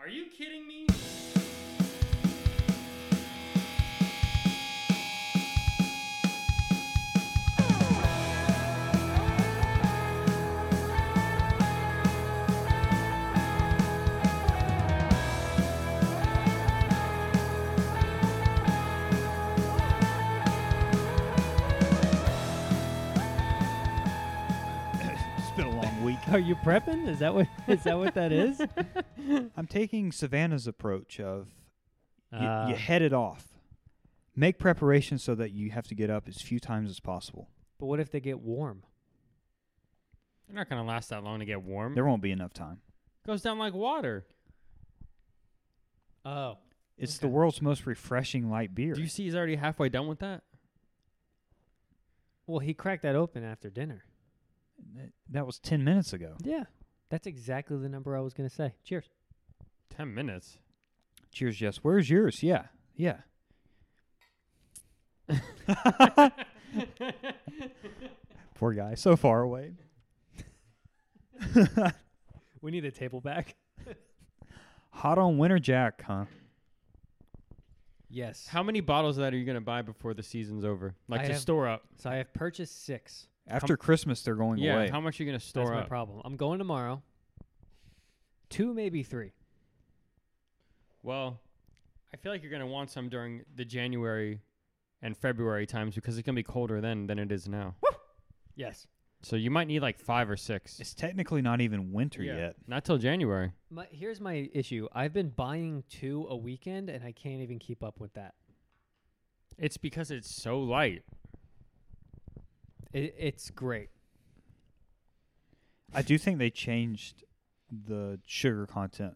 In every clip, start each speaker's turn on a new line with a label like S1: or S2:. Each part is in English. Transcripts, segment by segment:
S1: Are you kidding me?
S2: It's been a long week.
S3: Are you prepping? Is that what is that what that is?
S2: I'm taking Savannah's approach of you,
S3: Uh,
S2: you head it off. Make preparations so that you have to get up as few times as possible.
S3: But what if they get warm?
S1: They're not gonna last that long to get warm.
S2: There won't be enough time.
S1: Goes down like water.
S3: Oh,
S2: It's the
S3: Okay.
S2: world's most refreshing light beer.
S1: Do you see he's already halfway done with that?
S3: well, he cracked that open after dinner.
S2: That- that was 10 minutes ago.
S3: Yeah, that's exactly the number I was gonna say. Cheers.
S1: Ten minutes.
S2: Cheers, Jess. Where's yours? Yeah. Yeah. Poor guy. So far away.
S3: We need a table back.
S2: Hot on Winter Jack, huh?
S3: Yes.
S1: How many bottles of that are you gonna buy before the season's over? Like
S3: I
S1: to
S3: have-
S1: store up.
S3: so I have purchased six.
S2: After Christmas, they're going
S1: yeah.
S2: away.
S1: How much are you gonna
S3: That's
S1: store
S3: my
S1: up?
S3: problem. I'm going tomorrow. Two, maybe three.
S1: Well, I feel like you're gonna want some during the January and February times because it's gonna be colder then than it is now.
S3: Yes.
S1: So you might need like five or six.
S2: it's technically not even winter
S1: Yeah.
S2: yet.
S1: Not till January.
S3: My, here's my issue. I've been buying two a weekend, and I can't even keep up with that.
S1: It's because it's so light.
S3: It, it's great.
S2: I do think they changed the sugar content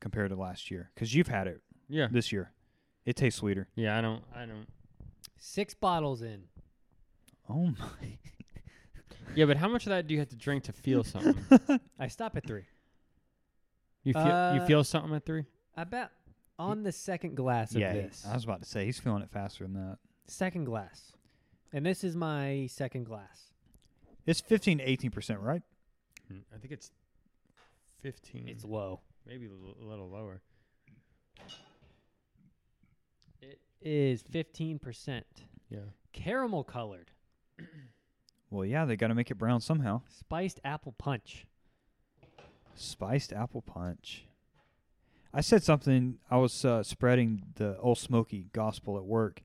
S2: compared to last year because you've had it
S1: Yeah.
S2: this year. It tastes sweeter.
S1: Yeah. I don't. I don't.
S3: Six bottles in.
S2: Oh my!
S1: Yeah, but how much of that do you have to drink to feel something?
S3: I stop at three.
S1: You feel you
S3: Uh,
S1: feel something at three?
S3: About on the second glass of this.
S2: I was about to say he's feeling it faster than that.
S3: Second glass. And this is my second glass.
S2: It's fifteen to eighteen percent, right?
S1: Mm, I think it's fifteen.
S3: It's low.
S1: maybe a little lower.
S3: It is 15%
S1: Yeah.
S3: caramel colored
S2: Well, yeah, they got to make it brown somehow.
S3: spiced apple punch.
S2: Spiced apple punch. I said something. I was uh, spreading the old smoky gospel at work.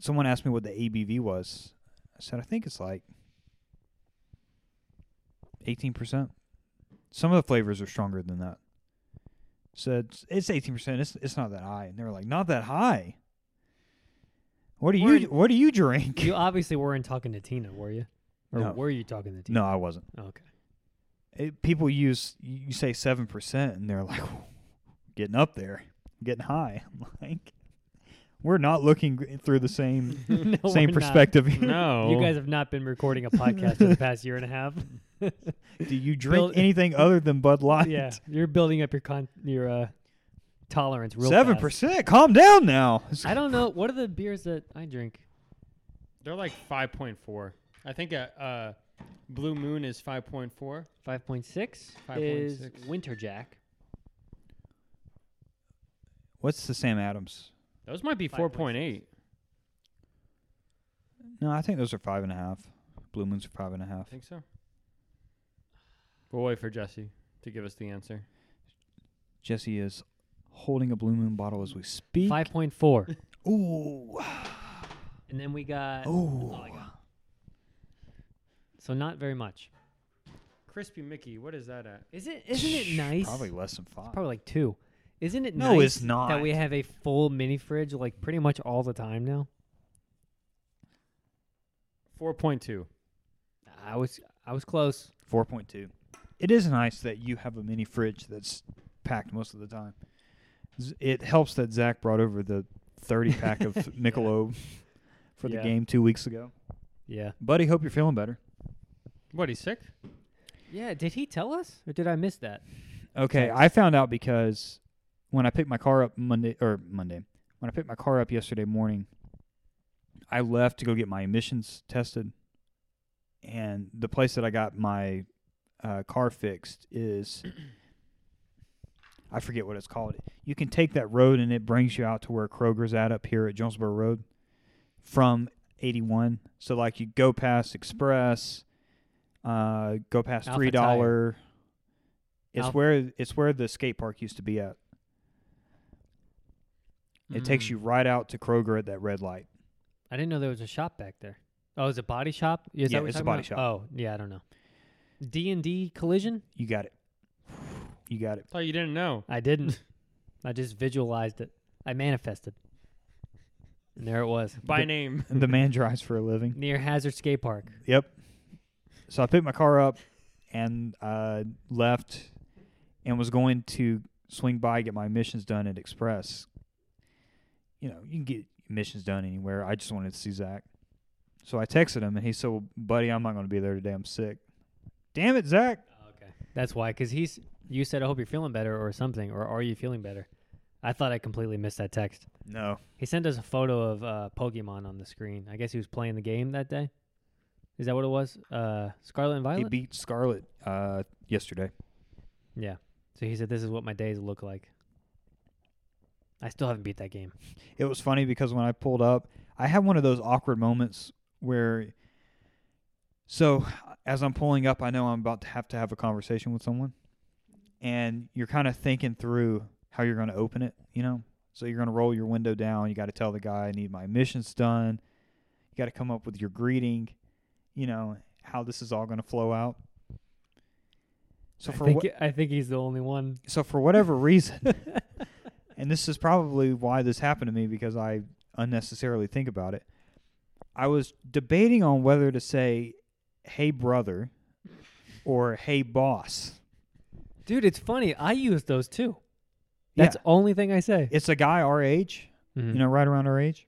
S2: Someone asked me what the ABV was. I said I think it's like eighteen percent. Some of the flavors are stronger than that. Said it's eighteen percent. It's it's not that high. And they were like, not that high. What do you
S3: We're-
S2: What do you drink?
S3: You obviously weren't talking to Tina, were you? Or
S2: No.
S3: were you talking to Tina?
S2: no, I wasn't.
S3: Okay.
S2: it, people use you say seven percent and they're like getting up there, getting high. I'm like, we're not looking gr- through the same
S3: No, we're
S2: same
S3: not.
S2: perspective. here.
S1: No.
S3: You guys have not been recording a podcast for the past year and a half.
S2: Do you drink
S3: Bill-
S2: anything other than Bud Light?
S3: yeah, you're building up your con- your uh, tolerance real
S2: seven
S3: fast.
S2: percent. Calm down now.
S3: I don't know what are the beers that I drink.
S1: They're like five point four. I think a uh, blue moon is five point four.
S3: 5.6 is
S1: 5.6.
S3: Winter Jack.
S2: What's the Sam Adams?
S1: Those might be four point eight.
S2: No, I think those are five and a half. Blue Moons are five and a half.
S1: I think so. We'll wait for Jesse to give us the answer.
S2: Jesse is holding a Blue Moon bottle as we speak.
S3: 5.4.
S2: Ooh,
S3: and then we got oh
S2: ooh.
S3: so not very much.
S1: Crispy Mickey, what is that at?
S3: Is it isn't it nice?
S2: Probably less than five.
S3: Probably like 2. Isn't it
S2: No,
S3: nice
S2: it's
S3: that we
S2: not.
S3: have a full mini fridge like pretty much all the time now?
S1: Four point two.
S3: I was I was close.
S2: Four point two. It is nice that you have a mini fridge that's packed most of the time. Z- It helps that Zach brought over the thirty pack of Michelob for the
S3: Yeah.
S2: game two weeks ago.
S3: Yeah.
S2: Buddy, hope you're feeling better.
S1: What? He's sick.
S3: Yeah, did he tell us or did I miss that?
S2: Okay,
S3: Thanks.
S2: I found out because when I picked my car up Monday or Monday, when I picked my car up yesterday morning, I left to go get my emissions tested, and the place that I got my uh, car fixed is I forget what it's called. You can take that road and it brings you out to where Kroger's at up here at Jonesboro Road from 81. So like you go past Express, uh, go past
S3: Alpha
S2: three dollar. It's
S3: Alpha-
S2: where it's where the skate park used to be at. It takes
S1: Mm.
S2: you right out to Kroger at that red light.
S3: I didn't know there was a shop back there. Oh, is it Body Shop? Is
S2: Yeah,
S3: that what you're
S2: it's a
S3: talking
S2: body
S3: about?
S2: shop.
S3: Oh, yeah, I don't know. D and D Collision?
S2: You got it. You got it.
S1: Thought you didn't know.
S3: I didn't. I just visualized it. I manifested. And there it was.
S1: By
S2: The-
S1: name.
S2: the man drives for a living.
S3: Near Hazard Skate Park.
S2: Yep. So I picked my car up and uh, left and was going to swing by get my missions done at Express. You know, you can get missions done anywhere. I just wanted to see Zach. So I texted him and he said, well, buddy, I'm not going to be there today. I'm sick. Damn it, Zach.
S3: Okay. That's why, because he's. You said, "I hope you're feeling better" or something, or "Are you feeling better?" I thought I completely missed that text.
S2: No.
S3: He sent us a photo of uh, Pokemon on the screen. I guess he was playing the game that day. Is that what it was? Uh, Scarlet and
S2: He
S3: Violet.
S2: beat Scarlet uh, yesterday.
S3: yeah. So he said, "This is what my days look like." I still haven't beat that game.
S2: It was funny because when I pulled up, I had one of those awkward moments where so as I'm pulling up, I know I'm about to have to have a conversation with someone and you're kind of thinking through how you're going to open it, you know? So you're going to roll your window down, you got to tell the guy I need my missions done. You got to come up with your greeting, you know, how this is all going to flow out. So
S3: I
S2: for
S3: think,
S2: what
S3: I think he's the only one.
S2: so for whatever reason, and this is probably why this happened to me because I unnecessarily think about it. I was debating on whether to say "Hey brother" or "Hey boss."
S3: Dude, it's funny. I use those too. That's the only thing I say.
S2: It's a guy our age,
S3: Mhm.
S2: you know, right around our age.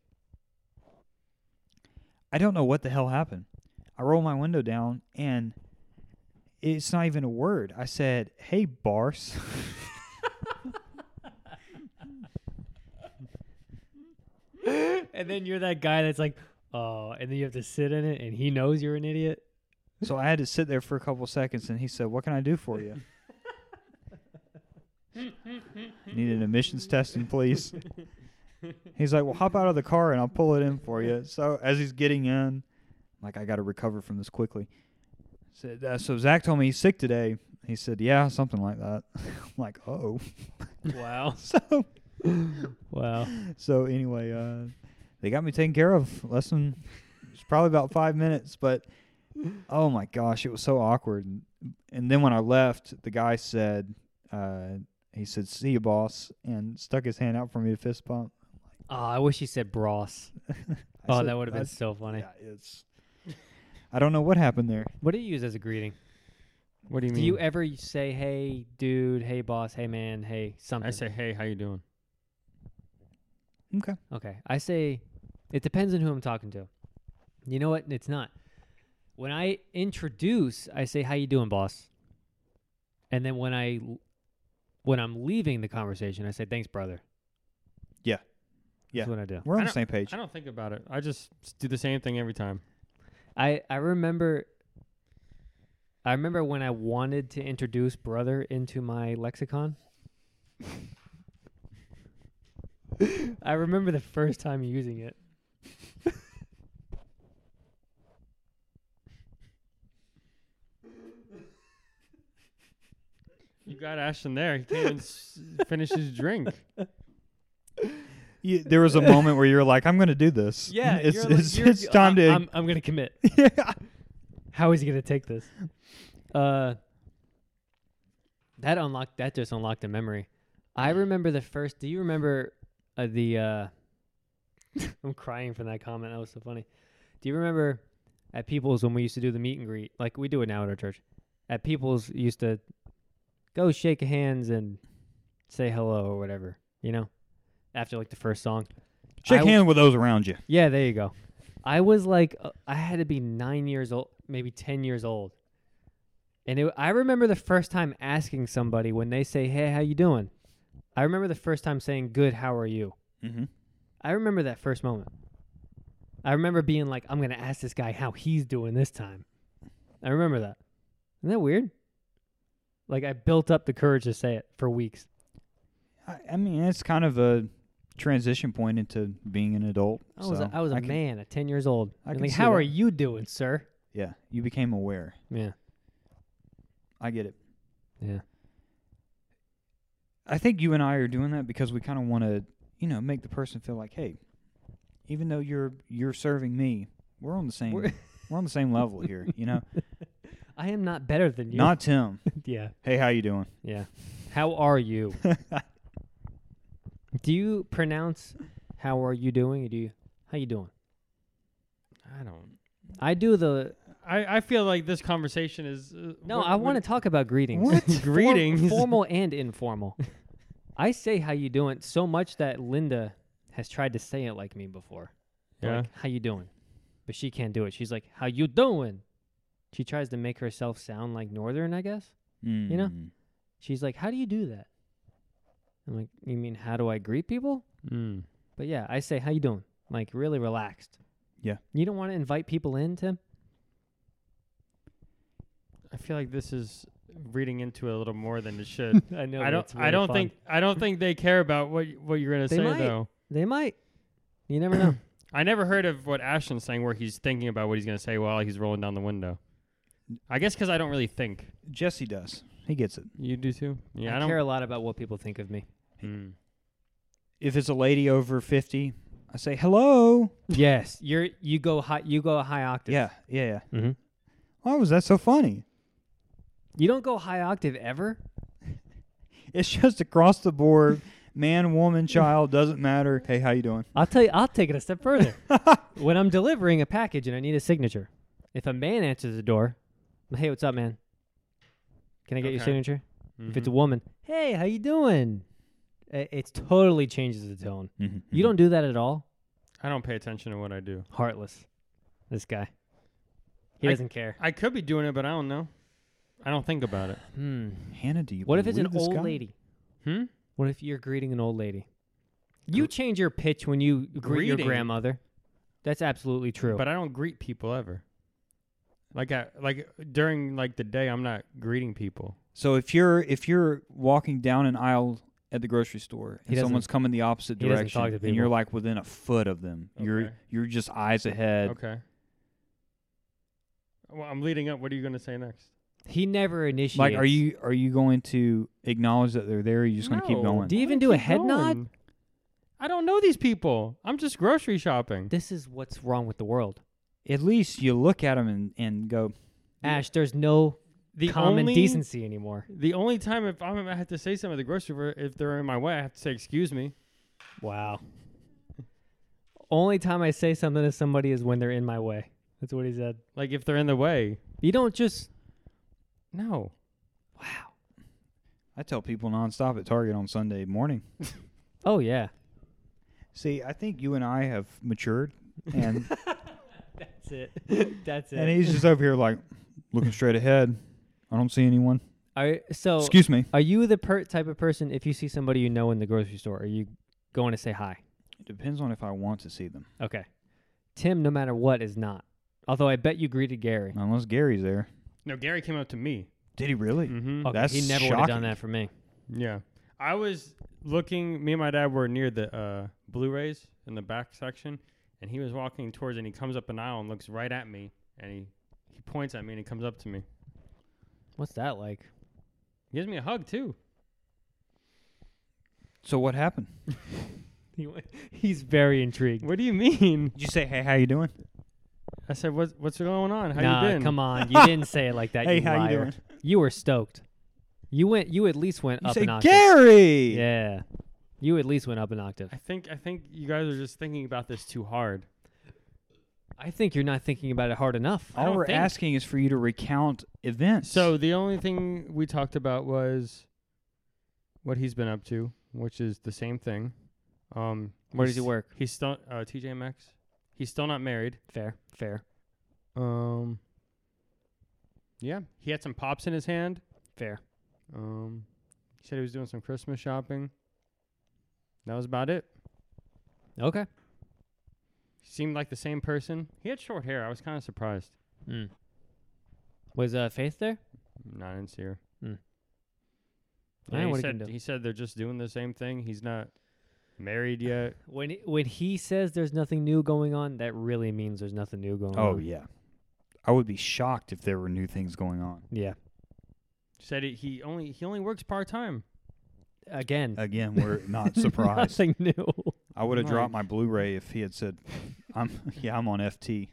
S2: I don't know what the hell happened. I roll my window down and it's not even a word. I said, "Hey bars."
S3: and then you're that guy that's like, oh, and then you have to sit in it, and he knows you're an idiot.
S2: So I had to sit there for a couple seconds, and he said, "What can I do for you?" Need an emissions testing, please. He's like, "Well, hop out of the car, and I'll pull it in for you." So as he's getting in, I'm like, "I got to recover from this quickly." Said, uh, so Zach told me he's sick today. He said, "Yeah, something like that." I'm like, "Oh."
S3: Wow.
S2: So
S3: wow.
S2: so anyway, uh, they got me taken care of. Less than it's probably about five minutes, but oh my gosh, it was so awkward. And, and then when I left, the guy said, uh, he said, "See you, boss," and stuck his hand out for me to fist bump.
S3: Oh, I wish he said bros.
S2: I
S3: Oh,
S2: said-
S3: that would have
S2: I
S3: been
S2: s-
S3: so funny.
S2: yeah, it's. I don't know what happened there.
S3: What do you use as a greeting?
S1: What do you
S3: Do
S1: mean?
S3: you ever say, hey, dude, hey, boss, hey, man, hey, something?
S1: I say, hey, how you doing?
S2: Okay,
S3: Okay. I say it depends on who I'm talking to. You know what? It's not. When I introduce, I say how you doing, boss. And then when I when I'm leaving the conversation, I say thanks, brother.
S2: Yeah. Yeah.
S3: That's what I do.
S2: we're on
S1: I
S2: the
S1: don't-
S2: same page.
S1: I don't think about it. I just s- do the same thing every time.
S3: I I remember I remember when I wanted to introduce brother into my lexicon. I remember the first time using it.
S1: You got Ashton there. He can't even s- finish his drink.
S2: You, there was a moment where you were like, "I'm going to do this." it's
S3: you're like-
S2: it's,
S3: you're-
S2: it's time
S3: I-
S2: to.
S3: I'm, I'm gonna commit. How is he gonna take this? Uh, that unlocked. That just unlocked a memory. I remember the first. Do you remember uh, the? Uh, I'm crying from that comment. That was so funny. Do you remember at People's when we used to do the meet and greet, like we do it now at our church? At People's you used to go shake hands and say hello or whatever, you know, after like the first song.
S2: Shake
S3: I-
S2: hand with those around you.
S3: Yeah, there you go. I was like, uh, I had to be nine years old, maybe 10 years old. And it, I remember the first time asking somebody when they say, Hey, how you doing? I remember the first time saying, Good, how are you?
S2: Mm-hmm.
S3: I remember that first moment. I remember being like, I'm going to ask this guy how he's doing this time. I remember that. Isn't that weird? Like, I built up the courage to say it for weeks.
S2: I, I mean, it's kind of a transition point into being an adult.
S3: I was
S2: so
S3: a, I was a
S2: can-
S3: man at ten years old.
S2: I
S3: And,
S2: can
S3: like,
S2: see
S3: how are
S2: that.
S3: you doing, sir?
S2: Yeah, you became aware.
S3: Yeah,
S2: I get it.
S3: yeah.
S2: I think you and I are doing that because we kind of want to, you know, make the person feel like, hey, even though you're you're serving me, we're on the same we're,
S3: We're-
S2: on the same level here. You know,
S3: I am not better than you.
S2: not Tim.
S3: yeah,
S2: Hey, how you doing?
S3: yeah. How are you? do you pronounce "How are you doing"? Or do you "How you doing"?
S1: I don't.
S3: I do the.
S1: I, I feel like this conversation is. Uh,
S3: No, I want to talk about greetings.
S1: What?
S3: Form-
S1: Greetings?
S3: formal and informal. I say "How you doing" so much that Linda has tried to say it like me before.
S1: Yeah.
S3: Like, how you doing? But she can't do it. She's like, how you doing? She tries to make herself sound like Northern, I guess.
S2: Mm.
S3: know? She's like, how do you do that? I'm like, you mean how do I greet people?
S1: Mm.
S3: But yeah, I say, how you doing? Like really relaxed.
S2: Yeah.
S3: You don't want to invite people in, Tim?
S1: I feel like this is reading into it a little more than it should.
S3: I know.
S1: I don't. I don't think. I don't think they care about what y- what you're gonna
S3: They
S1: say
S3: might.
S1: though.
S3: they might. You never know.
S1: I never heard of what Ashton's saying, where he's thinking about what he's gonna say while he's rolling down the window. I guess because I don't really think.
S2: Jesse does. He gets it.
S1: You do too. Yeah, I,
S3: I
S1: don't.
S3: care a lot about what people think of me.
S1: Mm.
S2: If it's a lady over fifty, I say hello.
S3: yes, you're. You go high. You go high octave.
S2: Yeah, yeah, yeah.
S3: Mhm.
S2: Why was that so funny?
S3: You don't go high octave ever.
S2: It's just across the board, man, woman, child, doesn't matter. Hey, how you doing?
S3: I'll tell you, I'll take it a step further. when I'm delivering a package and I need a signature, if a man answers the door, I'm, hey, what's up, man? Can I get your
S1: Okay.
S3: signature? If it's
S1: Mhm.
S3: a woman, hey, how you doing? I- It totally changes the tone.
S2: Mm-hmm.
S3: You don't do that at all.
S1: I don't pay attention to what I do.
S3: Heartless, this guy. He
S1: I-
S3: doesn't care.
S1: I could be doing it, but I don't know. I don't think about it.
S3: Hmm.
S2: Hannah, do you?
S3: What if it's an
S2: believe this
S3: old
S2: guy?
S3: lady?
S1: Hmm.
S3: What if you're greeting an old lady? You change your pitch when you greet your
S1: Greeting?
S3: grandmother. That's absolutely true.
S1: But I don't greet people ever. Like I like during like the day, I'm not greeting people.
S2: So if you're if you're walking down an aisle at the grocery store
S3: He
S2: and
S3: doesn't-
S2: someone's coming the opposite
S3: he doesn't
S2: direction
S3: talk to
S2: and you're
S3: people.
S2: like within a foot of them, you're
S1: Okay.
S2: you're just eyes ahead.
S1: Okay. Well, I'm leading up. What are you going to say next?
S3: he never initiates.
S2: Like, are you are you going to acknowledge that they're there? Or are you just going to keep
S1: No.
S2: going?
S3: Do you
S1: I'm
S3: even
S1: gonna
S3: do a
S1: keep
S3: head nod?
S1: going. I don't know these people. I'm just grocery shopping.
S3: This is what's wrong with the world.
S2: at least you look at them and, and go. Yeah.
S3: Ash, there's no
S1: The
S3: common
S1: only,
S3: decency anymore.
S1: The only time if I'm I have to say something at the grocery store, if they're in my way, I have to say excuse me.
S3: Wow. Only time I say something to somebody is when they're in my way. That's what he said.
S1: Like if they're in the way.
S3: You don't just
S1: No.
S3: wow.
S2: I tell people nonstop at Target on Sunday morning.
S3: Oh yeah.
S2: See, I think you and I have matured, and
S3: That's it. That's it.
S2: and he's just over here like looking straight ahead. I don't see anyone.
S3: are, so
S2: Excuse me.
S3: are you the per- type of person if you see somebody you know in the grocery store, are you going to say hi?
S2: It depends on if I want to see them.
S3: Okay. Tim, no matter what, is not. Although I bet you greeted Gary.
S2: Unless Gary's there. Mm.
S1: No, Gary came up to me.
S2: Did he really?
S1: Mm-hmm.
S3: Okay,
S2: That's
S3: he never would have
S2: shocking.
S3: done that for me.
S1: Yeah. I was looking, me and my dad were near the uh, Blu rays in the back section, and he was walking towards, and he comes up an aisle and looks right at me, and he, he points at me and he comes up to me.
S3: What's that like?
S1: He gives me a hug, too.
S2: So what happened?
S3: He, he's very intrigued.
S1: What do you mean?
S2: Did you say, "Hey, how you doing"?
S1: I said, what's, what's going on? How
S3: nah,
S1: you been?
S3: come on. You didn't say it like that.
S2: hey,
S3: you
S2: how
S3: liar.
S2: you doing?
S3: You were stoked. You went. You at least went
S2: You
S3: up
S2: say,
S3: an octave.
S2: "Gary."
S3: Yeah, you at least went up an octave.
S1: I think I think you guys are just thinking about this too hard.
S3: I think you're not thinking about it hard enough.
S1: I
S2: All
S1: don't
S2: we're
S1: think-
S2: asking is for you to recount events.
S1: So the only thing we talked about was what he's been up to, which is the same thing. Um,
S3: Where does he
S1: he's-
S3: work?
S1: He's still uh, TJ Maxx. He's still not married.
S3: Fair, fair,
S1: Um. Yeah, he had some pops in his hand.
S3: fair.
S1: Um, he said he was doing some Christmas shopping. That was about it.
S3: Okay.
S1: He seemed like the same person. He had short hair. I was kind of surprised.
S3: Mm. Was uh, Faith there?
S1: Not in here.
S3: Hmm.
S1: Yeah,
S3: Eh,
S1: he
S3: what he can
S1: said
S3: do.
S1: he said they're just doing the same thing. He's not married yet.
S3: When he, when he says there's nothing new going on, that really means there's nothing new going on.
S2: Oh yeah, I would be shocked if there were new things going on
S3: yeah.
S1: said he, he only he only works part time.
S3: Again,
S2: again. We're not surprised.
S3: nothing new.
S2: I would have
S1: Right.
S2: dropped my Blu-ray if he had said, "I'm yeah, I'm on FT."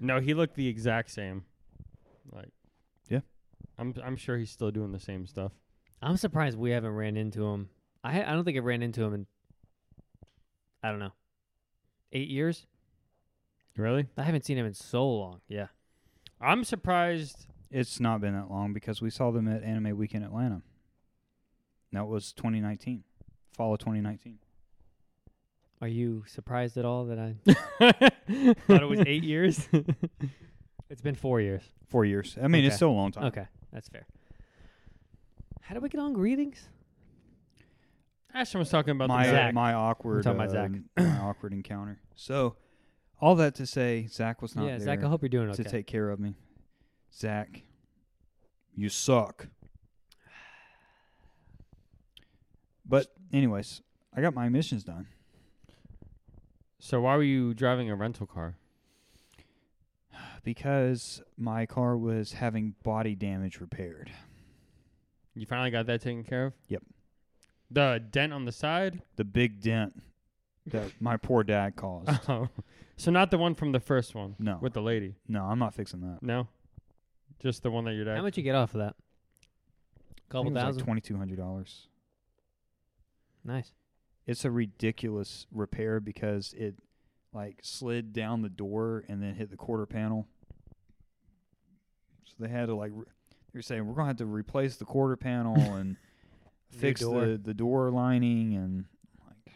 S1: No, he looked the exact same. Like,
S2: Yeah.
S1: I'm I'm sure he's still doing the same stuff.
S3: I'm surprised we haven't ran into him. I I don't think I ran into him in I don't know eight years.
S1: Really?
S3: I haven't seen him in so long. Yeah,
S1: I'm surprised.
S2: It's not been that long because we saw them at Anime Weekend Atlanta. And That was 2019, fall of 2019.
S3: Are you surprised at all that I
S1: Thought
S3: thought it was eight years? it's been four years.
S2: Four years. I mean,
S3: Okay.
S2: it's still a long time.
S3: Okay, that's fair. How do we get on greetings?
S1: Ashton was talking about
S2: my
S1: the
S3: Zach.
S2: my awkward
S3: talking about
S2: uh,
S3: Zach.
S2: my awkward encounter. So, all that to say, Zach was not
S3: yeah,
S2: there
S3: Zach. I hope you're doing
S2: to
S3: okay.
S2: take care of me. Zach, you suck. But anyways, I got my missions done.
S1: So why were you driving a rental car?
S2: because my car was having body damage repaired.
S1: You finally got that taken care of.
S2: Yep.
S1: The dent on the side.
S2: The big dent that my poor dad caused.
S3: Uh,
S1: Oh, so not the one from the first one
S2: No,
S1: with the lady.
S2: no, I'm not fixing that.
S1: No, just the one that your dad.
S3: How much you get off of that? Couple thousand.
S2: twenty two hundred dollars.
S3: nice.
S2: It's a ridiculous repair because it like slid down the door and then hit the quarter panel. So they had to like re- they're saying we're gonna have to replace the quarter panel and
S3: New
S2: fix
S3: door.
S2: the the door lining and like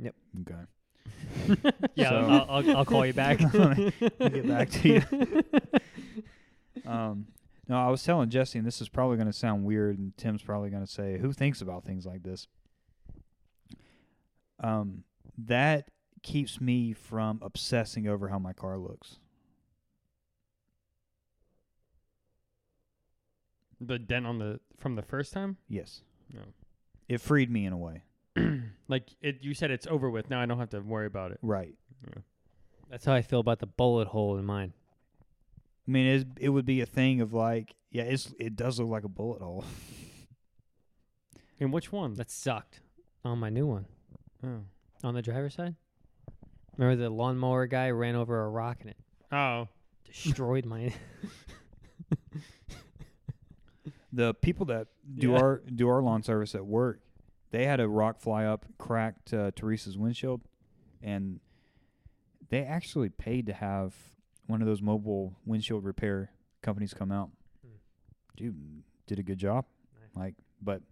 S3: Yep.
S2: okay.
S3: Yeah,
S2: So-
S3: I'll, I'll, I'll call you back.
S2: I'll get back to you. um, no, I was telling Jesse, and this is probably going to sound weird, and Tim's probably going to say, "Who thinks about things like this?" Um, that keeps me from obsessing over how my car looks.
S1: the dent on the from the first time.
S2: Yes,
S1: No.
S2: it freed me in a way.
S1: like it, you said it's over with. Now I don't have to worry about it.
S2: Right.
S3: That's how I feel about the bullet hole in mine.
S2: I mean, it it would be a thing of like, yeah, it's it does look like a bullet hole.
S1: And which one?
S3: That sucked on my new one.
S1: Oh.
S3: On the driver's side? Remember the lawnmower guy ran over a rock and it
S1: Oh.
S3: destroyed my.
S2: the people that do
S1: Yeah.
S2: our do our lawn service at work, they had a rock fly up, cracked uh, Teresa's windshield, and they actually paid to have one of those mobile windshield repair companies come out.
S3: Hmm.
S2: Dude, did a good job.
S3: Nice.
S2: Like, but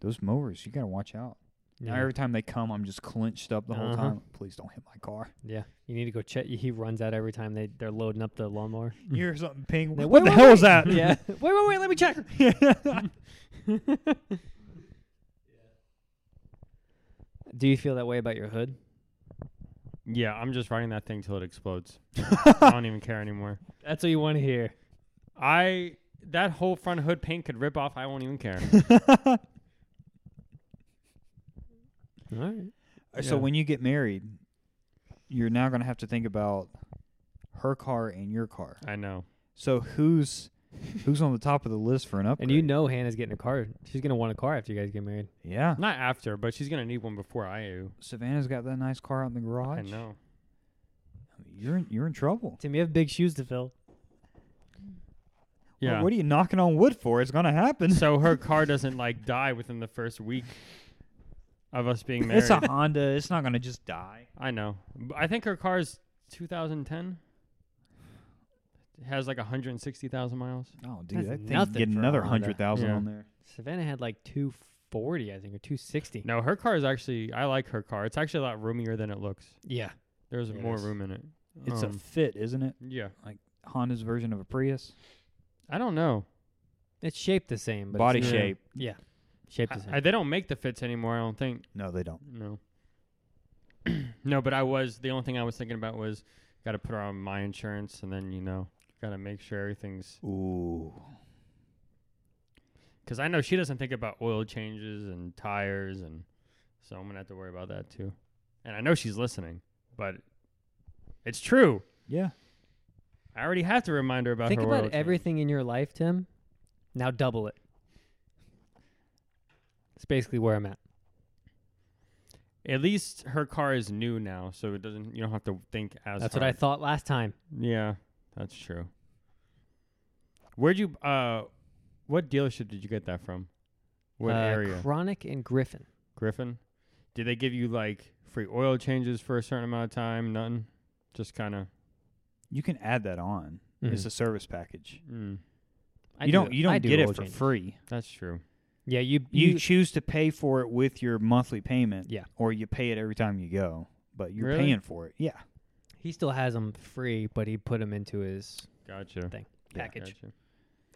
S2: those mowers, you gotta watch out. Now every time they come, I'm just clenched up the whole
S3: Uh-huh.
S2: time. Please don't hit my car.
S3: yeah, you need to go check. He runs out every time they they're loading up the lawnmower.
S2: You hear something ping?
S3: Yeah,
S2: What,
S3: wait,
S2: the
S3: wait,
S2: hell
S3: wait.
S2: is that?
S3: yeah. Wait, wait, wait. Let me check. Do you feel that way about your hood?
S1: Yeah, I'm just riding that thing till it explodes. I don't even care anymore.
S3: That's what you want to hear.
S1: I that whole front hood paint could rip off. I won't even care.
S3: All right.
S2: So
S1: Yeah.
S2: when you get married, you're now going to have to think about her car and your car.
S1: I know.
S2: So who's who's on the top of the list for an upgrade?
S3: And you know Hannah's getting a car. She's gonna want a car after you guys get married.
S2: yeah,
S1: Not after, but she's gonna need one before I do.
S2: Savannah's got that nice car out in the garage.
S1: I know.
S2: You're in, you're in trouble.
S3: Tim, you have big shoes to fill.
S2: Well,
S1: Yeah.
S2: what are you knocking on wood for? It's going to happen.
S1: so her car doesn't like die within the first week of us being married.
S2: it's a Honda. It's not going to just die.
S1: I know. B- I think her car is 2010. It has like 160,000 miles.
S2: Oh, dude,
S3: That's
S2: that thing
S3: nothing
S2: get
S3: for a
S2: another
S3: Honda.
S2: hundred thousand
S1: Yeah.
S2: on there.
S3: Savannah had like two forty, I think, or two sixty.
S1: No, her car is actually. I like her car. It's actually a lot roomier than it looks.
S3: Yeah.
S1: There's
S3: It
S1: more
S3: is.
S1: room in it.
S2: It's a
S1: Um,
S2: fit, isn't it?
S1: yeah.
S2: Honda's version of a Prius.
S1: I don't know.
S3: It's shaped the same, but it's
S2: Body
S1: yeah.
S2: shape.
S3: Yeah. Shaped the
S1: I-
S3: same.
S1: I- they don't make the fits anymore. I don't think.
S2: No, they don't.
S1: No. no, but I was the only thing I was thinking about was got to put her on my insurance, and then you know Gotta make sure everything's
S2: Ooh.
S1: because I know she doesn't think about oil changes and tires, and so I'm gonna have to worry about that too. And I know she's listening, but it's true.
S2: Yeah.
S1: I already have to remind her about
S3: Think
S1: her oil
S3: about
S1: change.
S3: everything in your life, Tim. Now double it. It's basically where I'm at.
S1: At least her car is new now, so it doesn't. You don't have to think as.
S3: That's what I
S1: hard.
S3: thought last time.
S1: Yeah, that's true. Where'd you? Uh, what dealership did you get that from? What
S3: Uh,
S1: area?
S3: Chronic and Griffin.
S1: Griffin. Did they give you like free oil changes for a certain amount of time? Nothing. Just kind of.
S2: You can add that on.
S1: Mm-hmm.
S2: It's a service package.
S1: Mm,
S3: Mm-hmm. I
S2: you
S3: do
S2: not
S3: it.
S2: you don't
S3: I do
S2: get
S3: oil
S2: it for
S3: changes.
S2: free.
S1: that's true.
S3: Yeah, you
S2: You,
S3: you,
S2: choose to pay for it with your monthly payment.
S3: Yeah.
S2: Or you pay it every time you go, but you're
S1: Really?
S2: paying for it. Yeah.
S3: he still has them free, but he put them into his
S1: Gotcha.
S3: Thing.
S2: Yeah.
S3: package.
S1: Gotcha.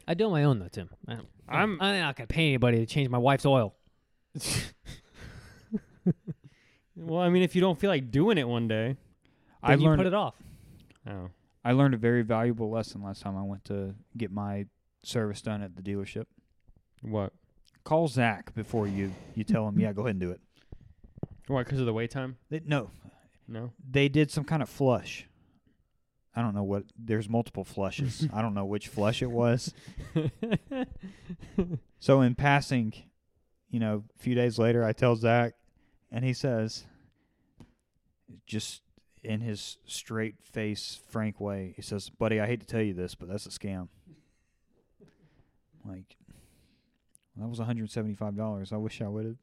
S3: I do it on my own though, Tim. I don't,
S1: I'm-
S3: I'm not gonna pay anybody to change my wife's oil.
S1: Well, I mean, if you don't feel like doing it one day.
S2: I
S3: Then you put
S2: learned
S3: it off.
S1: Oh.
S2: I learned a very valuable lesson last time I went to get my service done at the dealership.
S1: What?
S2: Call Zach before you you tell him, yeah, go ahead and do it.
S1: Why? Because of the wait time?
S2: They, no,
S1: No.
S2: they did some kind of flush. I don't know what. There's multiple flushes. I don't know which flush it was. So in passing, you know, a few days later, I tell Zach, and he says, just in his straight face, frank way, he says, "Buddy, I hate to tell you this, but that's a scam." Like, that was 175 dollars. I wish I would have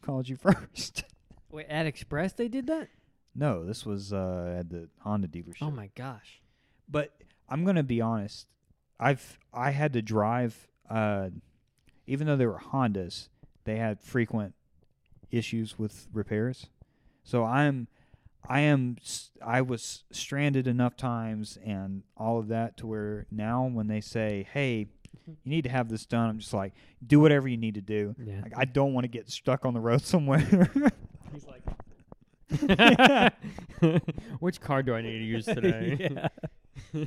S2: called you first.
S3: Wait, at Express they did that?
S2: No, this was uh, at the Honda dealership.
S3: Oh my gosh.
S2: But I'm gonna be honest. I've I had to drive. Uh, even though they were Hondas, they had frequent issues with repairs. So I'm, I am, s- I was stranded enough times and all of that to where now when they say, "Hey, you need to have this done," I'm just like, "Do whatever you need to do."
S3: Yeah.
S2: Like I don't want to get stuck on the road somewhere.
S3: He's like
S1: Which card do I need to use today?
S3: Yeah.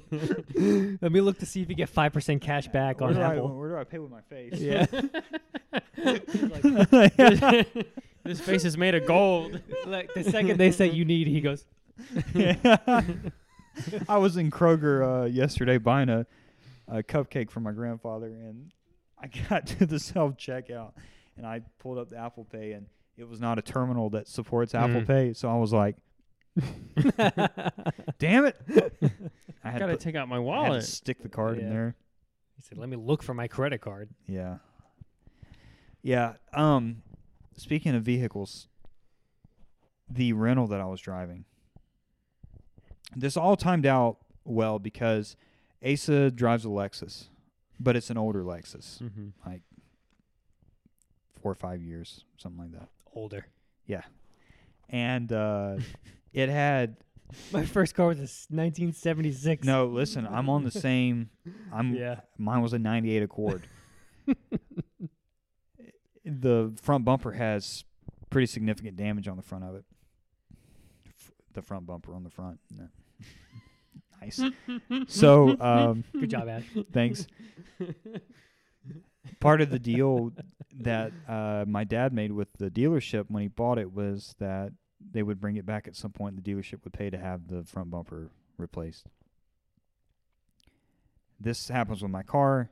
S3: Let me look to see if you get five percent cash back
S2: where,
S3: on
S2: do I,
S3: Apple.
S2: where do I pay with my face?
S3: Yeah.
S1: this face is made of gold.
S3: Like the second they say you need, he goes.
S2: I was in Kroger uh, yesterday buying a, a cupcake for my grandfather, and I got to the self checkout, and I pulled up the Apple Pay, and it was not a terminal that supports Apple
S1: Mm.
S2: Pay, so I was like, "Damn it!" I had, to,
S1: Gotta
S2: put,
S1: take out my
S2: I had to
S1: wallet.
S2: stick the card in
S3: Yeah.
S2: there.
S3: He said, "Let me look for my credit card."
S2: Yeah, yeah. Um, speaking of vehicles, the rental that I was driving. This all timed out well because Asa drives a Lexus, but it's an older Lexus,
S1: Mm-hmm.
S2: four or five years, something like that.
S3: Older.
S2: And uh, it had
S3: My first car was a s- 1976.
S2: no. Listen, I'm on the same. I'm
S3: Yeah.
S2: Mine was a '98 Accord. the front bumper has pretty significant damage on the front of it. F- the front bumper on the front. No. nice. so, um,
S3: Good job, Ash.
S2: thanks. Part of the deal that uh, my dad made with the dealership when he bought it was that they would bring it back at some point. The dealership would pay to have the front bumper replaced. This happens with my car.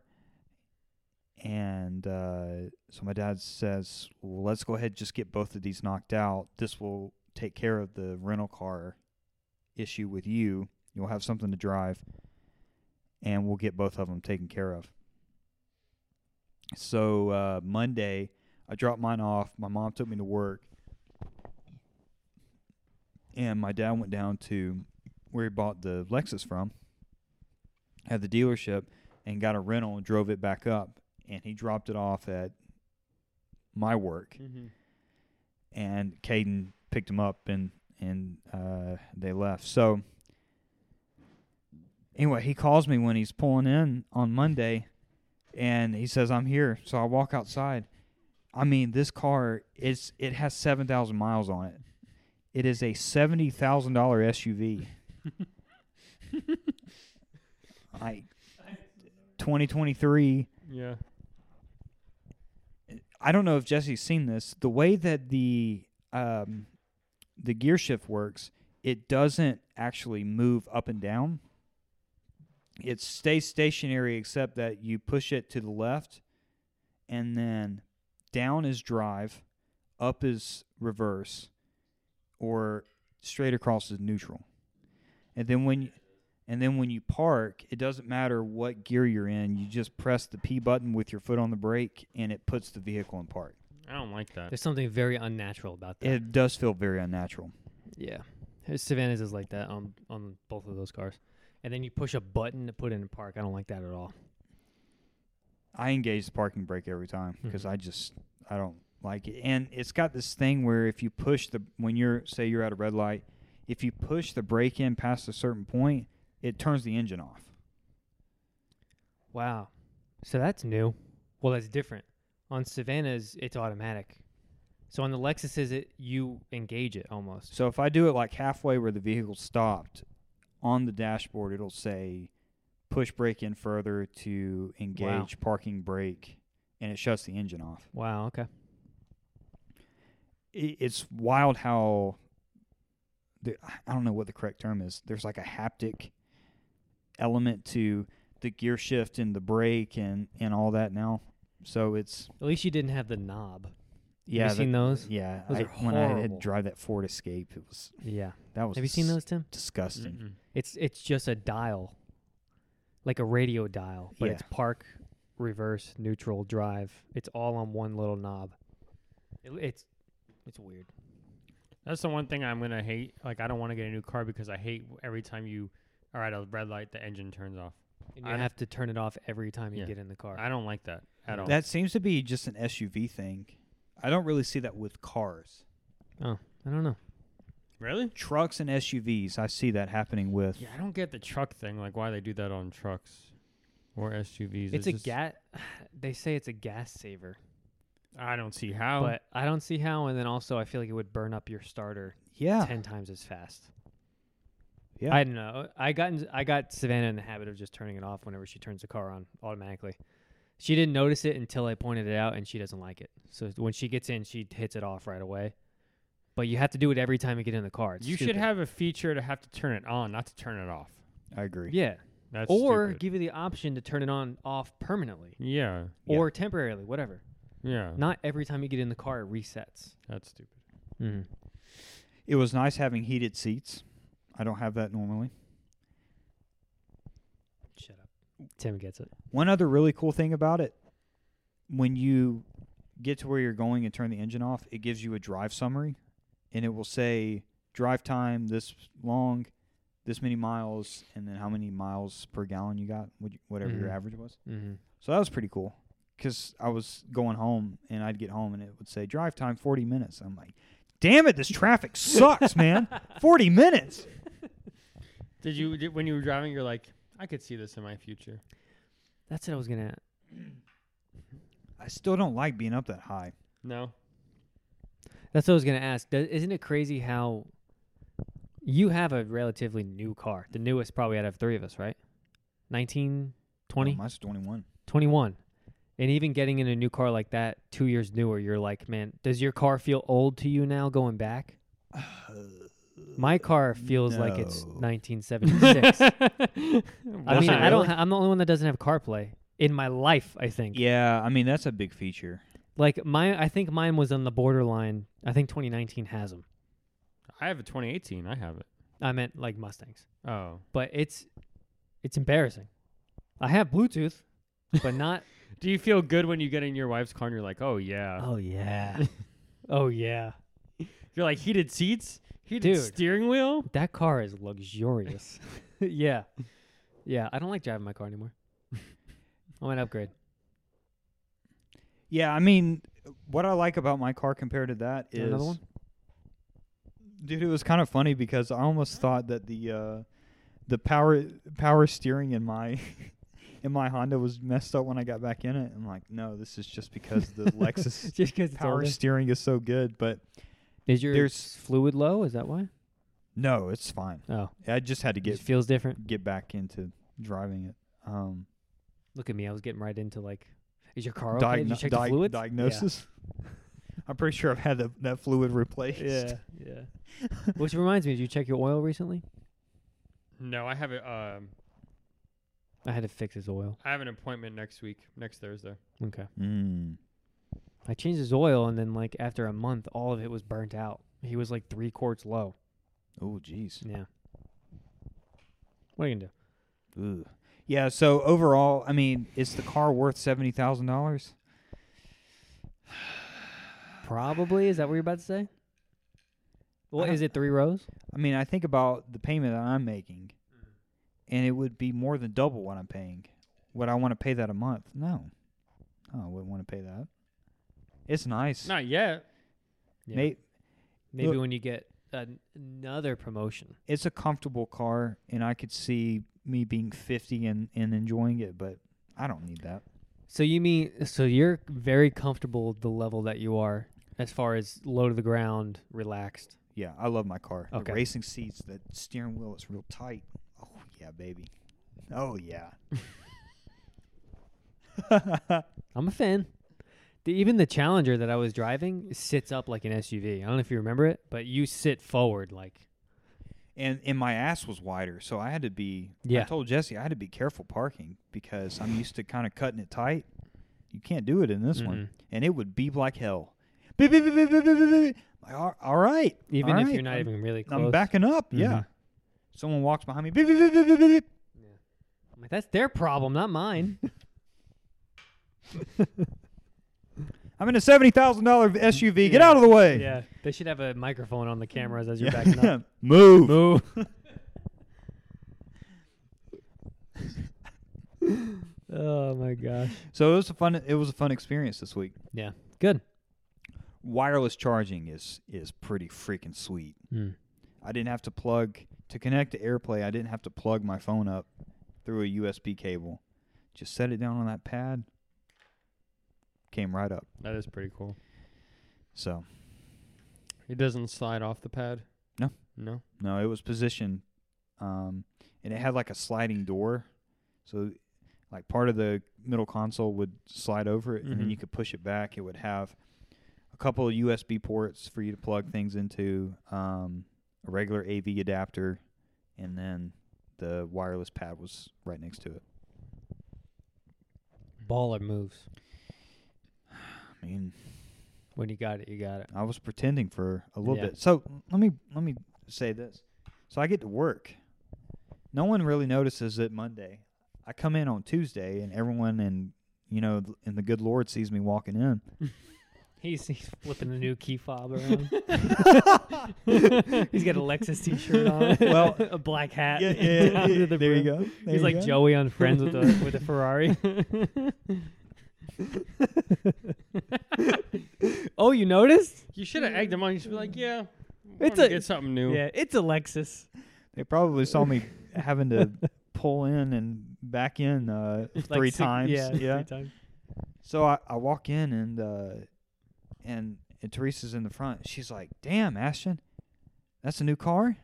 S2: And uh, so my dad says, well, let's go ahead and just get both of these knocked out. This will take care of the rental car issue with you. You'll have something to drive, and we'll get both of them taken care of. So uh, Monday, I dropped mine off. My mom took me to work, and my dad went down to where he bought the Lexus from at the dealership and got a rental and drove it back up. And he dropped it off at my work
S1: Mm-hmm.
S2: and Caden picked him up and and uh, they left. So anyway, he calls me when he's pulling in on Monday, and he says I'm here. So I walk outside. I mean, this car is it has seven thousand miles on it. It is a seventy thousand dollar SUV. like 2023.
S1: Yeah.
S2: I don't know if Jesse's seen this. The way that the um, the gear shift works, it doesn't actually move up and down. It stays stationary, except that you push it to the left, and then down is drive, up is reverse, or straight across is neutral. And then when you, and then when you park, it doesn't matter what gear you're in. You just press the P button with your foot on the brake, and it puts the vehicle in park.
S1: I don't like that.
S3: There's something very unnatural about that.
S2: It does feel very unnatural.
S3: yeah. His Savannah's is like that on on both of those cars. And then you push a button to put it in park. I don't like that at all.
S2: I engage the parking brake every time because I just I don't like it. And it's got this thing where if you push the when you're say you're at a red light, if you push the brake in past a certain point, it turns the engine off.
S3: Wow. So that's new. Well, that's different. On Savannah's, it's automatic. So on the Lexus's, it you engage it almost.
S2: So if I do it like halfway where the vehicle stopped on the dashboard, it'll say push brake in further to engage parking brake and it shuts the engine off.
S3: Wow. Okay.
S2: I- It's wild how the, I don't know what the correct term is. There's like a haptic element to the gear shift and the brake and and all that now. So it's
S3: At least you didn't have the knob.
S2: yeah,
S3: Have you seen
S2: that-
S3: those?
S2: yeah.
S3: Those
S2: I-
S3: are
S2: when I had to
S3: horrible.
S2: drive that Ford Escape, it was
S3: Yeah.
S2: that was
S3: Have you seen
S2: dis-
S3: those, Tim?
S2: Disgusting.
S1: Mm-mm.
S3: It's it's just a dial, like a radio dial, but it's
S2: Yeah.
S3: park, reverse, neutral, drive. It's all on one little knob. It, it's it's weird.
S1: That's the one thing I'm gonna hate. Like, I don't want to get a new car because I hate every time you are at a red light, the engine turns off.
S3: And you
S1: I don't-
S3: have to turn it off every time you
S1: Yeah.
S3: get in the car.
S1: I don't like Mm. that at all.
S2: That seems to be just an SUV thing. I don't really see that with cars.
S3: I don't know.
S1: really?
S2: Trucks and SUVs, I see that happening with.
S1: Yeah, I don't get the truck thing. Like, why they do that on trucks or SUVs?
S3: It's a
S1: just-
S3: gas. They say it's a gas saver,
S1: I don't see how.
S3: but I don't see how. And then also, I feel like it would burn up your starter
S2: Yeah.
S3: ten times as fast.
S2: Yeah.
S3: I don't know. I got in, I got Savannah in the habit of just turning it off whenever she turns the car on automatically. She didn't notice it until I pointed it out, and she doesn't like it. So when she gets in, she hits it off right away. But you have to do it every time you get in the car. It's
S1: you should
S3: stupid.
S1: have a feature to have to turn it on, not to turn it off.
S2: I agree.
S3: yeah,
S1: That's
S3: or
S1: stupid.
S3: give you the option to turn it on off permanently
S1: yeah,
S2: Yeah.
S3: or temporarily, whatever.
S1: yeah.
S3: Not every time you get in the car, it resets.
S1: That's stupid.
S3: Mm-hmm.
S2: It was nice having heated seats. I don't have that normally.
S3: Shut up. Tim gets it.
S2: One other really cool thing about it when you get to where you're going and turn the engine off, it gives you a drive summary and it will say drive time this long, this many miles, and then how many miles per gallon you got, what you- whatever your
S3: Mhm.
S2: average was.
S3: Mm-hmm.
S2: So that was pretty cool because I was going home and I'd get home and it would say drive time 40 minutes. I'm like, damn it, this traffic sucks, man. 40 minutes.
S1: Did you did, when you were driving? You're like, I could see this in my future.
S3: That's what I was gonna.
S2: I still don't like being up that high.
S1: No,
S3: That's what I was gonna ask. Does, isn't it crazy how you have a relatively new car, the newest probably out of three of us, right? 19, 20,
S2: No, mine's 21.
S3: 21. And even getting in a new car like that, two years newer, you're like, man, does your car feel old to you now going back? My car feels like it's
S2: No.
S3: 1976. I mean,
S1: Wasn't
S3: I don't.
S1: really?
S3: Ha- I'm the only one that doesn't have CarPlay in my life. I think.
S2: Yeah, I mean, that's a big feature.
S3: Like my, I think mine was on the borderline. I think 2019 has them.
S1: I have a 2018. I have it.
S3: I meant like Mustangs.
S1: Oh,
S3: but it's it's embarrassing. I have Bluetooth, but not.
S1: do you feel good when you get in your wife's car and you're like, oh yeah?
S3: oh yeah, oh yeah.
S1: You're like heated seats, heated
S3: Dude.
S1: steering wheel.
S3: That car is luxurious. yeah, yeah. I don't like driving my car anymore. I might upgrade.
S2: Yeah, I mean, what I like about my car compared to that is.
S3: You want another one?
S2: Dude, it was kind of funny because I almost thought that the uh, the power power steering in my in my Honda was messed up when I got back in it. I'm like, no, this is just because the Lexus
S3: Just because it's
S2: power
S3: older.
S2: steering is so good, but
S3: Is your
S2: there's-
S3: fluid low? Is that why?
S2: no, it's fine.
S3: Oh,
S2: I just had to
S3: it
S2: get
S3: just feels different.
S2: get back into driving it. um,
S3: Look at me. I was getting right into like, is your car okay? Did you
S2: diagno-
S3: check
S2: di-
S3: the fluids?
S2: diagnosis. I'm pretty sure I've had the, that fluid replaced.
S3: Yeah, yeah. Which reminds me, did you check your oil recently?
S1: No, I have a, um,
S3: I had to fix his oil.
S1: I have an appointment next week, next Thursday.
S3: Okay.
S2: Mm.
S3: I changed his oil, and then like after a month, all of it was burnt out. He was like three quarts low.
S2: Oh, jeez.
S3: Yeah. What are you gonna do?
S2: Ugh. Yeah. So overall, I mean, is the car worth seventy thousand dollars?
S3: Probably. Is that what you're about to say? Well,
S2: don't-
S3: is it three rows?
S2: I mean, I think about the payment that I'm making, and it would be more than double what I'm paying. Would I want to pay that a month? No, no I wouldn't want to pay that. It's nice.
S1: Not yet.
S3: Yeah.
S2: May-
S3: Maybe
S2: look-
S3: when you get an- another promotion.
S2: it's a comfortable car, and I could see me being fifty and, and enjoying it, but I don't need that.
S3: So you mean so you're very comfortable with the level that you are as far as low to the ground, relaxed.
S2: Yeah, I love my car. The
S3: Okay.
S2: racing seats, the steering wheel is real tight. Oh yeah, baby. Oh yeah.
S3: I'm a fan. The, even the Challenger that I was driving sits up like an SUV. I don't know if you remember it, but you sit forward like
S2: and and my ass was wider, so I had to be. I
S3: Yeah.
S2: told Jesse I had to be careful parking because I'm used to kind of cutting it tight. You can't do it in this one,
S3: Mm-hmm.
S2: and it would beep like hell. Beep beep beep beep beep beep beep. beep. Like, all- all right,
S3: even
S2: all
S3: if
S2: right,
S3: you're not
S2: I'm,
S3: even really close.
S2: I'm backing up. Yeah.
S3: Mhm.
S2: Someone walks behind me. Beep beep beep beep beep beep. beep.
S3: I'm like, That's their problem, not mine.
S2: I'm in a seventy thousand dollar SUV. Get out of the way.
S3: yeah. They should have a microphone on the cameras as you're backing up.
S2: Move.
S3: Move. oh my gosh.
S2: So it was a fun. It was a fun experience this week.
S3: Yeah. Good.
S2: Wireless charging is is pretty freaking sweet.
S3: Hmm.
S2: I didn't have to plug to connect to AirPlay. I didn't have to plug my phone up through a USB cable. Just set it down on that pad. Came right up.
S1: That is pretty cool.
S2: So
S1: It doesn't slide off the pad.
S2: No.
S1: No.
S2: no, it was positioned, um, and it had like a sliding door. So like part of the middle console would slide over it, and then
S1: Mhm.
S2: you could push it back. It would have a couple of USB ports for you to plug things into, um, a regular AV adapter, and then the wireless pad was right next to it.
S3: Baller moves.
S2: I mean,
S3: When you got it, you got it.
S2: I was pretending for a little
S3: Yeah.
S2: bit. So let me let me say this. So I get to work. No one really notices it Monday. I come in on Tuesday, and everyone and you know th- and the good Lord sees me walking in.
S3: He's, he's flipping the new key fob around. he's got a Lexus t-shirt on.
S2: Well-
S3: a black hat.
S2: there
S3: down to the
S2: you
S3: brim.
S2: go. There
S3: he's
S2: you
S3: like
S2: go.
S3: Joey on Friends with the with a Ferrari. oh, you noticed?
S1: You should have egged him on. You should be like, yeah,
S3: Mm. It's
S1: wanna
S3: a-
S1: get something new.
S3: Yeah, it's a Lexus.
S2: They probably saw me having to pull in and back in uh,
S3: Like
S2: three
S3: six-
S2: times.
S3: Yeah,
S2: yeah.
S3: three times.
S2: So I, I walk in and uh, and and Teresa's in the front. She's like, "Damn, Ashton, that's a new car."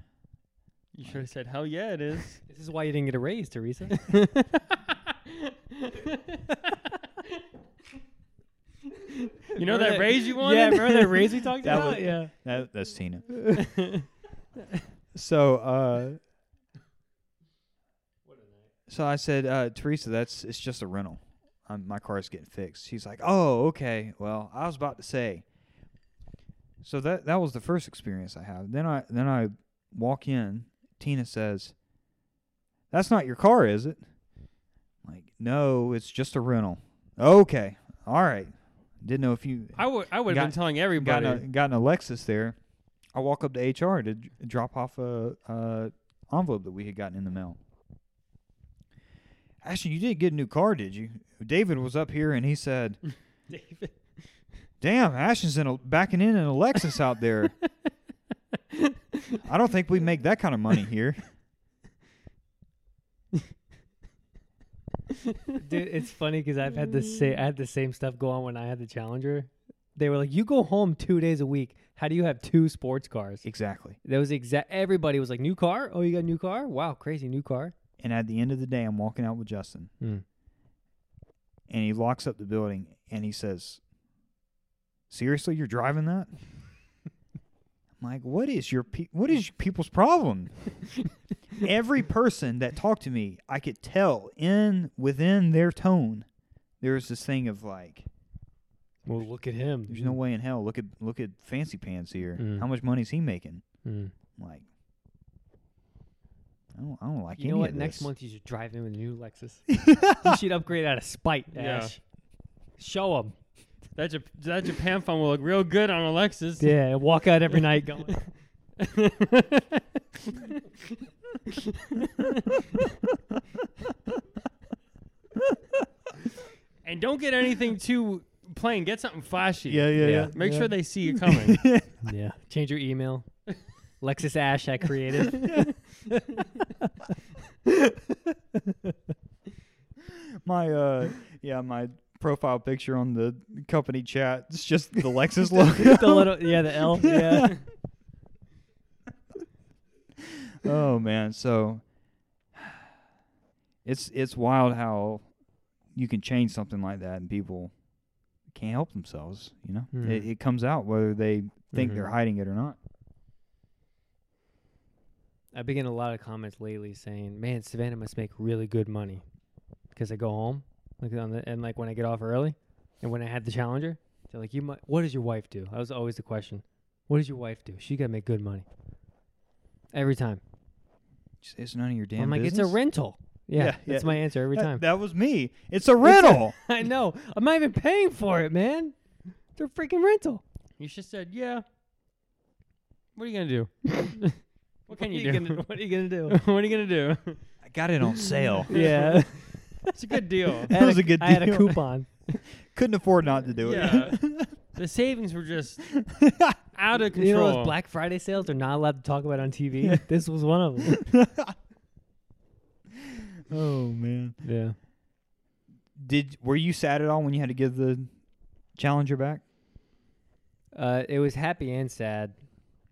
S1: You should have said, hell yeah, it is.
S3: This is why you didn't get a raise, Teresa.
S1: You know
S3: Remember
S1: that, raise you wanted?
S3: Yeah, remember that raise we talked
S2: That
S3: about?
S2: was-
S3: yeah.
S2: That, that's Tina. so, uh, so I said, uh, Teresa, that's it's just a rental. Um, my car's getting fixed. She's like, oh, okay. Well, I was about to say. So that that was the first experience I have. Then I then I walk in. Tina says, "That's not your car, is it?" I'm like, no, it's just a rental. Okay, all right. Didn't know if you
S1: I would I would have been
S2: Got-
S1: telling
S2: got
S1: everybody.
S2: an, got an Alexis there. I walk up to HR to d- drop off a, a envelope that we had gotten in the mail. Ashton, you didn't get a new car, did you? David was up here and he said,
S3: David.
S2: "Damn, Ashton's in a, backing in an Alexis out there. I don't think we make that kind of money here."
S3: Dude, it's funny because I've had the same I had the same stuff go on when I had the Challenger. They were like, "You go home two days a week. How do you have two sports cars?"
S2: Exactly.
S3: That was exact. Everybody was like, "New car? Oh, you got a new car? Wow, crazy new car."
S2: And at the end of the day, I'm walking out with Justin,
S3: Mm.
S2: and he locks up the building, and he says, "Seriously, you're driving that?" I'm like, "What is your pe- what is people's problem?" Every person that talked to me, I could tell in within their tone, there was this thing of like,
S3: Well, look at him.
S2: "There's no way in hell. Look at look at Fancy Pants here.
S3: Mm.
S2: How much money's he making?"
S3: Mm.
S2: I'm like, I don't, I don't like
S3: You
S2: any
S3: know what?
S2: of
S3: Next
S2: this.
S3: month you should drive in with a new Lexus. you should upgrade out of spite,
S1: Yeah.
S3: Ash. Show him.
S1: That, Jap- that Japan phone will look real good on Alexis.
S3: Yeah, and walk out every night going.
S1: And don't get anything too plain. Get something flashy.
S3: yeah, yeah.
S1: Make sure they see you coming.
S3: yeah. Change your email. Lexus Ash I created.
S2: my uh yeah my profile picture on the company chat it's just the Lexus logo.
S3: the little yeah, the L. Yeah.
S2: oh man, so it's it's wild how you can change something like that and people can't help themselves. You know,
S3: Hmm.
S2: it, it comes out whether they think they're
S3: Mhm.
S2: hiding it or not.
S3: I've been getting a lot of comments lately saying, "Man, Savannah must make really good money," because I go home, like on the and like when I get off early, and when I had the Challenger, they're like, "You, mu- what does your wife do?" That was always the question. What does your wife do? She gotta make good money. Every time,
S2: Just, it's none of your damn.
S3: I'm like,
S2: business."
S3: "It's a rental." Yeah,
S2: Yeah,
S3: that's
S2: yeah.
S3: my answer every
S2: That-
S3: time.
S2: That, was me. It's a rental.
S3: I know. I'm not even paying for it, man. They're freaking rental.
S1: you should said, yeah. What are you going to do? what can you
S3: are
S1: do?
S3: Gonna, what are you gonna do?
S1: what are you going to do?
S2: I got it on sale.
S3: yeah,
S1: It's a good deal.
S3: I had
S2: was a good
S3: I had a
S2: deal.
S3: coupon.
S2: Couldn't afford not to do it.
S1: Yeah. the savings were just out of
S3: You know
S1: control.
S3: those Black Friday sales they're not allowed to talk about on TV. this was one of them.
S2: oh man.
S3: Yeah.
S2: Did were you sad at all when you had to give the challenger back?
S3: Uh, it was happy and sad.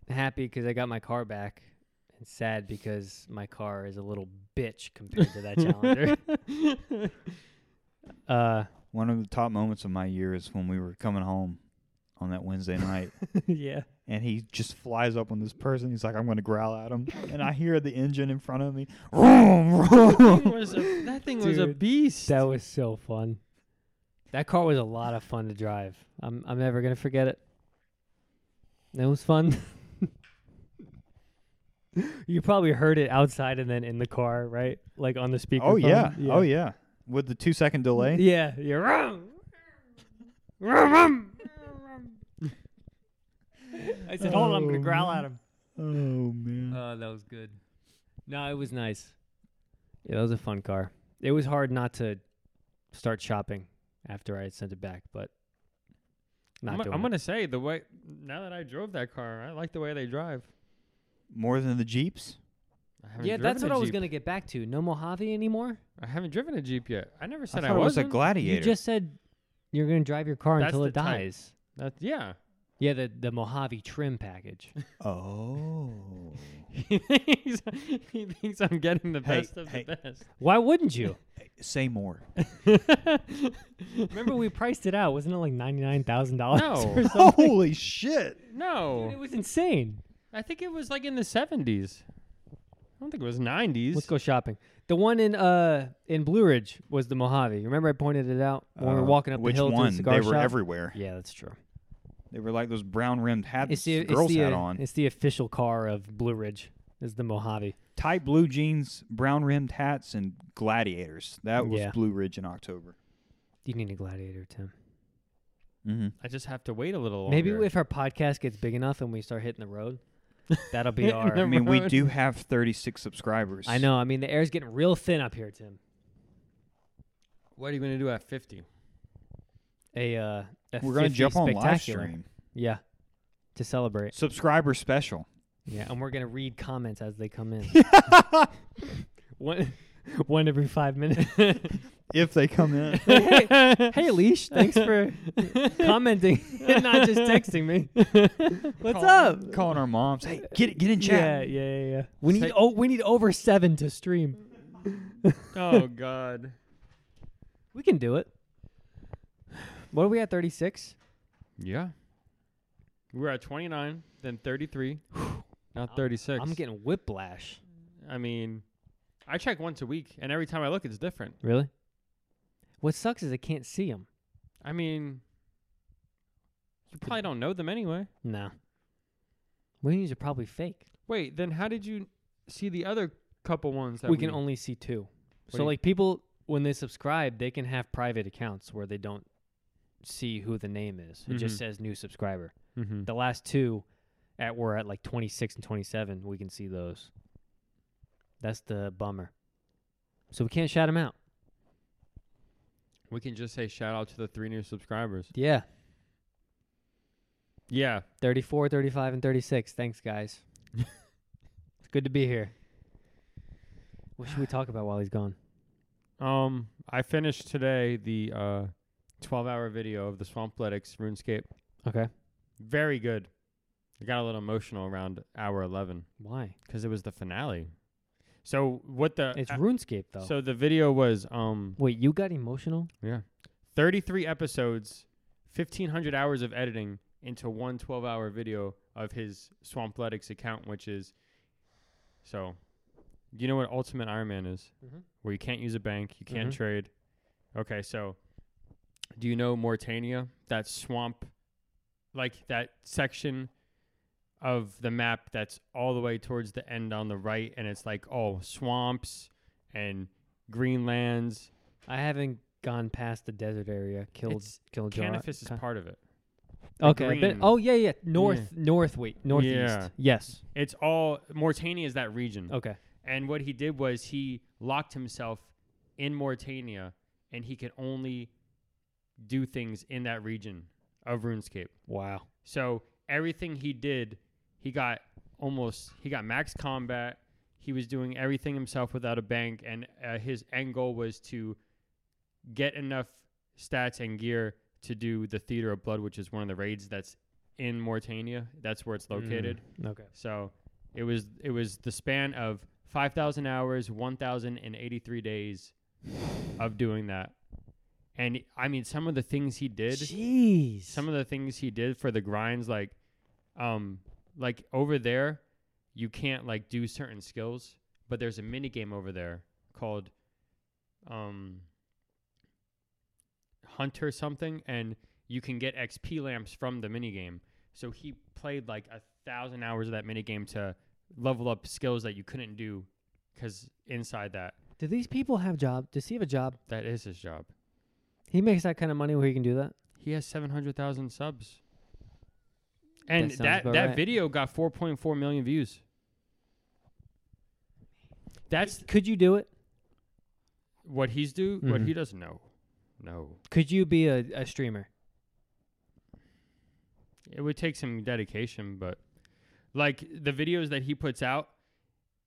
S3: Happy because I got my car back, and sad because my car is a little bitch compared to that Challenger. uh,
S2: One of the top moments of my year is when we were coming home on that Wednesday night
S3: yeah.
S2: and he just flies up on this person. He's like, I'm gonna growl at him and I hear the engine in front of me. Oh, Vroom,
S1: That thing
S2: vroom.
S1: was a, that thing was a
S3: Dude,
S1: beast.
S3: That was so fun. That car was a lot of fun to drive. I'm I'm never gonna forget it. It was fun. you probably heard it outside and then in the car, right? Like on the speaker.
S2: Oh yeah. Oh yeah. With the two second delay.
S3: Yeah, you're wrong. I said, "Hold on, I'm gonna
S2: Oh,
S3: growl
S2: man.
S3: at him."
S2: Oh
S1: Mm-hmm.
S2: man.
S3: Oh, that was good. No, it was nice. Yeah, that was a fun car. It was hard not to start shopping after I had sent it back, but not
S1: I'm,
S3: doing.
S1: I'm
S3: it.
S1: gonna say the way now that I drove that car, I like the way they drive.
S2: More than the Jeeps?
S1: I haven't
S3: yeah, that's
S1: driven
S3: what
S1: a
S3: I was
S1: Jeep.
S3: gonna get back to. No Mojave anymore.
S1: I haven't driven a Jeep yet. I never said
S2: I
S1: I,
S2: thought it was a
S1: wasn't.
S2: gladiator.
S3: You just said you're gonna drive your car
S1: That's
S3: until
S1: the
S3: it
S1: type.
S3: dies.
S1: That's- yeah.
S3: Yeah, the the Mojave trim package.
S2: Oh.
S1: he thinks he thinks I'm getting the
S2: Hey,
S1: best of
S2: hey.
S1: the best.
S3: Why wouldn't you?
S2: Say more.
S3: Remember we priced it out? Wasn't it like ninety nine thousand dollars?
S1: No,
S2: Holy shit.
S3: It
S1: no.
S3: was insane.
S1: I think it was like in the 70s. I don't think it was 90s.
S3: Let's go shopping. The one in uh in Blue Ridge was the Mojave. Remember I pointed it out when we were
S2: Uh,
S3: walking up
S2: which
S3: the hill
S2: one?
S3: to the cigar
S2: they were
S3: shop?
S2: everywhere.
S3: Yeah, that's true.
S2: They were like those brown rimmed hats
S3: It's the,
S2: the girls
S3: it's the,
S2: had
S3: uh,
S2: on.
S3: It's the official car of Blue Ridge. Is the Mojave.
S2: Tight blue jeans, brown rimmed hats, and gladiators. That was
S3: Yeah.
S2: Blue Ridge in October.
S3: You need a Gladiator, Tim.
S2: Mm-hmm.
S1: I just have to wait a little longer.
S3: Maybe if our podcast gets big enough and we start hitting the road, that'll be
S1: Hitting
S3: our.
S1: the
S2: I mean, we
S1: Road.
S2: do have 36 subscribers.
S3: I know. I mean, the air's getting real thin up here, Tim.
S1: What are you gonna do at 50?
S3: A uh, a
S2: We're going to
S3: 50
S2: jump on live
S3: spectacular.
S2: stream.
S3: Yeah, to celebrate.
S2: Subscriber special.
S3: Yeah, and we're gonna read comments as they come in. one, one every five minutes.
S2: If they come in.
S3: hey, hey, Leash, thanks for commenting and not just texting me. What's
S2: Call-
S3: up?
S2: Calling our moms. Hey, get it, get in
S3: Yeah,
S2: chat.
S3: yeah, yeah, yeah. We need
S1: Say-
S3: oh, we need over seven to stream.
S1: oh God.
S3: We can do it. What are we at? Thirty six.
S1: Yeah. We were at 29, then 33, now
S3: I'm-
S1: 36.
S3: I'm getting whiplash.
S1: I mean, I check once a week, and every time I look, it's different.
S3: Really? What sucks is I can't see them.
S1: I mean, you probably don't know them anyway.
S3: No. Wings are probably fake.
S1: Wait, then how did you see the other couple ones that
S3: we can only see two.
S1: do
S3: so
S1: you-
S3: like people when they subscribe, they can have private accounts where they don't see who the name is. It just
S1: Mhm.
S3: says new subscriber.
S1: Mm-hmm.
S3: The last two at we're at like 26 and 27, we can see those. That's the bummer. So we can't shout them out.
S1: We can just say shout out to the three new subscribers.
S3: Yeah.
S1: Yeah.
S3: 34, 35 and 36. Thanks guys. it's good to be here. What should we talk about while he's gone?
S1: Um, I finished today the uh, 12-hour video of the Swampletics RuneScape.
S3: Okay.
S1: Very good. I got a little emotional around hour 11
S3: Why?
S1: because it was the finale. So what the
S3: It's
S1: uh,
S3: RuneScape though.
S1: so the video was um
S3: Wait, you got emotional?
S1: yeah 33 episodes, 1500 hours of editing into one 12-hour video of his Swampletics account, which is so. You know what Ultimate Iron Man is? where you can't use a bank, you can't
S3: Mhm.
S1: trade. Okay, so do you know Mauritania? That swamp, like that section of the map that's all the way towards the end on the right, and it's like all swamps and greenlands.
S3: I haven't gone past the desert area. Killed
S1: It's-
S3: killed
S1: Canifus is
S3: uh,
S1: part of it. the
S3: Okay. I've been-
S1: green.
S3: oh yeah, yeah. North north wait, northeast.
S1: Yeah.
S3: Yes.
S1: It's all Mauritania is that region.
S3: Okay.
S1: And what he did was he locked himself in Mauritania, and he could only do things in that region of RuneScape.
S3: Wow.
S1: So everything he did, he got almost he got max combat. He was doing everything himself without a bank, and uh, his end goal was to get enough stats and gear to do the Theater of Blood, which is one of the raids that's in Mauritania. That's where it's located.
S3: Mm. Okay.
S1: So it was it was the span of five thousand hours, one thousand and eighty three days of doing that. And I mean, some of the things he did
S3: Jeez.
S1: some of the things he did for the grinds like um like over there you can't like do certain skills but there's a mini game over there called um hunter something and you can get xp lamps from the mini game so he played like a thousand hours of that mini game to level up skills that you couldn't do because inside that
S3: do these people have job? Does he have a job?
S1: that is his job
S3: He makes that kind of money where he can do that.
S1: He has 700,000 subs. And
S3: sounds
S1: that that,
S3: about right.
S1: video got 4.4 million views. That's
S3: Could you do it?
S1: what he's do, what
S3: Mhm.
S1: he doesn't know. No.
S3: Could you be a, a streamer?
S1: It would take some dedication, but like the videos that he puts out,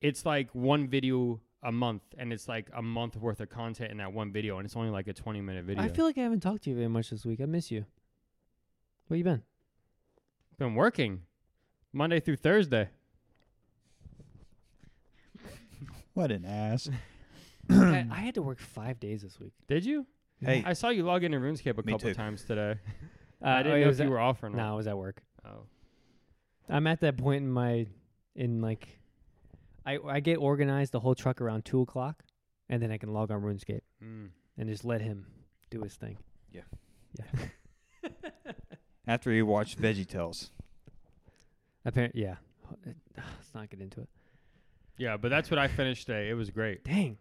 S1: it's like one video a month and it's like a month worth of content in that one video and it's only like a 20 minute video.
S3: I feel like I haven't talked to you very much this week. I miss you. Where you been?
S1: been working Monday through Thursday.
S2: What an ass.
S3: I, I had to work five days this week.
S1: Did you?
S2: Hey.
S1: I saw you log into RuneScape a
S2: Me
S1: couple
S2: too.
S1: times today.
S3: Uh,
S1: I
S3: oh,
S1: didn't
S3: it
S1: know
S3: was
S1: if you
S3: at-
S1: were off or
S3: No, I
S1: not.
S3: was at work.
S1: Oh.
S3: I'm at that point in my in like I I get organized the whole truck around two o'clock and then I can log on RuneScape
S1: Mm.
S3: and just let him do his thing.
S2: Yeah.
S3: Yeah.
S2: After you watch VeggieTales.
S3: Apparently yeah. Let's not get into it.
S1: Yeah, but that's what I finished today. It was great.
S3: Dang.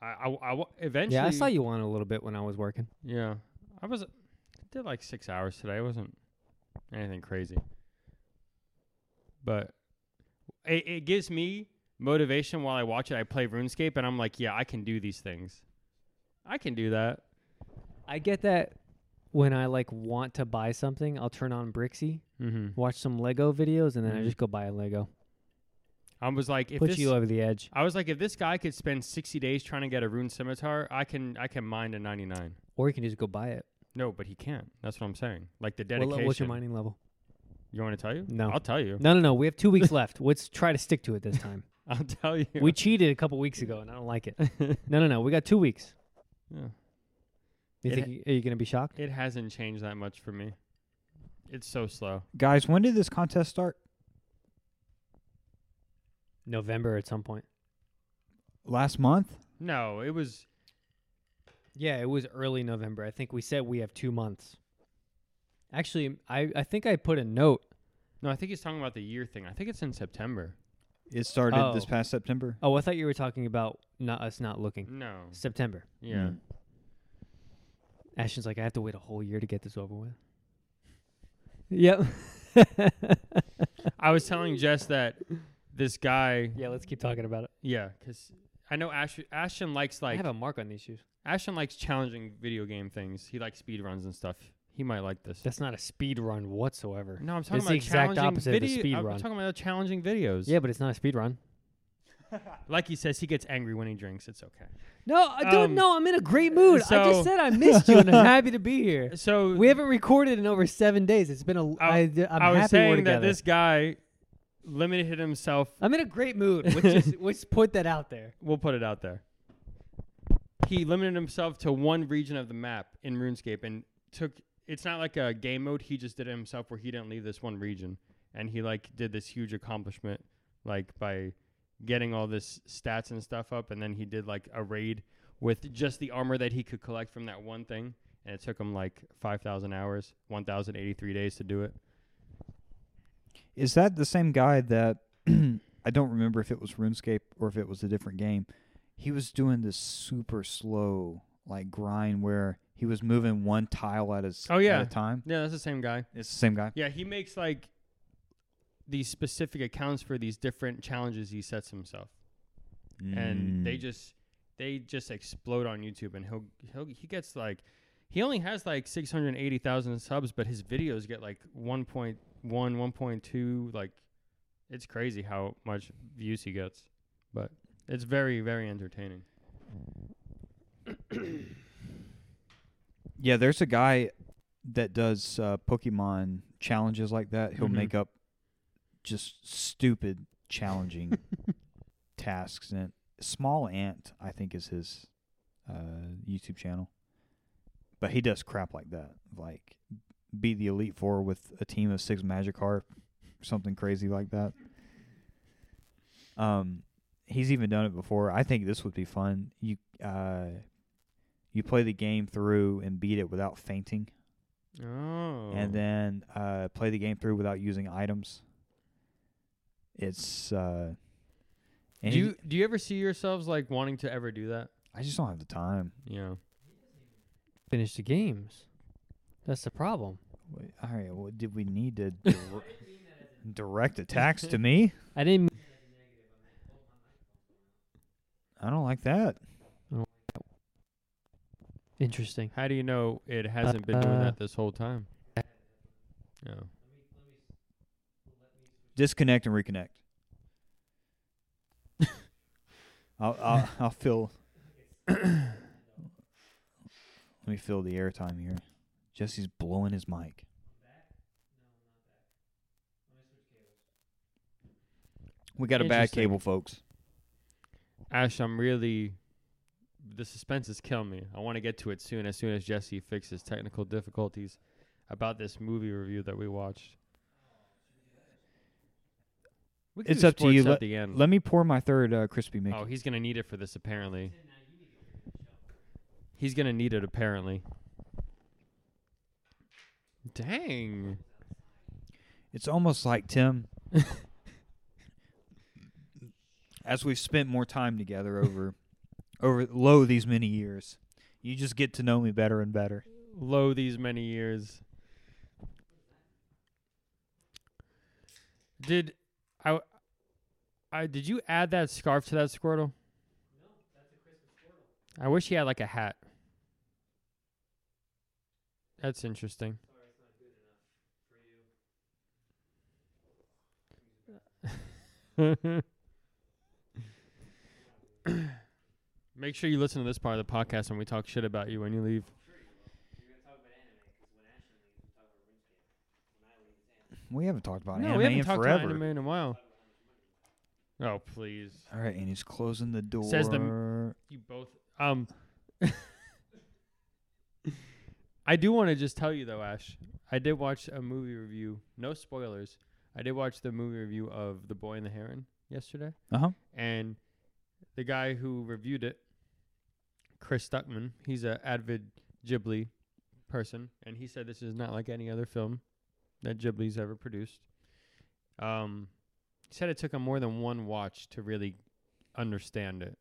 S1: I, I, I wa- eventually.
S3: Yeah, I saw you on a little bit when I was working.
S1: Yeah, I was did like six hours today. It wasn't anything crazy, but it, it gives me motivation while I watch it. I play RuneScape, and I'm like, yeah, I can do these things. I can do that.
S3: I get that when I like want to buy something, I'll turn on Brixie,
S1: Mm-hmm.
S3: watch some Lego videos, and then I
S1: Mhm.
S3: just go buy a Lego.
S1: I was like, if
S3: Puts
S1: this,
S3: you over the edge.
S1: I was like, if this guy could spend sixty days trying to get a rune scimitar, I can, I can mine a ninety nine.
S3: Or you can just go buy it.
S1: No, but he can't. That's what I'm saying. Like the
S3: What le-
S1: dedication.
S3: what's your mining level?
S1: You want me to tell you?
S3: No.
S1: I'll tell you.
S3: No, no, no. We have two weeks left. Let's try to stick to it this time.
S1: I'll tell you.
S3: We cheated a couple weeks ago, and I don't like it. No, no, no. We got two weeks.
S1: Yeah.
S3: You
S1: It-
S3: think you- are you gonna be shocked?
S1: It hasn't changed that much for me. It's so slow.
S2: Guys, when did this contest start?
S3: November at some point.
S2: Last month?
S1: No, it was
S3: Yeah, it was early November. I think we said we have two months. Actually, I, I think I put a note.
S1: no. I think he's talking about the year thing. I think it's in September.
S2: It started this
S3: Oh.
S2: past September.
S3: Oh, I thought you were talking about not us not looking.
S1: No.
S3: September.
S1: Yeah.
S2: Mm.
S3: Ashton's like, I have to wait a whole year to get this over with. Yep.
S1: I was telling Jess that this guy.
S3: yeah, let's keep talking about it.
S1: Yeah, because I know Ash, Ashton likes
S3: I
S1: like
S3: have a mark on these shoes.
S1: Ashton likes challenging video game things. He likes speed runs and stuff. He might like this.
S3: That's not a speed run whatsoever.
S1: No, I'm talking
S3: It's
S1: about
S3: the exact
S1: challenging
S3: opposite of a
S1: video-
S3: speed
S1: I'm
S3: run.
S1: talking about challenging videos.
S3: Yeah, but it's not a speed run.
S1: Like he says, he gets angry when he drinks. It's okay.
S3: No, I don't
S1: Um,
S3: know. I'm in a great mood. I
S1: so-
S3: just said I missed you, and I'm happy to be here.
S1: So
S3: We haven't recorded in over seven days. It's been a. I,
S1: I- I
S3: am happy
S1: was
S3: we're
S1: saying that
S3: together.
S1: this guy limited himself.
S3: I'm in a great mood. Let's just let's put that out there.
S1: We'll put it out there. He limited himself to one region of the map in RuneScape and took. It's not like a game mode. He just did it himself, where he didn't leave this one region, and he like did this huge accomplishment, like by getting all this stats and stuff up, and then he did like a raid with just the armor that he could collect from that one thing, and it took him like five thousand hours, one thousand eighty-three days to do it.
S2: Is that the same guy that I don't remember if it was RuneScape or if it was a different game? He was doing this super slow like grind where he was moving one tile at a, s-
S1: Oh, yeah.
S2: at a time.
S1: Yeah, that's the same guy.
S2: It's the same guy.
S1: Yeah, he makes like these specific accounts for these different challenges he sets himself, and they
S2: Mm.
S1: just they just explode on YouTube, and he'll he'll he gets like he only has like six hundred eighty thousand subs, but his videos get like 1.1, 1.2, like it's crazy how much views he gets, but it's very very entertaining.
S2: Yeah, there's a guy that does uh, Pokemon challenges like that. He'll
S1: Mhm.
S2: make up just stupid challenging tasks and Small Ant, I think, is his uh, YouTube channel. But he does crap like that, like beat the Elite Four with a team of six Magikarp, something crazy like that. Um, he's even done it before. I think this would be fun. You uh, you play the game through and beat it without fainting,
S1: Oh,
S2: and then uh, play the game through without using items. It's uh,
S1: do
S2: and
S1: you do you ever see yourselves like wanting to ever do that?
S2: I just don't have the time.
S1: Yeah.
S3: Finish the games. That's the problem.
S2: Wait, all right, well, did we need to dir- direct attacks to me?
S3: I didn't.
S2: I don't like that.
S3: Interesting.
S1: How do you know it hasn't been doing
S3: Uh,
S1: that this whole time? Yeah.
S2: Disconnect and reconnect. I'll, I'll I'll fill. Let me fill the airtime here. Jesse's blowing his mic. We got a bad
S1: Interesting.
S2: cable, folks.
S1: Ash, I'm really the suspense is killing me. I want to get to it soon as soon as Jesse fixes technical difficulties about this movie review that we watched. We can
S2: It's
S1: do
S2: up to you.
S1: sports
S2: Let-
S1: At the end.
S2: Let me pour my third uh, crispy Mickey.
S1: oh, he's gonna need it for this apparently. He's gonna need it apparently. Dang.
S2: It's almost like Tim. as we've spent more time together over over lo these many years, you just get to know me better and better.
S1: low these many years. Did I, I did you add that scarf to that Squirtle? No, that's a Christmas Squirtle. I wish he had like a hat. That's interesting. Make sure you listen to this part of the podcast when we talk shit about you when you leave.
S2: We haven't talked about
S1: no,
S2: anime
S1: we haven't
S2: in
S1: talked
S2: forever.
S1: about anime in a while. Oh please,
S2: All right, and he's closing the door.
S1: Says the m- you both. Um, I do want to just tell you though, Ash. I did watch a movie review. No spoilers. I did watch the movie review of The Boy and the Heron yesterday,
S2: uh huh.
S1: and the guy who reviewed it, Chris Stuckman, he's a avid Ghibli person, and he said this is not like any other film that Ghibli's ever produced. Um, he said it took him more than one watch to really understand it.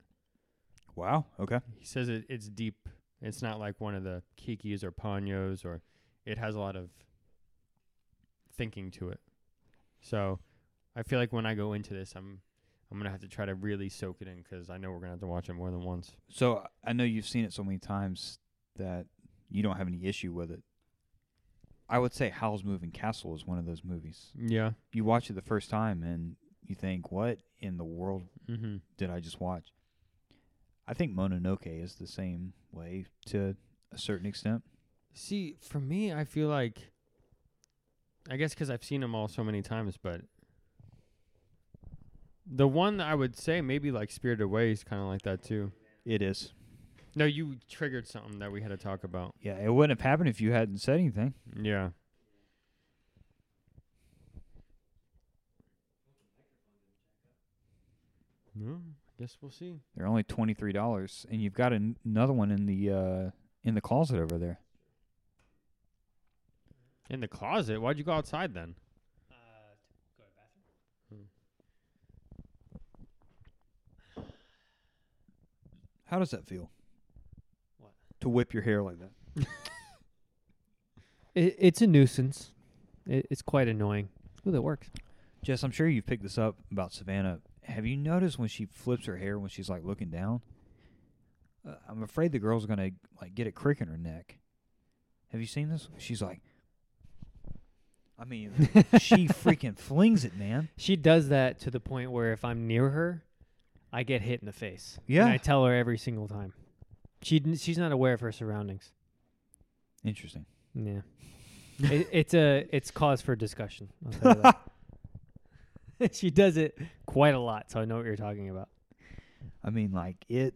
S2: Wow. Okay.
S1: He says it, it's deep. It's not like one of the Kikis or Panyos, or it has a lot of thinking to it. So I feel like when I go into this, I'm I'm gonna have to try to really soak it in because I know we're gonna have to watch it more than once.
S2: So I know you've seen it so many times that you don't have any issue with it. I would say Howl's Moving Castle is one of those movies.
S1: Yeah.
S2: You watch it the first time and you think, "What in the world
S1: Mm-hmm.
S2: did I just watch?" I think Mononoke is the same way to a certain extent.
S1: See, for me, I feel like I guess 'cause I've seen them all so many times, but the one that I would say maybe like Spirited Away is kind of like that too.
S2: It is.
S1: No, you triggered something that we had to talk about.
S2: Yeah, it wouldn't have happened if you hadn't said anything.
S1: Yeah. No, I guess we'll see.
S2: They're only twenty three dollars, and you've got an- another one in the uh, in the closet over there.
S1: In the closet? Why'd you go outside then?
S3: Uh, to go to the
S2: How does that feel?
S3: What?
S2: To whip your hair like that?
S3: bathroom. It, it's a nuisance. It, it's quite annoying. Ooh, that works.
S2: Jess, I'm sure you've picked this up about Savannah. Have you noticed when she flips her hair when she's like looking down? Uh, I'm afraid the girl's gonna like get a crick in her neck. Have you seen this? She's like, I mean, she freaking flings it, man.
S3: She does that to the point where if I'm near her, I get hit in the face.
S2: Yeah.
S3: And I tell her every single time. She didn't- she's not aware of her surroundings.
S2: Interesting.
S3: Yeah. it, it's a it's cause for discussion. I'll tell you that. she does it quite a lot, so I know what you're talking about.
S2: I mean, like it,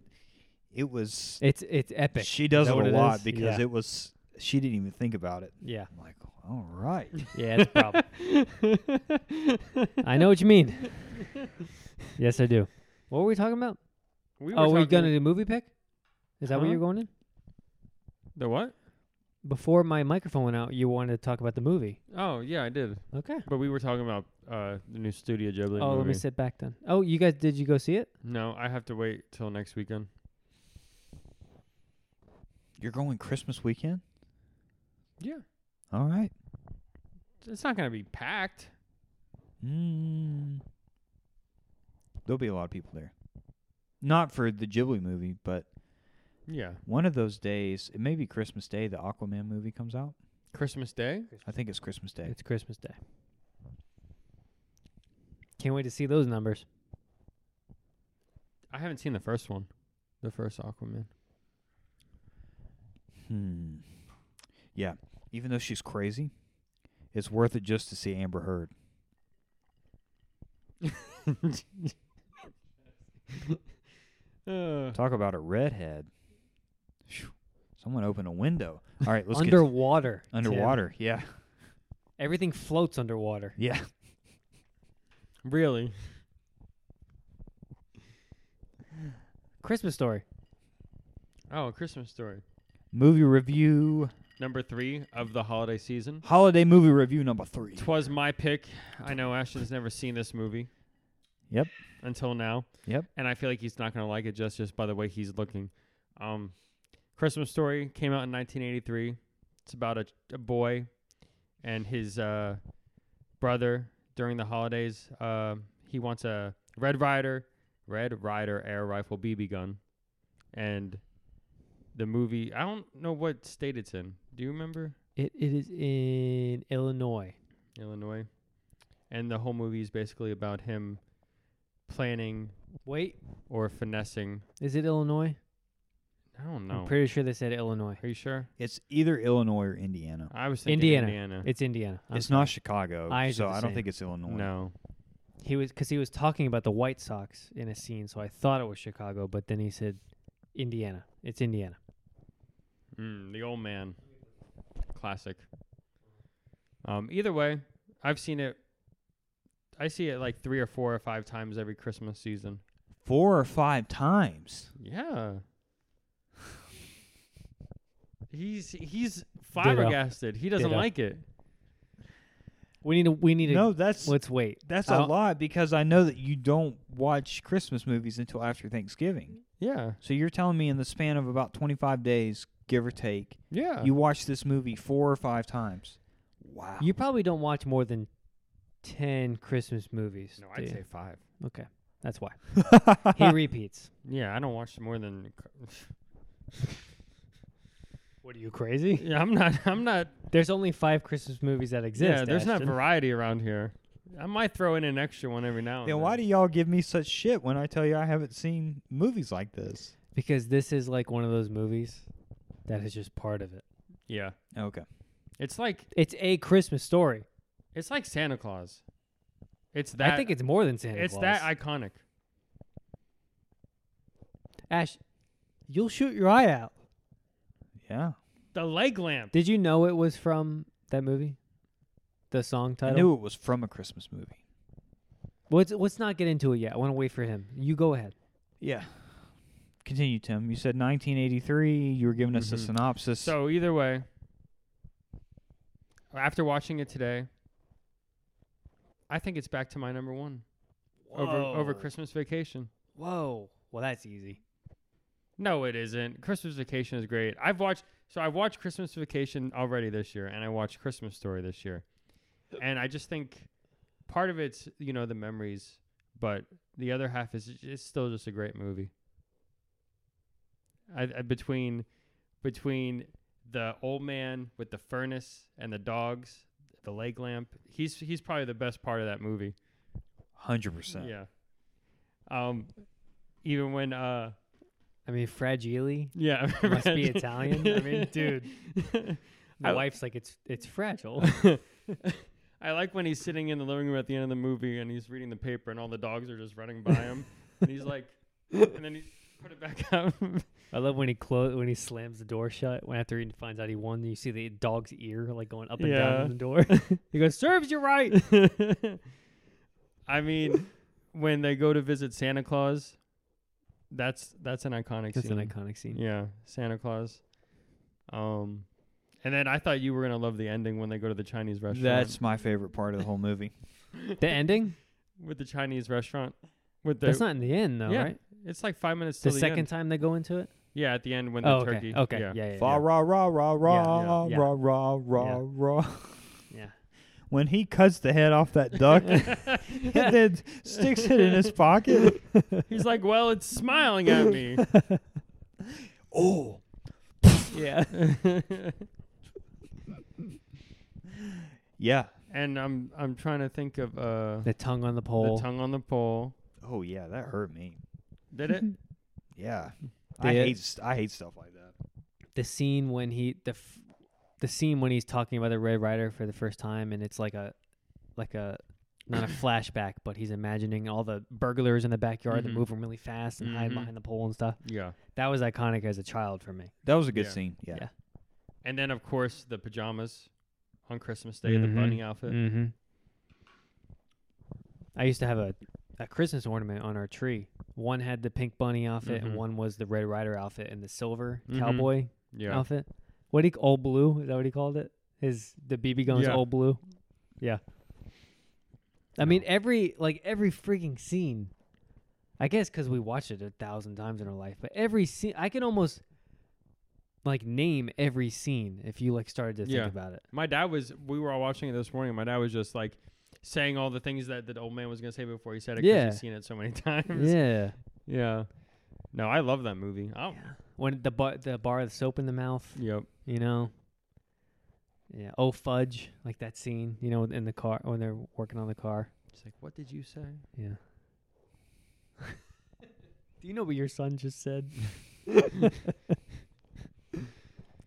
S2: it was.
S3: It's it's epic.
S2: She does
S3: Is
S2: it
S3: that what
S2: a
S3: it
S2: lot
S3: is?
S2: because
S3: Yeah.
S2: it was. She didn't even think about it.
S3: Yeah.
S2: I'm like, all right.
S3: Yeah, it's a problem. I know what you mean. yes, I do. What were we talking about?
S1: We
S3: oh, we
S1: talking-
S3: gonna do movie pick? Is that what
S1: Huh?
S3: you're going in?
S1: The what?
S3: Before my microphone went out, you wanted to talk about the movie.
S1: Oh, yeah, I did.
S3: Okay.
S1: But we were talking about uh, the new Studio Ghibli
S3: Oh,
S1: movie.
S3: let me sit back then. Oh, you guys, did you go see it?
S1: No, I have to wait till next weekend.
S2: You're going Christmas weekend.
S1: Yeah.
S2: All right.
S1: It's not going to be packed.
S2: Mm. There'll be a lot of people there. Not for the Ghibli movie, but
S1: Yeah.
S2: one of those days, it may be Christmas Day, the Aquaman movie comes out.
S1: Christmas Day?
S2: I think it's Christmas Day.
S3: It's Christmas Day. Can't wait to see those numbers.
S1: I haven't seen the first one. The first Aquaman.
S2: Hmm. Yeah. Even though she's crazy, it's worth it just to see Amber Heard.
S1: Uh,
S2: Talk about a redhead. Phew. Someone open a window. All right, let's get
S3: underwater. Tim.
S2: underwater. Yeah.
S3: Everything floats underwater.
S2: Yeah.
S1: really?
S3: Christmas story.
S1: Oh, Christmas story.
S2: Movie review.
S1: Number three of the holiday season.
S2: Holiday movie review number three.
S1: Twas my pick. I know Ashton's never seen this movie.
S2: Yep.
S1: Until now.
S2: Yep.
S1: And I feel like he's not gonna like it just just by the way he's looking. Um, Christmas Story came out in 1983. It's about a, a boy and his uh, brother during the holidays. Uh, he wants a Red Rider, Red Rider air rifle BB gun, and the movie. I don't know what state it's in. Do you remember?
S3: It it is in Illinois.
S1: Illinois. And the whole movie is basically about him planning
S3: Wait,
S1: or finessing.
S3: is it Illinois?
S1: I don't know.
S3: I'm pretty sure they said Illinois.
S1: Are you sure?
S2: It's either Illinois or Indiana.
S1: I was thinking
S3: Indiana.
S1: Indiana.
S3: It's Indiana. I'm
S2: it's
S3: sorry.
S2: not Chicago,
S3: Eyes are
S2: so
S3: the
S2: I don't
S3: same.
S2: think it's Illinois.
S1: No.
S3: he was because he was talking about the White Sox in a scene, so I thought it was Chicago, but then he said Indiana. It's Indiana.
S1: Mm, the old man. Classic. Um, either way, I've seen it. I see it like three or four or five times every Christmas season.
S2: Four or five times.
S1: Yeah. he's he's flabbergasted. He doesn't
S3: Ditto.
S1: like it.
S3: We need to. We need to.
S2: No, that's
S3: Let's wait.
S2: that's
S3: I
S2: a
S3: don't-
S2: lot because I know that you don't watch Christmas movies until after Thanksgiving.
S1: Yeah.
S2: So you're telling me in the span of about 25 days, give or take,
S1: Yeah.
S2: you watched this movie four or five times. Wow.
S3: You probably don't watch more than ten Christmas movies.
S1: no,
S3: do
S1: I'd
S3: you?
S1: say five.
S3: Okay, that's why he repeats.
S1: Yeah, I don't watch more than.
S3: What are you crazy?
S1: Yeah, I'm not. I'm not.
S3: There's only five Christmas movies that exist.
S1: yeah, there's not
S3: Ashton.
S1: variety around here. I might throw in an extra one every now and
S2: then why do y'all give me such shit when I tell you I haven't seen movies like this?
S3: because this is like one of those movies that is just part of it.
S1: Yeah,
S2: Okay.
S1: it's like
S3: It's a Christmas story.
S1: it's like Santa Claus. It's that.
S3: I think it's more than Santa
S1: it's
S3: Claus.
S1: that iconic.
S3: Ash, you'll shoot your eye out.
S2: Yeah.
S1: The leg lamp.
S3: Did you know it was from that movie? The song
S2: I
S3: title.
S2: knew it was from a Christmas movie.
S3: Let's let's not get into it yet. I want to wait for him. You go ahead.
S2: Yeah. Continue, Tim. You said 1983. You were giving us a
S1: Mhm.
S2: synopsis.
S1: So either way, after watching it today, I think it's back to my number one over over Christmas Vacation.
S3: Whoa. Well, that's easy.
S1: No, it isn't. Christmas Vacation is great. I've watched so I've watched Christmas Vacation already this year, and I watched Christmas Story this year, and I just think part of it's you know the memories, but the other half is it's still just a great movie. I, I, between between the old man with the furnace and the dogs, the leg lamp, he's he's probably the best part of that movie.
S2: 100%.
S1: Yeah. Um, even when uh.
S3: I mean, fragile.
S1: Yeah,
S3: Must be
S1: right.
S3: Italian. I mean, dude. The
S1: I-
S3: wife's like it's it's fragile.
S1: I like when he's sitting in the living room at the end of the movie and he's reading the paper and all the dogs are just running by him and he's like, and then he put it back up.
S3: I love when he close when he slams the door shut. When after he finds out he won, you see the dog's ear like going up and down
S1: Yeah.
S3: on the door. he goes, "Serves you right."
S1: I mean, when they go to visit Santa Claus, that's that's an iconic.
S3: That's
S1: scene.
S3: an iconic scene.
S1: Yeah, Santa Claus. Um, and then I thought you were gonna love the ending when they go to the Chinese restaurant.
S2: That's my favorite part of the whole movie.
S3: The ending?
S1: with the Chinese restaurant. With the
S3: That's not in the end though,
S1: yeah,
S3: right?
S1: It's like five minutes
S3: The
S1: till the,
S3: second
S1: end.
S3: time they go into it.
S1: Yeah, at the end when
S3: Oh,
S1: the
S3: okay.
S1: turkey.
S3: Okay.
S1: Yeah.
S3: Yeah. Yeah.
S2: Fa
S3: yeah.
S2: ra ra ra ra
S3: yeah.
S2: ra ra ra
S3: Yeah.
S2: ra.
S3: Yeah.
S2: When he cuts the head off that duck and then sticks it in his pocket.
S1: He's like, well, it's smiling at me.
S2: Oh,
S3: yeah.
S2: yeah.
S1: and I'm I'm trying to think of uh,
S3: The tongue on the
S1: the
S3: pole.
S1: tongue on the pole.
S2: Oh, yeah. That hurt me.
S1: Did it?
S2: Yeah. I
S3: The-
S2: hate st- I hate stuff like that.
S3: the scene when he the f- the scene when he's talking about the Red Rider for the first time, and it's like a like a not a flashback, but he's imagining all the burglars in the backyard
S1: Mhm.
S3: that move him really fast and hide
S1: Mhm.
S3: behind the pole and stuff.
S1: yeah.
S3: That was iconic as a child for me.
S2: That was a good
S1: Yeah.
S2: scene. Yeah.
S3: Yeah.
S1: And then of course the pajamas on Christmas Day,
S3: Mhm.
S1: the bunny outfit.
S3: Mm-hmm. I used to have a a Christmas ornament on our tree. One had the pink bunny outfit,
S1: Mhm.
S3: and one was the Red Rider outfit and the silver
S1: Mhm.
S3: cowboy
S1: Yeah.
S3: outfit. What he c- old blue? Is that what he called it? His the BB guns
S1: Yeah.
S3: old blue. Yeah. I
S2: No.
S3: mean every like every freaking scene. I guess because we watched it a thousand times in our life, but every scene I can almost like name every scene if you like started to think
S1: Yeah.
S3: about it.
S1: My dad was. We were all watching it this morning. My dad was just like saying all the things that the old man was gonna say before he said it. 'cause
S3: Yeah.
S1: He's seen it so many times.
S3: Yeah.
S1: Yeah. No, I love that movie. Oh.
S3: When the bar, the bar of soap in the mouth,
S1: Yep.
S3: you know. Yeah. Oh fudge, like that scene, you know, in the car when they're working on the car.
S1: It's like, what did you say?
S3: Yeah. Do you know what your son just said?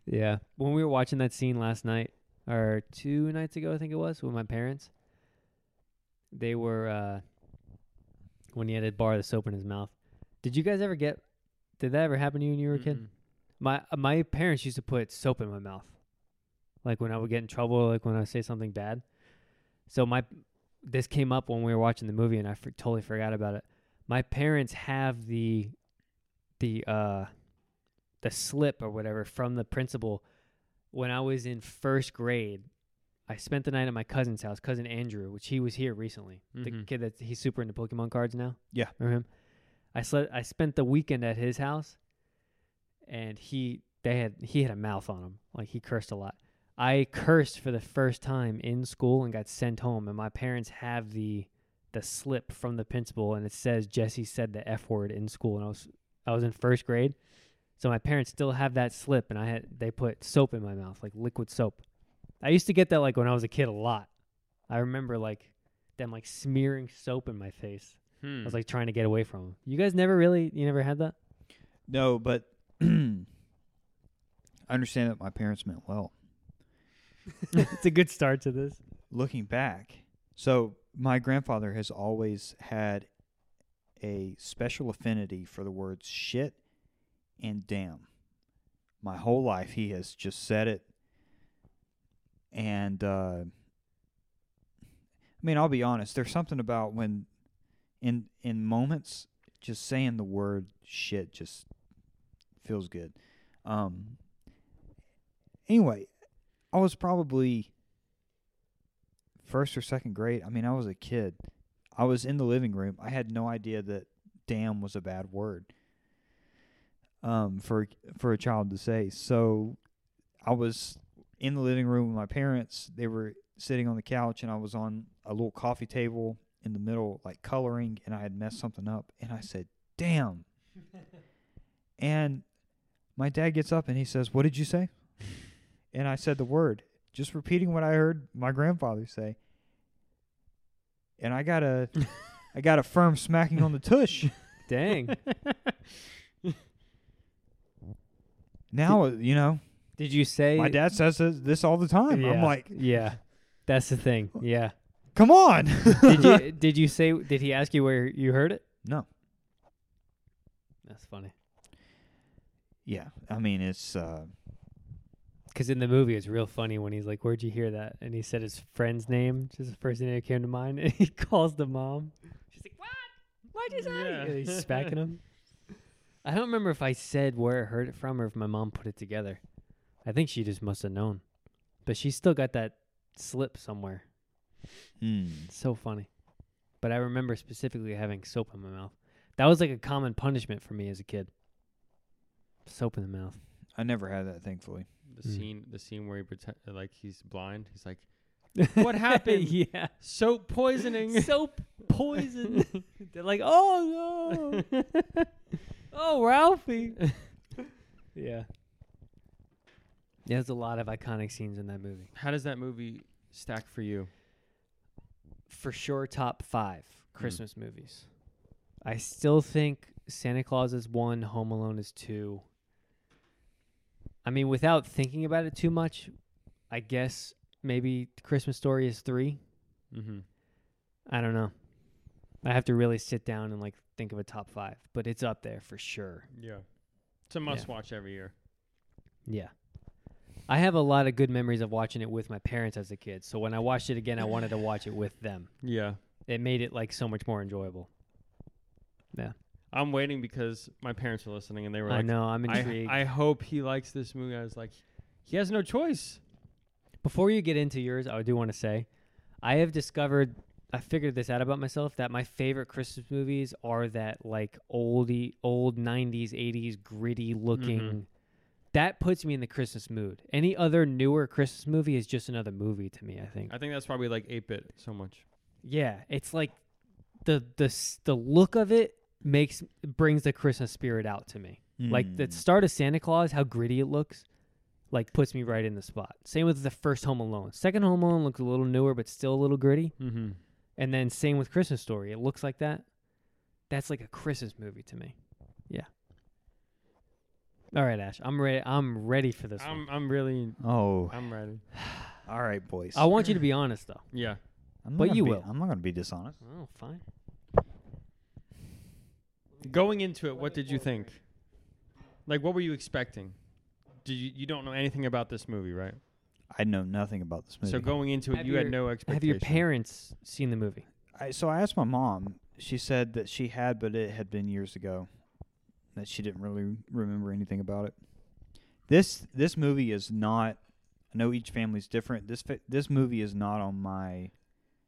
S3: yeah. When we were watching that scene last night, or two nights ago, I think it was, with my parents, they were uh, when he had to bar the soap in his mouth. Did you guys ever get? Did that ever happen to you when you were a kid?
S1: Mm-mm.
S3: My uh, my parents used to put soap in my mouth, like when I would get in trouble, like when I would say something bad. So my this came up when we were watching the movie, and I for, totally forgot about it. My parents have the the uh the slip or whatever from the principal when I was in first grade. I spent the night at my cousin's house, cousin Andrew, which he was here recently. The
S1: Mhm.
S3: kid that he's super into Pokemon cards now.
S2: Yeah.
S3: remember him? I slept. I spent the weekend at his house, and he they had he had a mouth on him. Like he cursed a lot. I cursed for the first time in school and got sent home. And my parents have the the slip from the principal, and it says Jesse said the f word in school, and I was I was in first grade, so my parents still have that slip, and I had they put soap in my mouth, like liquid soap. I used to get that like when I was a kid a lot. I remember like them like smearing soap in my face.
S1: Hmm.
S3: I
S2: Hmm.
S3: was like trying to get away from them. You guys never really, you never had that.
S2: No, but I understand that my parents meant well.
S3: it's a good start to this.
S2: Looking back, so my grandfather has always had a special affinity for the words shit and damn. My whole life, he has just said it. And, uh, I mean, I'll be honest, there's something about when in in moments just saying the word shit just feels good. Um anyway, I was probably first or second grade. I mean, I was a kid. I was in the living room. I had no idea that damn was a bad word. Um for for a child to say. So I was in the living room with my parents. They were sitting on the couch and I was on a little coffee table in the middle like coloring and I had messed something up and I said, "Damn." and my dad gets up and he says, "What did you say?" and I said the word, just repeating what I heard my grandfather say. And I got a I got a firm smacking on the tush.
S3: Dang.
S2: Now, uh, you know,
S3: Did you say
S2: my dad says this this all the time. I'm
S3: Yeah,
S2: like,
S3: yeah, that's the thing. Yeah.
S2: "Come on."
S3: Did you did you say? Did he ask you where you heard it?
S2: No.
S3: That's funny.
S2: Yeah. I mean, it's uh
S3: Because in the movie, it's real funny when he's like, "Where'd you hear that?" And he said his friend's name, just the first name that came to mind. And he calls the mom. She's like, "What? What'd you say?"
S1: Yeah.
S3: And he's smacking him. I don't remember if I said where I heard it from or if my mom put it together. I think she just must have known, but she still got that slip somewhere.
S2: mm,
S3: It's so funny. But I remember specifically having soap in my mouth. That was like a common punishment for me as a kid. Soap in the mouth.
S2: I never had that thankfully.
S1: the
S3: Mm.
S1: scene, the scene where he pretend like he's blind. He's like What happened?
S3: yeah.
S1: soap poisoning.
S3: Soap poison. They're like, oh no. oh, Ralphie. yeah. There's a lot of iconic scenes in that movie.
S1: How does that movie stack for you?
S3: For sure, top five
S1: Hmm.
S3: Christmas movies. I still think Santa Claus is one, Home Alone is two. I mean, without thinking about it too much, I guess maybe Christmas Story is three.
S1: Mm-hmm.
S3: I don't know. I have to really sit down and like think of a top five, but it's up there for sure.
S1: Yeah, it's a must-watch every year.
S3: Yeah. I have a lot of good memories of watching it with my parents as a kid. So when I watched it again, I wanted to watch it with them.
S1: Yeah,
S3: It made it like so much more enjoyable.
S1: I'm waiting because my parents are listening and they were
S3: I
S1: like,
S3: know, I'm
S1: I,
S3: intrigued.
S1: I hope he likes this movie. I was like, he has no choice.
S3: Before you get into yours, I do want to say I have discovered I figured this out about myself that my favorite Christmas movies are that like oldie old 90s 80s gritty looking that puts me in the Christmas mood. Any other newer Christmas movie is just another movie to me, I think.
S1: I think that's why we like 8-Bit so much.
S3: Yeah, it's like the the s- the look of it makes brings the Christmas spirit out to me. Like the
S2: Mm.
S3: start of Santa Claus, how gritty it looks, like puts me right in the spot. Same with the first Home Alone. Second Home Alone looks a little newer, but still a little gritty.
S1: Mm-hmm.
S3: And then same with Christmas Story. It looks like that. That's like a Christmas movie to me. Yeah. All right, Ash. I'm ready. I'm ready for this one.
S1: I'm, I'm really,
S2: Oh,
S1: I'm ready.
S2: all right, boys.
S3: I want you to be honest, though.
S1: Yeah.
S2: I'm not
S3: but
S2: gonna
S3: you
S2: be-
S3: will.
S2: I'm not going to be dishonest.
S3: Oh, fine.
S1: Going into it, what did you think? Like, what were you expecting? Do you you don't know anything about this movie, right?
S2: I know nothing about this movie.
S1: So going into it,
S3: Have
S1: you had
S3: your-
S1: no
S3: Have
S1: expectation.
S3: your parents seen the movie?
S2: I, so I asked my mom. She said that she had, but it had been years ago. That she didn't really remember anything about it. This this movie is not. I know each family's different. This fa- this movie is not on my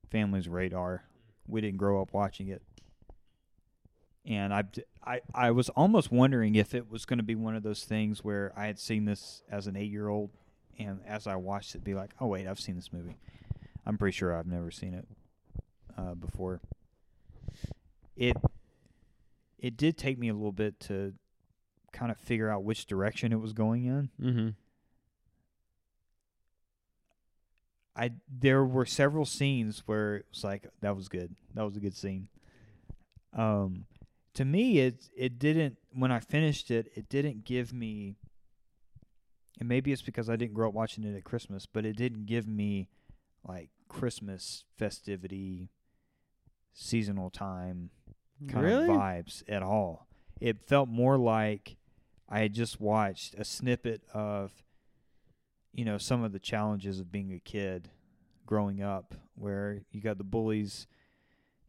S2: family's radar. We didn't grow up watching it, and I d- I I was almost wondering if it was going to be one of those things where I had seen this as an eight year old, and as I watched it, be like, oh wait, I've seen this movie. I'm pretty sure I've never seen it uh, before. It it did take me a little bit to kind of figure out which direction it was going in.
S1: Mm-hmm.
S2: I there were several scenes where it was like that was good. That was a good scene. Um to me it it didn't when I finished it, it didn't give me and maybe it's because I didn't grow up watching it at Christmas, but it didn't give me like Christmas festivity seasonal time kind
S1: Really?
S2: of vibes at all. It felt more like I had just watched a snippet of, you know, some of the challenges of being a kid growing up, where you got the bullies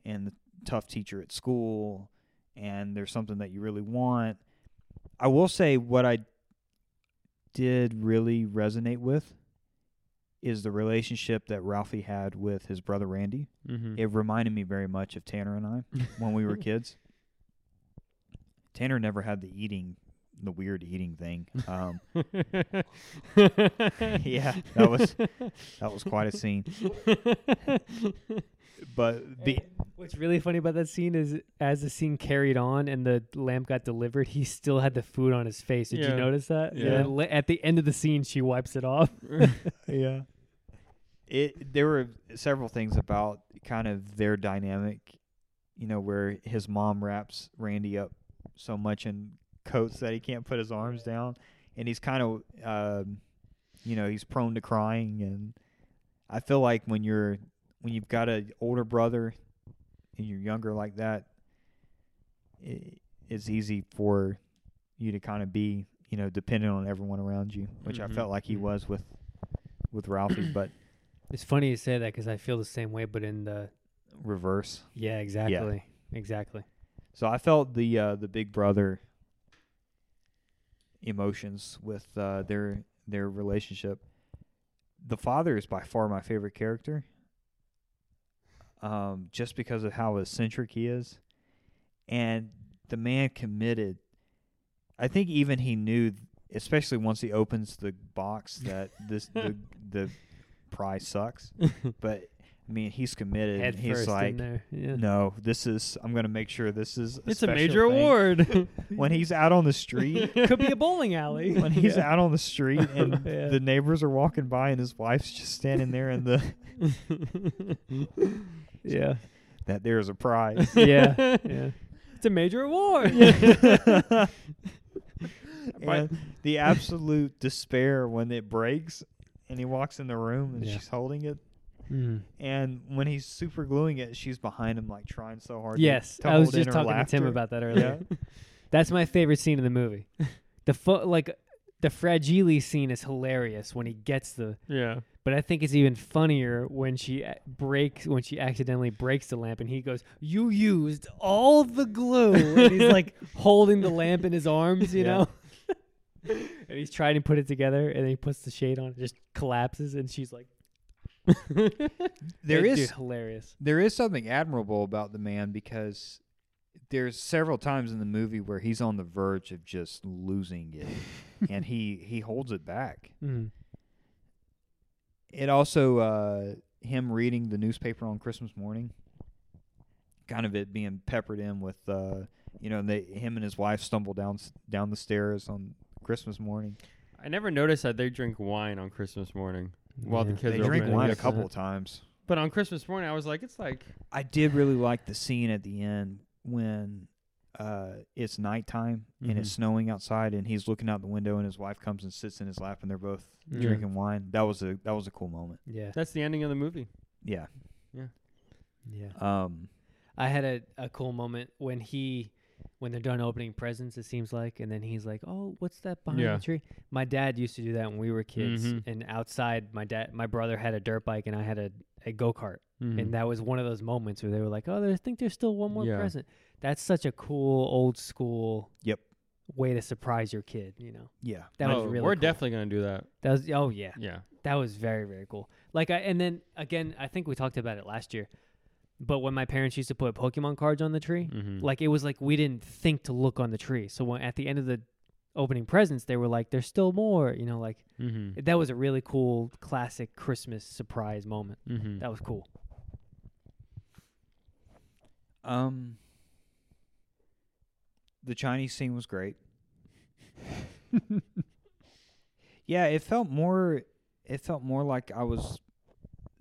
S2: and the tough teacher at school, and there's something that you really want. I will say what I did really resonate with is the relationship that Ralphie had with his brother Randy.
S1: Mm-hmm.
S2: It reminded me very much of Tanner and I when we were kids. Tanner never had the eating, the weird eating thing. Um, yeah, that was that was quite a scene. But the
S3: What's really funny about that scene is as the scene carried on and the lamp got delivered, he still had the food on his face. Did
S1: Yeah.
S3: you notice that? And
S1: Yeah.
S3: then la- At the end of the scene, she wipes it off.
S1: Mm-hmm.
S2: yeah, it there were several things about kind of their dynamic, you know, where his mom wraps Randy up so much in coats that he can't put his arms down, and he's kind of, um, you know, he's prone to crying, and I feel like when you're when you've got an older brother and you're younger like that, it, it's easy for you to kind of be, you know, dependent on everyone around you, which
S1: Mhm.
S2: I felt like he
S1: Mhm.
S2: was with with Ralphie, but
S3: It's funny you say that because I feel the same way, but in the
S2: reverse.
S3: yeah, exactly, exactly.
S2: So I felt the uh, the big brother emotions with uh, their their relationship. The father is by far my favorite character, um, just because of how eccentric he is, and the man committed. I think even he knew, especially once he opens the box, that this the the prize sucks. But I mean, he's committed.
S3: Head
S2: and he's
S3: first
S2: like,
S3: in there. Yeah.
S2: no, this is. I'm gonna make sure this is. A
S1: it's a
S2: special
S1: major
S2: thing.
S1: award.
S2: When he's out on the street,
S3: Could be a bowling alley.
S2: when he's out on the street and
S3: Yeah.
S2: the neighbors are walking by and his wife's just standing there and the
S3: yeah,
S2: that there is a prize.
S3: yeah, yeah. It's a major award.
S2: and the absolute despair when it breaks and he walks in the room and
S3: Yeah.
S2: she's holding it.
S3: Mm.
S2: And when he's super gluing it, she's behind him like trying so hard. to-
S3: Yes,
S2: to
S3: I was
S2: hold in
S3: just
S2: her
S3: talking to Tim
S2: laughter.
S3: about that earlier.
S2: Yeah.
S3: That's my favorite scene in the movie. The fo- like the fragile scene is hilarious when he gets the,
S1: yeah.
S3: but I think it's even funnier when she a- breaks when she accidentally breaks the lamp and he goes, "You used all the glue." and he's like holding the lamp in his arms, you
S2: Yeah.
S3: know. and he's trying to put it together, and then he puts the shade on, it just collapses, and she's like,
S2: There
S3: "Dude,
S2: is
S3: hilarious."
S2: there is something admirable about the man because there's several times in the movie where he's on the verge of just losing it and he he holds it back
S3: Mm.
S2: it also uh him reading the newspaper on christmas morning kind of it being peppered in with uh you know they him and his wife stumble down s- down the stairs on christmas morning
S1: I never noticed that they drink wine on Christmas morning. While the
S3: Yeah.
S1: kids
S2: they
S1: are
S2: drink
S1: opening
S2: wine a
S1: gifts.
S2: couple of times
S1: But on Christmas morning, I was like, it's like
S2: I did really like the scene at the end when uh, it's nighttime and it's
S1: Mhm.
S2: snowing outside, and he's looking out the window, and his wife comes and sits in his lap, and they're both
S3: Yeah.
S2: drinking wine. That was a that was a cool moment.
S3: Yeah,
S1: that's the ending of the movie.
S2: Yeah.
S3: yeah.
S2: Um.
S3: I had a, a cool moment when he when they're done opening presents, it seems like, and then he's like, "Oh, what's that behind
S1: Yeah.
S3: the tree?" My dad used to do that when we were kids,
S1: Mhm.
S3: and outside, my dad, my brother had a dirt bike, and I had a, a go kart,
S1: Mm-hmm.
S3: and that was one of those moments where they were like, "Oh, there- I think there's still one more
S1: Mm. Yeah.
S3: present." That's such a cool old school
S2: Yep.
S3: way to surprise your kid. You know,
S2: Yeah.
S3: that
S1: Oh,
S3: was really
S1: we're
S3: cool.
S1: definitely gonna do that.
S3: that was oh yeah,
S1: Yeah.
S3: that was very very cool. Like I and then again, I think we talked about it last year, but when my parents used to put Pokemon cards on the tree,
S1: Mm-hmm.
S3: like it was like we didn't think to look on the tree. So when at the end of the opening presents, they were like, "There's still more," you know. Like
S1: mm-hmm.
S3: that was a really cool classic Christmas surprise moment.
S1: Mm-hmm.
S3: That was cool.
S2: Um. The Chinese scene was great. yeah, it felt more. It felt more like I was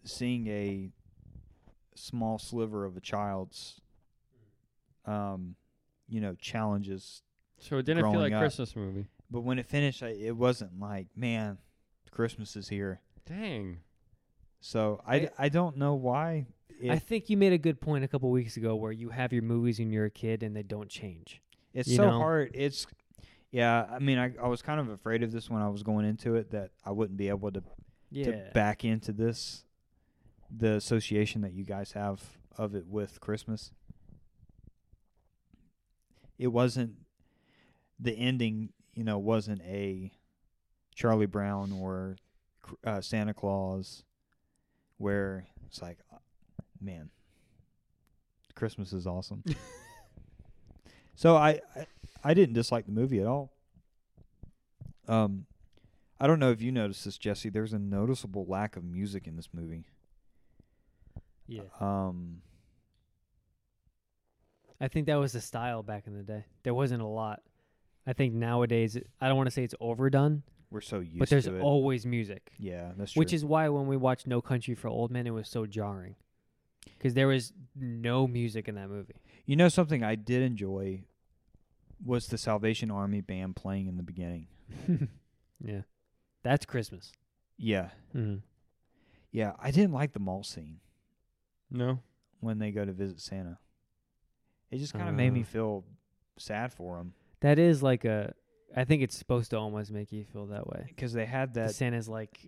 S2: seeing a small sliver of a child's, um, you know, challenges.
S1: So it didn't feel
S2: growing
S1: like
S2: up.
S1: Christmas movie.
S2: But when it finished, I, it wasn't like, man, Christmas is here.
S1: Dang.
S2: So I, d- I don't know why. It,
S3: I think you made a good point a couple weeks ago where you have your movies when you're a kid and they don't change.
S2: It's
S3: you
S2: so
S3: know?
S2: hard. It's yeah. I mean, I, I was kind of afraid of this when I was going into it that I wouldn't be able to,
S3: Yeah.
S2: to back into this the association that you guys have of it with Christmas. It wasn't the ending. You know, wasn't a Charlie Brown or cr- uh, Santa Claus, where it's like, uh, man, Christmas is awesome. so I, I I didn't dislike the movie at all. Um, I don't know if you noticed this, Jesse. There's a noticeable lack of music in this movie.
S3: yeah.
S2: Um,
S3: I think that was the style back in the day. There wasn't a lot. I think nowadays, I don't want to say it's overdone,
S2: we're so used
S3: but there's
S2: to it.
S3: always music.
S2: yeah, that's true.
S3: Which is why when we watched No Country for Old Men, it was so jarring because there was no music in that movie.
S2: you know something I did enjoy was the Salvation Army band playing in the beginning.
S3: yeah, that's Christmas.
S2: Yeah,
S3: Mm.
S2: yeah. I didn't like the mall scene
S1: No.
S2: when they go to visit Santa. It just kind of made me
S3: Uh.
S2: feel sad for him
S3: That is like a. I think it's supposed to almost make you feel that way.
S2: because they had
S3: The
S2: that
S3: Santa's like,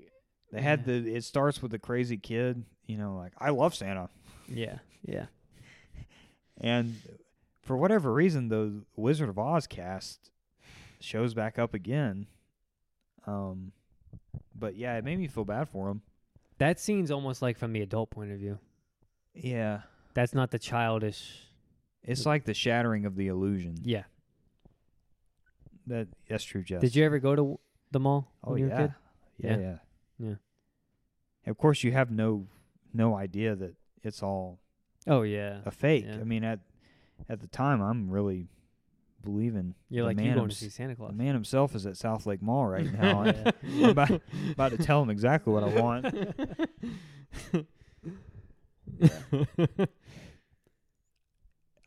S2: They had
S3: Yeah.
S2: the. It starts with the crazy kid, you know, like I love Santa,
S3: yeah, yeah,
S2: and for whatever reason, the Wizard of Oz cast shows back up again. Um, but yeah, it made me feel bad for him.
S3: that scene's almost like from the adult point of view.
S2: Yeah,
S3: That's not the childish.
S2: it's like the shattering of the illusion.
S3: Yeah.
S2: That that's true, Jess.
S3: Did you ever go to the mall
S2: Oh
S3: when you
S2: yeah.
S3: were a kid?
S2: yeah,
S3: Yeah.
S2: yeah,
S3: Yeah.
S2: Of course, you have no no idea that it's all
S3: Oh yeah.
S2: a fake.
S3: Yeah.
S2: I mean, at at the time, I'm really believing
S3: You're
S2: the
S3: like you
S2: man
S3: going to
S2: hims-
S3: see Santa Claus.
S2: The man himself is at South Lake Mall right now. I'm
S3: Yeah.
S2: about, about to tell him exactly what I want.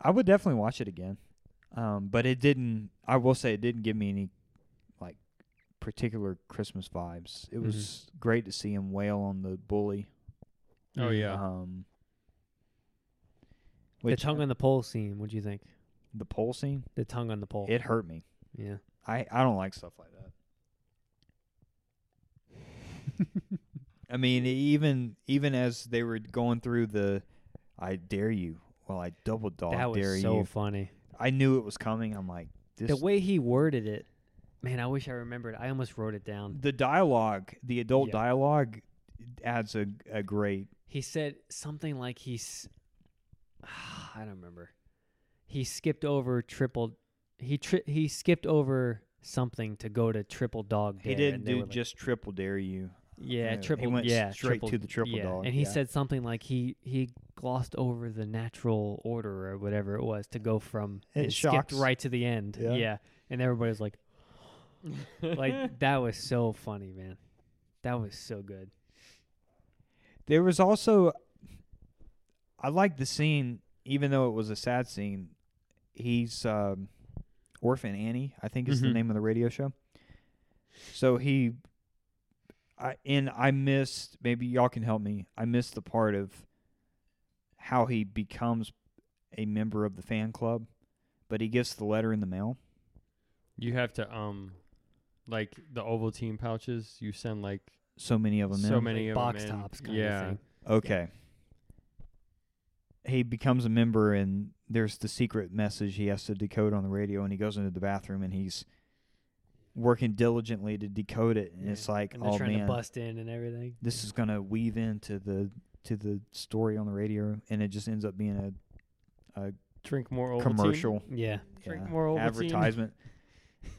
S2: I would definitely watch it again, um, but it didn't. I will say it didn't give me any like particular Christmas vibes. It
S3: Mhm.
S2: was great to see him wail on the bully.
S1: Oh
S3: Mm-hmm.
S1: yeah.
S2: Um,
S3: The
S2: which- uh,
S3: tongue on the pole scene. What do you think?
S2: the pole scene,
S3: The tongue on the pole.
S2: it hurt me.
S3: yeah.
S2: I I don't like stuff like that. I mean, e, even even as they were going through the, I dare you. Well, I double dog
S3: that
S2: Oh, dare
S3: was so
S2: you.
S3: funny.
S2: I knew it was coming. I'm like this.
S3: The way he worded it, man, I wish I remembered. I almost wrote it down.
S2: the dialogue, the adult
S3: Yeah.
S2: dialogue, adds a a great.
S3: He said something like he's. I don't remember. He skipped over triple. He tri- he skipped over something to go to triple dog.
S2: He
S3: Dare,
S2: didn't
S3: and they
S2: do
S3: were like-
S2: just triple dare you.
S3: Yeah,
S2: Uh,
S3: triple.
S2: He went
S3: yeah,
S2: straight
S3: triple,
S2: to the triple
S3: yeah.
S2: dog.
S3: And he
S2: yeah.
S3: said something like he he glossed over the natural order or whatever it was to go from
S2: It
S3: and
S2: shocks.
S3: skipped right to the end.
S2: Yeah.
S3: Yeah. and everybody was like, Uh-huh. like that was so funny, man. That was so good.
S2: There was also I like the scene, even though it was a sad scene. He's um, Orphan Annie, I think is the
S1: Mhm.
S2: name of the radio show. So he I and I missed maybe y'all can help me. I missed the part of how he becomes a member of the fan club but he gets the letter in the mail.
S1: You have to um, like the Ovaltine pouches. You send like
S2: So many of them.
S1: so
S2: in.
S1: many
S3: Like
S1: of
S3: box
S1: them in.
S3: tops kinda
S1: yeah.
S3: thing.
S2: Okay. He becomes a member, and there's the secret message he has to decode on the radio, and he goes into the bathroom, and he's working diligently to decode it, and
S3: Yeah.
S2: it's like,
S3: and they're
S2: oh
S3: trying to
S2: man,
S3: bust in and everything.
S2: this is gonna weave into the to the story on the radio, and it just ends up being
S1: Drink more
S2: a
S1: Ovaltine.
S2: commercial.
S3: Yeah,
S1: Drink
S2: yeah,
S1: more Ovaltine.
S2: advertisement,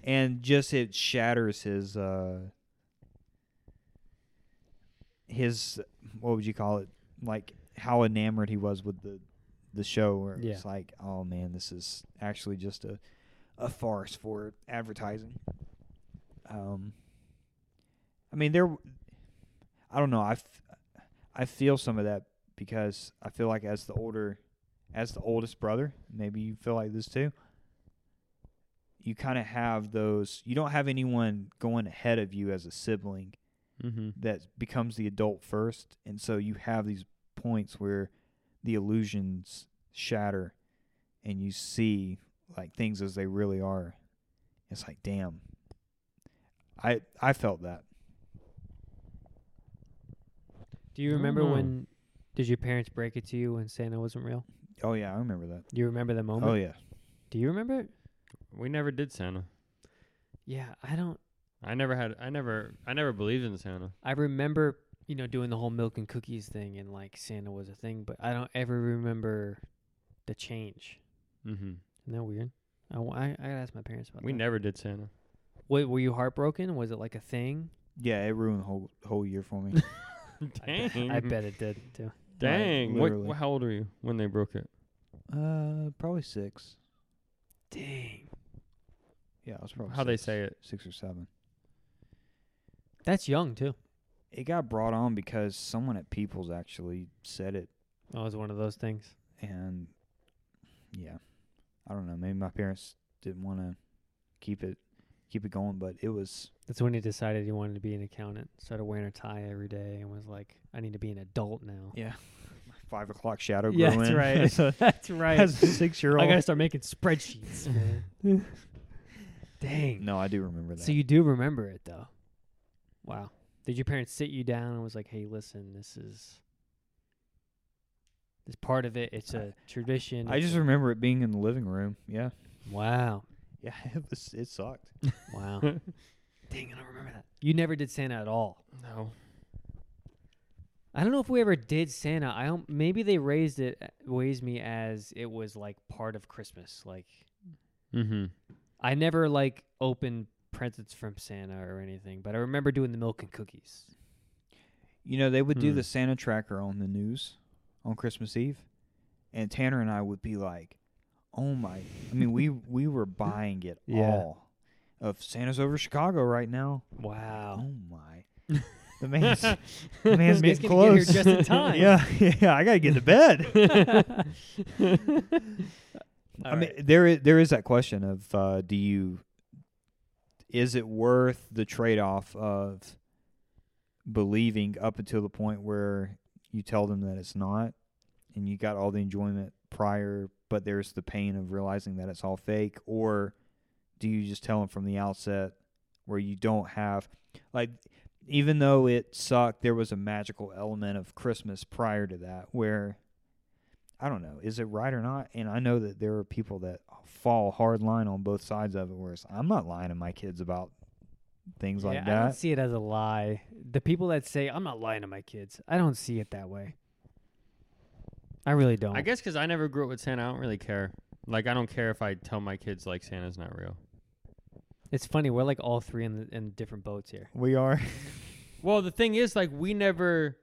S2: and just it shatters his uh his what would you call it? Like how enamored he was with the the show. Where
S3: Yeah.
S2: it's like, oh man, this is actually just a a farce for advertising. Um, I mean, there. I don't know. I f- I feel some of that because I feel like as the older, as the oldest brother, maybe you feel like this too. You kind of have those. You don't have anyone going ahead of you as a sibling
S1: Mm-hmm.
S2: that becomes the adult first, and so you have these points where the illusions shatter, and you see like things as they really are. It's like, damn. I I felt that.
S3: Do you
S1: I don't
S3: remember
S2: Hmm.
S1: know.
S3: when? Did your parents break it to you when Santa wasn't real?
S2: Oh yeah, I remember that.
S3: Do you remember the moment?
S2: Oh yeah.
S3: Do you remember it?
S1: We never did Santa.
S3: Yeah, I don't.
S1: I never had. I never. I never believed in Santa.
S3: I remember you know doing the whole milk and cookies thing and like Santa was a thing, but I don't ever remember the change.
S1: Mm-hmm.
S3: Isn't that weird? I, wa- I, I gotta ask my parents about
S1: We
S3: that.
S1: never did Santa.
S3: Wait, were you heartbroken? Was it like a thing?
S2: Yeah, it ruined the whole whole year for me.
S3: I bet,
S1: Dang.
S3: I bet it did too.
S1: Dang. what,
S2: literally.
S1: wh- how old were you when they broke it?
S2: uh, probably six.
S3: Dang,
S2: Yeah, I was probably
S1: How they
S2: six.
S1: say it?
S2: six or seven.
S3: that's young too.
S2: It got brought on because someone at Peoples actually said it,
S3: That was one of those things.
S2: and yeah, I don't know. Maybe my parents didn't want to keep it keep it going, but it was
S3: That's when he decided he wanted to be an accountant. Started wearing a tie every day and was like, "I need to be an adult now."
S2: yeah five o'clock shadow.
S3: Yeah,
S2: grew
S3: that's
S2: in
S3: right.
S2: as a-
S3: That's right.
S2: as a six year
S3: I gotta
S2: old.
S3: start making spreadsheets. man. Dang.
S2: No, I do remember that.
S3: So you do remember it though. Wow. Did your parents sit you down and was like, "Hey, listen, this is this part of it. It's
S2: I-
S3: a tradition."
S2: I
S3: it's
S2: just
S3: a-
S2: remember it being in the living room. Yeah,
S3: wow,
S2: yeah, it was. It sucked.
S3: wow. Dang, I don't remember that. You never did Santa at all.
S1: No.
S3: I don't know if we ever did Santa. I don't, maybe they raised it uh, raised me as it was like part of Christmas. Like
S1: Mm-hmm.
S3: I never like opened presents from Santa or anything, but I remember doing the milk and cookies.
S2: You know, they would do
S1: Hmm.
S2: the Santa tracker on the news on Christmas Eve, and Tanner and I would be like, "Oh my!" I mean, we we were buying it
S3: Yeah.
S2: all. Of Santa's over Chicago right now.
S3: Wow.
S2: Oh my! The man's the man's
S3: Man's
S2: getting
S3: gonna get
S2: close.
S3: here just in time.
S2: yeah, yeah. I gotta get to bed. I
S3: All
S2: mean, there is there is that question of uh, do you is it worth the trade off of believing up until the point where you tell them that it's not, and you got all the enjoyment prior, but there's the pain of realizing that it's all fake, or do you just tell them from the outset where you don't have like even though it sucked, there was a magical element of Christmas prior to that where I don't know, is it right or not? And I know that there are people that fall hard line on both sides of it where it's I'm not lying to my kids about things
S3: Yeah,
S2: like
S3: I don't
S2: that.
S3: see it as a lie. The people that say I'm not lying to my kids, I don't see it that way. I really don't.
S1: I guess because I never grew up with Santa, I don't really care. Like I don't care if I tell my kids like Santa's not real.
S3: it's funny. We're like all three in the, in different boats here.
S2: We are
S1: Well, the thing is, like we never,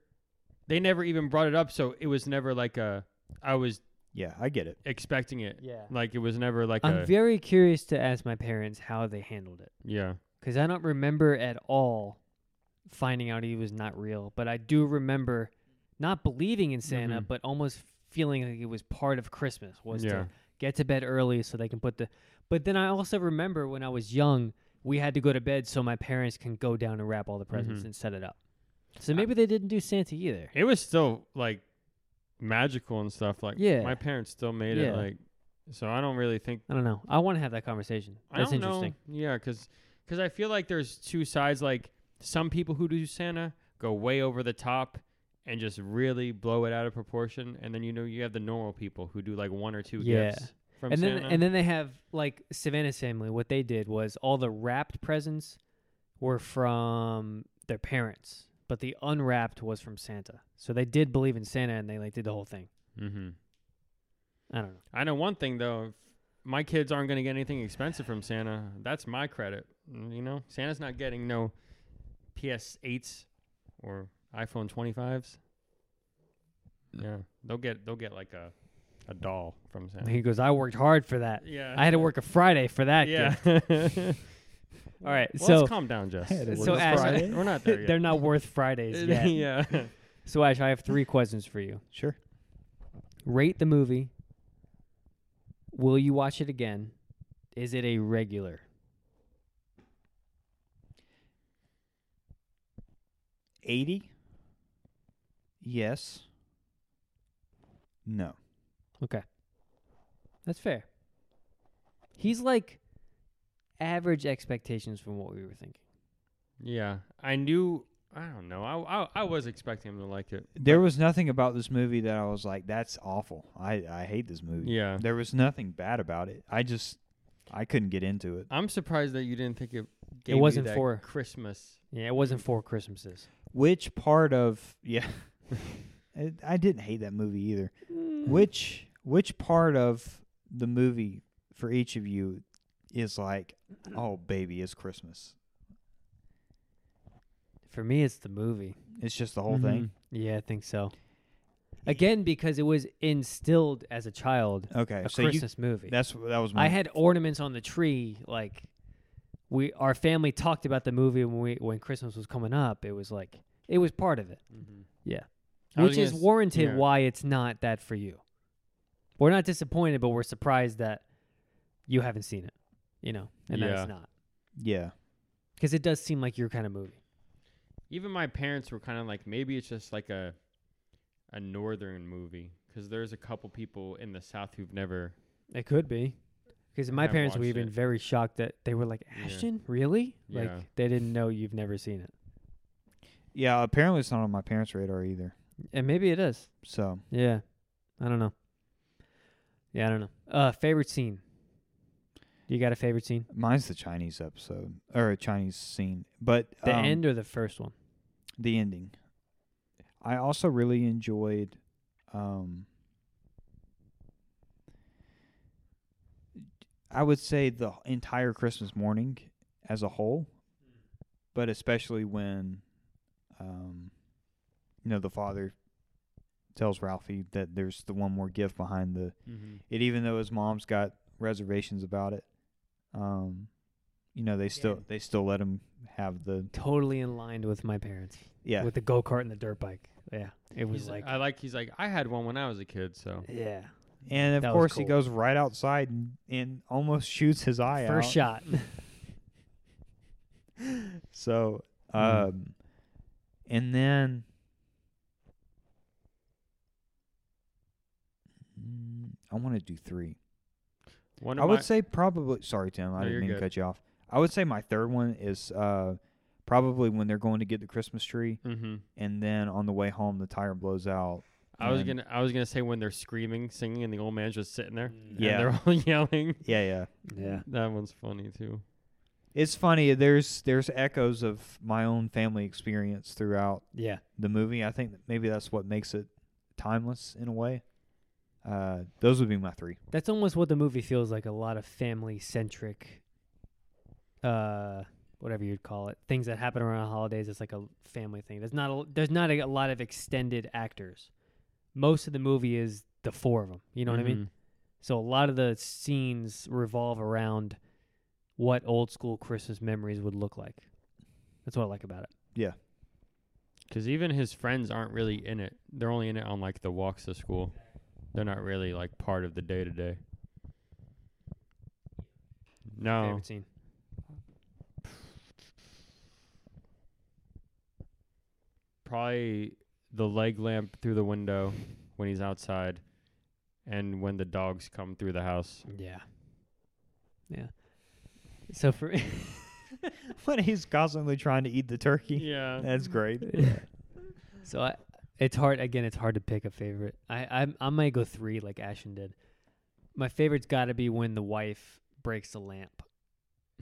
S1: they never even brought it up, so it was never like a. I was
S2: Yeah, I get it.
S1: expecting it.
S3: Yeah.
S1: Like it was never like
S3: I'm
S1: a.
S3: very curious to ask my parents how they handled it
S1: yeah.
S3: because I don't remember at all finding out he was not real, but I do remember not believing in Santa,
S1: Mhm.
S3: but almost feeling like it was part of Christmas was
S1: Yeah.
S3: to get to bed early so they can put the. But then I also remember when I was young, we had to go to bed so my parents can go down and wrap all the presents
S1: Mhm.
S3: and set it up. So maybe they didn't do Santa either.
S1: It was still like magical and stuff. Like
S3: Yeah.
S1: my parents still made
S3: Yeah.
S1: it like So I don't really think
S3: I don't know. I want to have that conversation. That's
S1: I don't
S3: interesting.
S1: Know. Yeah, because I feel like there's two sides. Like some people who do Santa go way over the top and just really blow it out of proportion, and then you know you have the normal people who do like one or two
S3: Yeah.
S1: gifts from
S3: and then
S1: Santa.
S3: and then they have like Savannah's family. What they did was all the wrapped presents were from their parents, but the unwrapped was from Santa. So they did believe in Santa, and they like did the whole thing.
S1: mm-hmm.
S3: I don't know.
S1: I know one thing though. If my kids aren't going to get anything expensive from Santa. That's my credit. Mm, You know, Santa's not getting no PS8s or iPhone 25s. Yeah, they'll get they'll get like a a doll from Santa.
S3: He goes, I worked hard for that.
S1: Yeah,
S3: I had to work a Friday for that.
S1: Yeah.
S3: gift." All right.
S1: Well,
S3: so
S1: let's calm down, Jess.
S2: I had to
S3: So,
S2: work
S3: Ash,
S2: Friday.
S1: We're not there
S3: they're
S1: yet.
S3: not worth Fridays yet.
S1: yeah.
S3: So Ash, I have three questions for you.
S2: Sure.
S3: Rate the movie. Will you watch it again? Is it a regular?
S2: Eighty. Yes. No.
S3: That's fair. He's like average expectations from what we were thinking.
S1: Yeah. I knew. I don't know. I, I I was expecting him to like it.
S2: There was nothing about this movie that I was like, "That's awful. I I hate this movie."
S1: Yeah.
S2: There was nothing bad about it. I just I couldn't get into it.
S1: I'm surprised that you didn't think it. Gave you
S3: wasn't
S1: that
S3: for-
S1: Christmas.
S3: Yeah, it wasn't four Christmases.
S2: Which part of yeah? I- I didn't hate that movie either.
S3: Hmm.
S2: Mm. Which which part of the movie for each of you is like, oh baby, it's Christmas.
S3: For me, it's the movie.
S2: It's just the whole thing.
S3: Yeah, I think so. Again, because it was instilled as a child,
S2: Okay,
S3: Mm-hmm. a
S2: so
S3: Christmas movie.
S2: you that's that was my
S3: I had ornaments on the tree. Like we, our family talked about the movie when we when Christmas was coming up. It was like it was part of it,
S1: Mm-hmm. I was
S3: which is
S1: gonna s-
S3: warranted.
S1: yeah.
S3: Why it's not that for you? We're not disappointed, but we're surprised that you haven't seen it. You know, and that
S1: Yeah.
S3: it's not
S2: yeah.
S3: because it does seem like your kind of movie.
S1: Even my parents were kind of like, maybe it's just like a a northern movie because there's a couple people in the south who've never.
S3: It could be. Because my
S1: I've
S3: parents were
S1: watched
S3: even
S1: it.
S3: very shocked that they were like,
S1: Yeah.
S3: Ashton, really? Like,
S1: Yeah.
S3: they didn't know you've never seen it.
S2: Yeah, apparently it's not on my parents' radar either.
S3: And maybe it is.
S2: So
S3: Yeah. I don't know. Yeah, I don't know. Uh favorite scene. You got a favorite scene?
S2: mine's the Chinese episode or Chinese scene, but
S3: The
S2: um,
S3: end or the first one?
S2: the ending. I also really enjoyed um I would say the entire Christmas morning as a whole, but especially when um you know the father tells Ralphie that there's the one more gift behind the
S1: Mm-hmm.
S2: it even though his mom's got reservations about it. Um you know they still they still let him have the
S3: Totally in line with my parents.
S2: yeah
S3: With the go kart and the dirt bike. Yeah. It was
S1: He's
S3: like
S1: like, I like. He's like, I had one when I was a kid. So
S3: Yeah.
S2: And of
S3: That was
S2: course, he
S3: cool.
S2: goes right outside and, and almost shoots his eye
S3: First
S2: out.
S3: shot.
S2: So, um,
S3: Mm.
S2: and then Mm, I want to do three.
S1: one
S2: I
S1: of my,
S2: would say probably. Sorry, Tim, I
S1: No, you're
S2: didn't mean to
S1: good.
S2: cut you off. I would say my third one is uh, probably when they're going to get the Christmas tree,
S1: Mm-hmm.
S2: and then on the way home, the tire blows out.
S1: I was
S2: and-
S1: gonna. I was gonna say when they're screaming, singing, and the old man's just sitting
S3: Mm.
S1: there. and
S2: Yeah.
S1: they're all yelling.
S2: Yeah, yeah.
S3: Yeah.
S1: That one's funny too.
S2: It's funny. There's there's echoes of my own family experience throughout
S3: Yeah.
S2: the movie. I think that maybe that's what makes it timeless in a way. Uh, those would be my three.
S3: That's almost what the movie feels like a lot of family centric uh whatever you'd call it. Things that happen around the holidays it's like a family thing. There's not a, there's not a, lot of extended actors. Most of the movie is the four of them, you know what I mean?
S1: Mm-hmm.
S3: So a lot of the scenes revolve around what old school Christmas memories would look like. That's what I like about it.
S1: Because even his friends aren't really in it. They're only in it on like the walks to school. They're not really like part of the day to day. No,
S3: Favorite scene.
S1: probably the leg lamp through the window when he's outside, and when the dogs come through the house.
S3: Yeah. Yeah. So for
S2: when he's constantly trying to eat the turkey.
S1: Yeah.
S2: That's great.
S3: so I it's hard again, it's hard to pick a favorite. I I I might go 3 like Ashton did. My favorite's got to be when the wife breaks the lamp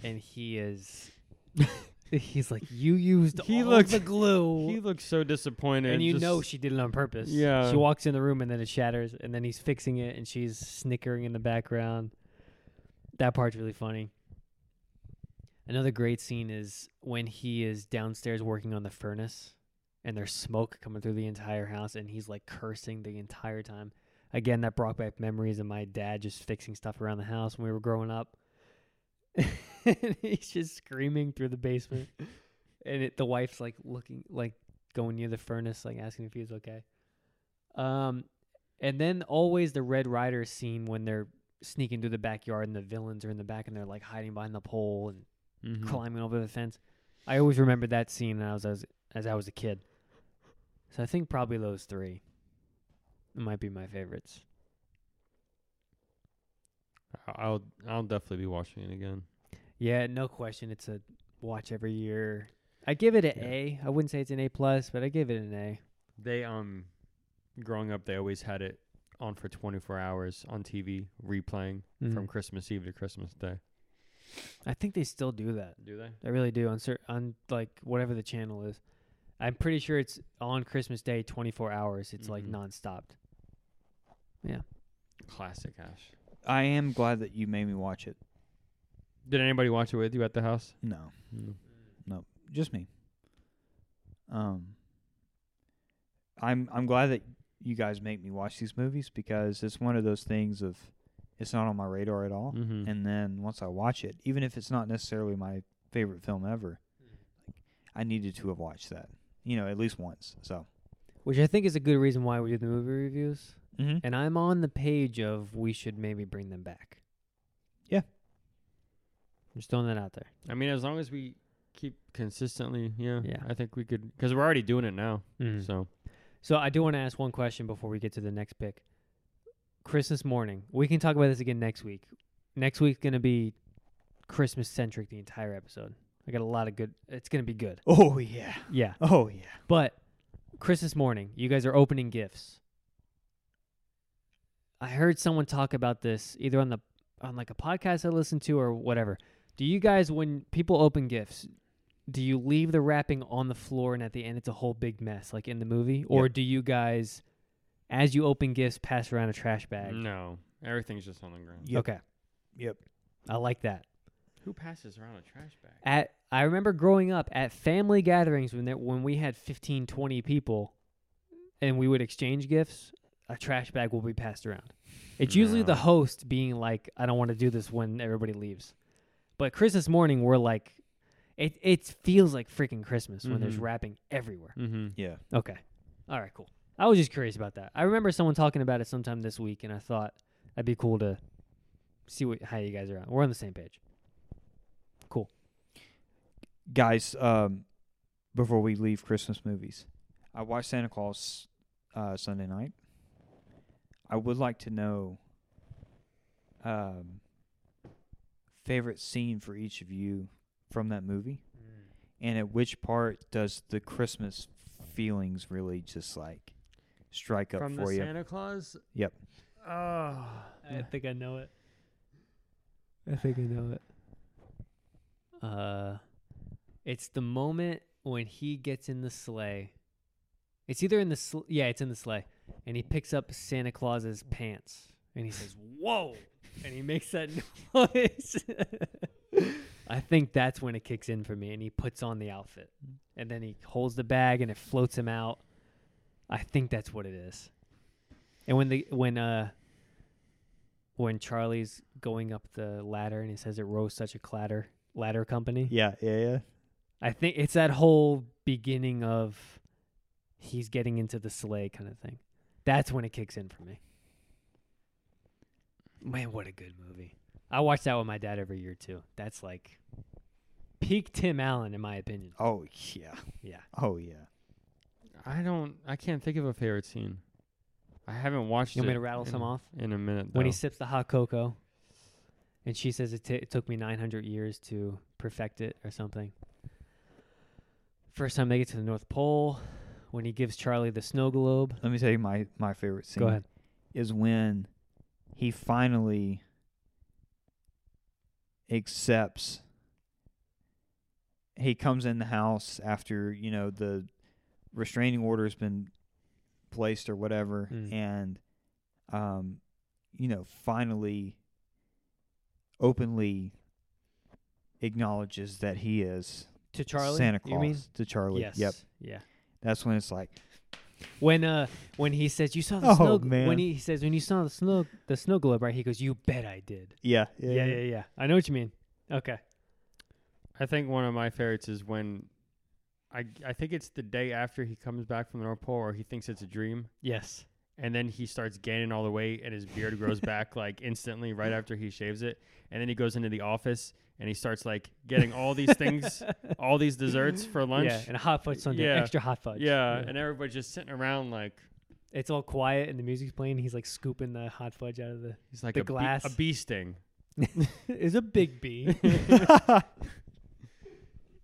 S3: and he is he's like you used
S1: He
S3: all
S1: looked-
S3: the glue.
S1: He looks so disappointed.
S3: and you
S1: just-
S3: know she did it on purpose.
S1: Yeah.
S3: She walks in the room and then it shatters, and then he's fixing it, and she's snickering in the background. That part's really funny. Another great scene is when he is downstairs working on the furnace, and there's smoke coming through the entire house, and he's like cursing the entire time. Again, that brought back memories of my dad just fixing stuff around the house when we were growing up. and he's just screaming through the basement, and it, the wife's like looking, like going near the furnace, like asking if he was okay. Um, and then always the Red Rider scene when they're sneaking through the backyard and the villains are in the back and they're like hiding behind the pole and
S1: Mhm.
S3: climbing over the fence. I always remember that scene when I was as as I was a kid. So I think probably those three might be my favorites.
S1: I'll I'll definitely be watching it again.
S3: Yeah, no question. It's a watch every year. I give it an
S1: Yeah.
S3: A. I wouldn't say it's an A plus, but I give it an A.
S1: They um, growing up, they always had it on for 24 hours on TV, replaying from
S3: Mm.
S1: Christmas Eve to Christmas Day.
S3: I think they still do that.
S1: Do they?
S3: I really do on cer- on like whatever the channel is. I'm pretty sure it's on Christmas Day, 24 hours. It's like
S1: Mhm.
S3: nonstop.
S1: Classic Ash.
S2: I am glad that you made me watch it.
S1: Did anybody watch it with you at the house?
S2: No,
S1: No.
S2: just me. Um, I'm I'm glad that you guys make me watch these movies because it's one of those things of it's not on my radar at all.
S1: Mm-hmm.
S2: And then once I watch it, even if it's not necessarily my favorite film ever,
S1: Mm.
S2: like, I needed to have watched that, you know, at least once. So,
S3: Which I think is a good reason why we do the movie reviews.
S2: mm-hmm.
S3: And I'm on the page of we should maybe bring them back.
S2: Yeah.
S3: I'm just throwing that out there.
S1: I mean, as long as we keep consistently, yeah,
S3: Yeah. Mm.
S1: I think we could because we're already doing it now. So
S3: So I do want to ask one question before we get to the next pick. Christmas morning. We can talk about this again next week. Next week's going to be Christmas centric the entire episode. I got a lot of good. It's going to be good.
S2: oh yeah,
S3: Yeah.
S2: oh yeah.
S3: But Christmas morning, you guys are opening gifts. I heard someone talk about this either on the on like a podcast I listened to or whatever. Do you guys when people open gifts, do you leave the wrapping on the floor and at the end it's a whole big mess like in the movie or do you guys as you open gifts pass around a trash bag?
S1: no, everything's just on the ground.
S2: Mm, Yep.
S3: Okay.
S2: Yep.
S3: I like that.
S1: Who passes around a trash bag?
S3: at I remember growing up at family gatherings when there, when we had 15, 20 people and we would exchange gifts, a trash bag will be passed around. It's usually the
S1: No.
S3: host being like, I don't want to do this when everybody leaves. But Christmas morning, we're like, it, it feels like freaking Christmas when there's
S1: Mhm.
S3: wrapping everywhere.
S1: Mm-hmm.
S2: Yeah.
S3: Okay. All right, cool. I was just curious about that. I remember someone talking about it sometime this week, and I thought that'd be cool to see what, how you guys are on. We're on the same page.
S2: guys, um, before we leave Christmas movies, I watched Santa Claus uh, Sunday night. I would like to know um, favorite scene for each of you from that movie, and at which part does the Christmas feelings really just like strike up
S1: From
S2: for
S1: the
S2: you?
S1: Santa Claus.
S2: Yep.
S1: Oh,
S3: I think I know it. I think I know it. Uh, it's the moment when he gets in the sleigh. It's either in the sl- yeah, it's in the sleigh, and he picks up Santa Claus's pants, and he says, "Whoa!" and he makes that noise. I think that's when it kicks in for me, and he puts on the outfit, and then he holds the bag, and it floats him out. I think that's what it is. And when the when uh when Charlie's going up the ladder and he says it rose such a clatter ladder company.
S2: Yeah, yeah, yeah.
S3: I think it's that whole beginning of he's getting into the sleigh kind of thing. That's when it kicks in for me. Man, what a good movie. I watch that with my dad every year too. That's like peak Tim Allen in my opinion.
S2: Oh yeah,
S3: Yeah.
S2: oh yeah.
S1: I don't. I can't think of a favorite scene. I haven't watched
S3: You want me
S1: it
S3: to rattle
S1: in,
S3: some off?
S1: in a minute.
S3: When he
S1: though.
S3: sips the hot cocoa, and she says it, t- it took me 900 years to perfect it or something. First time they get to the North Pole, when he gives Charlie the snow globe.
S2: Let me tell you my my favorite scene.
S3: Go ahead.
S2: Is when he finally accepts. He comes in the house after you know the restraining order has been placed or whatever,
S3: Mm.
S2: and um, you know finally openly acknowledges that he is
S3: To Charlie?
S2: Santa Claus
S3: You mean?
S2: to Charlie.
S3: Yes.
S2: Yep,
S3: Yeah.
S2: that's when it's like
S3: When uh when he says you saw the
S2: Oh,
S3: snow
S2: man.
S3: when he, he says when you saw the snow the snow globe right he goes you bet I did
S2: yeah
S3: yeah yeah yeah I know what you mean okay
S1: I think one of my favorites is when I I think it's the day after he comes back from the North Pole, or he thinks it's a dream,
S3: yes
S1: and then he starts gaining all the weight, and his beard grows back like instantly right after he shaves it, and then he goes into the office and he starts like getting all these things, all these desserts for lunch.
S3: yeah and a hot fudge sundae
S1: Yeah.
S3: extra hot fudge
S1: Yeah, and everybody's just sitting around like
S3: it's all quiet and the music's playing he's like scooping the hot fudge out of the
S1: he's like
S3: The
S1: a bee-
S3: glass.
S1: a bee sting.
S3: is a big B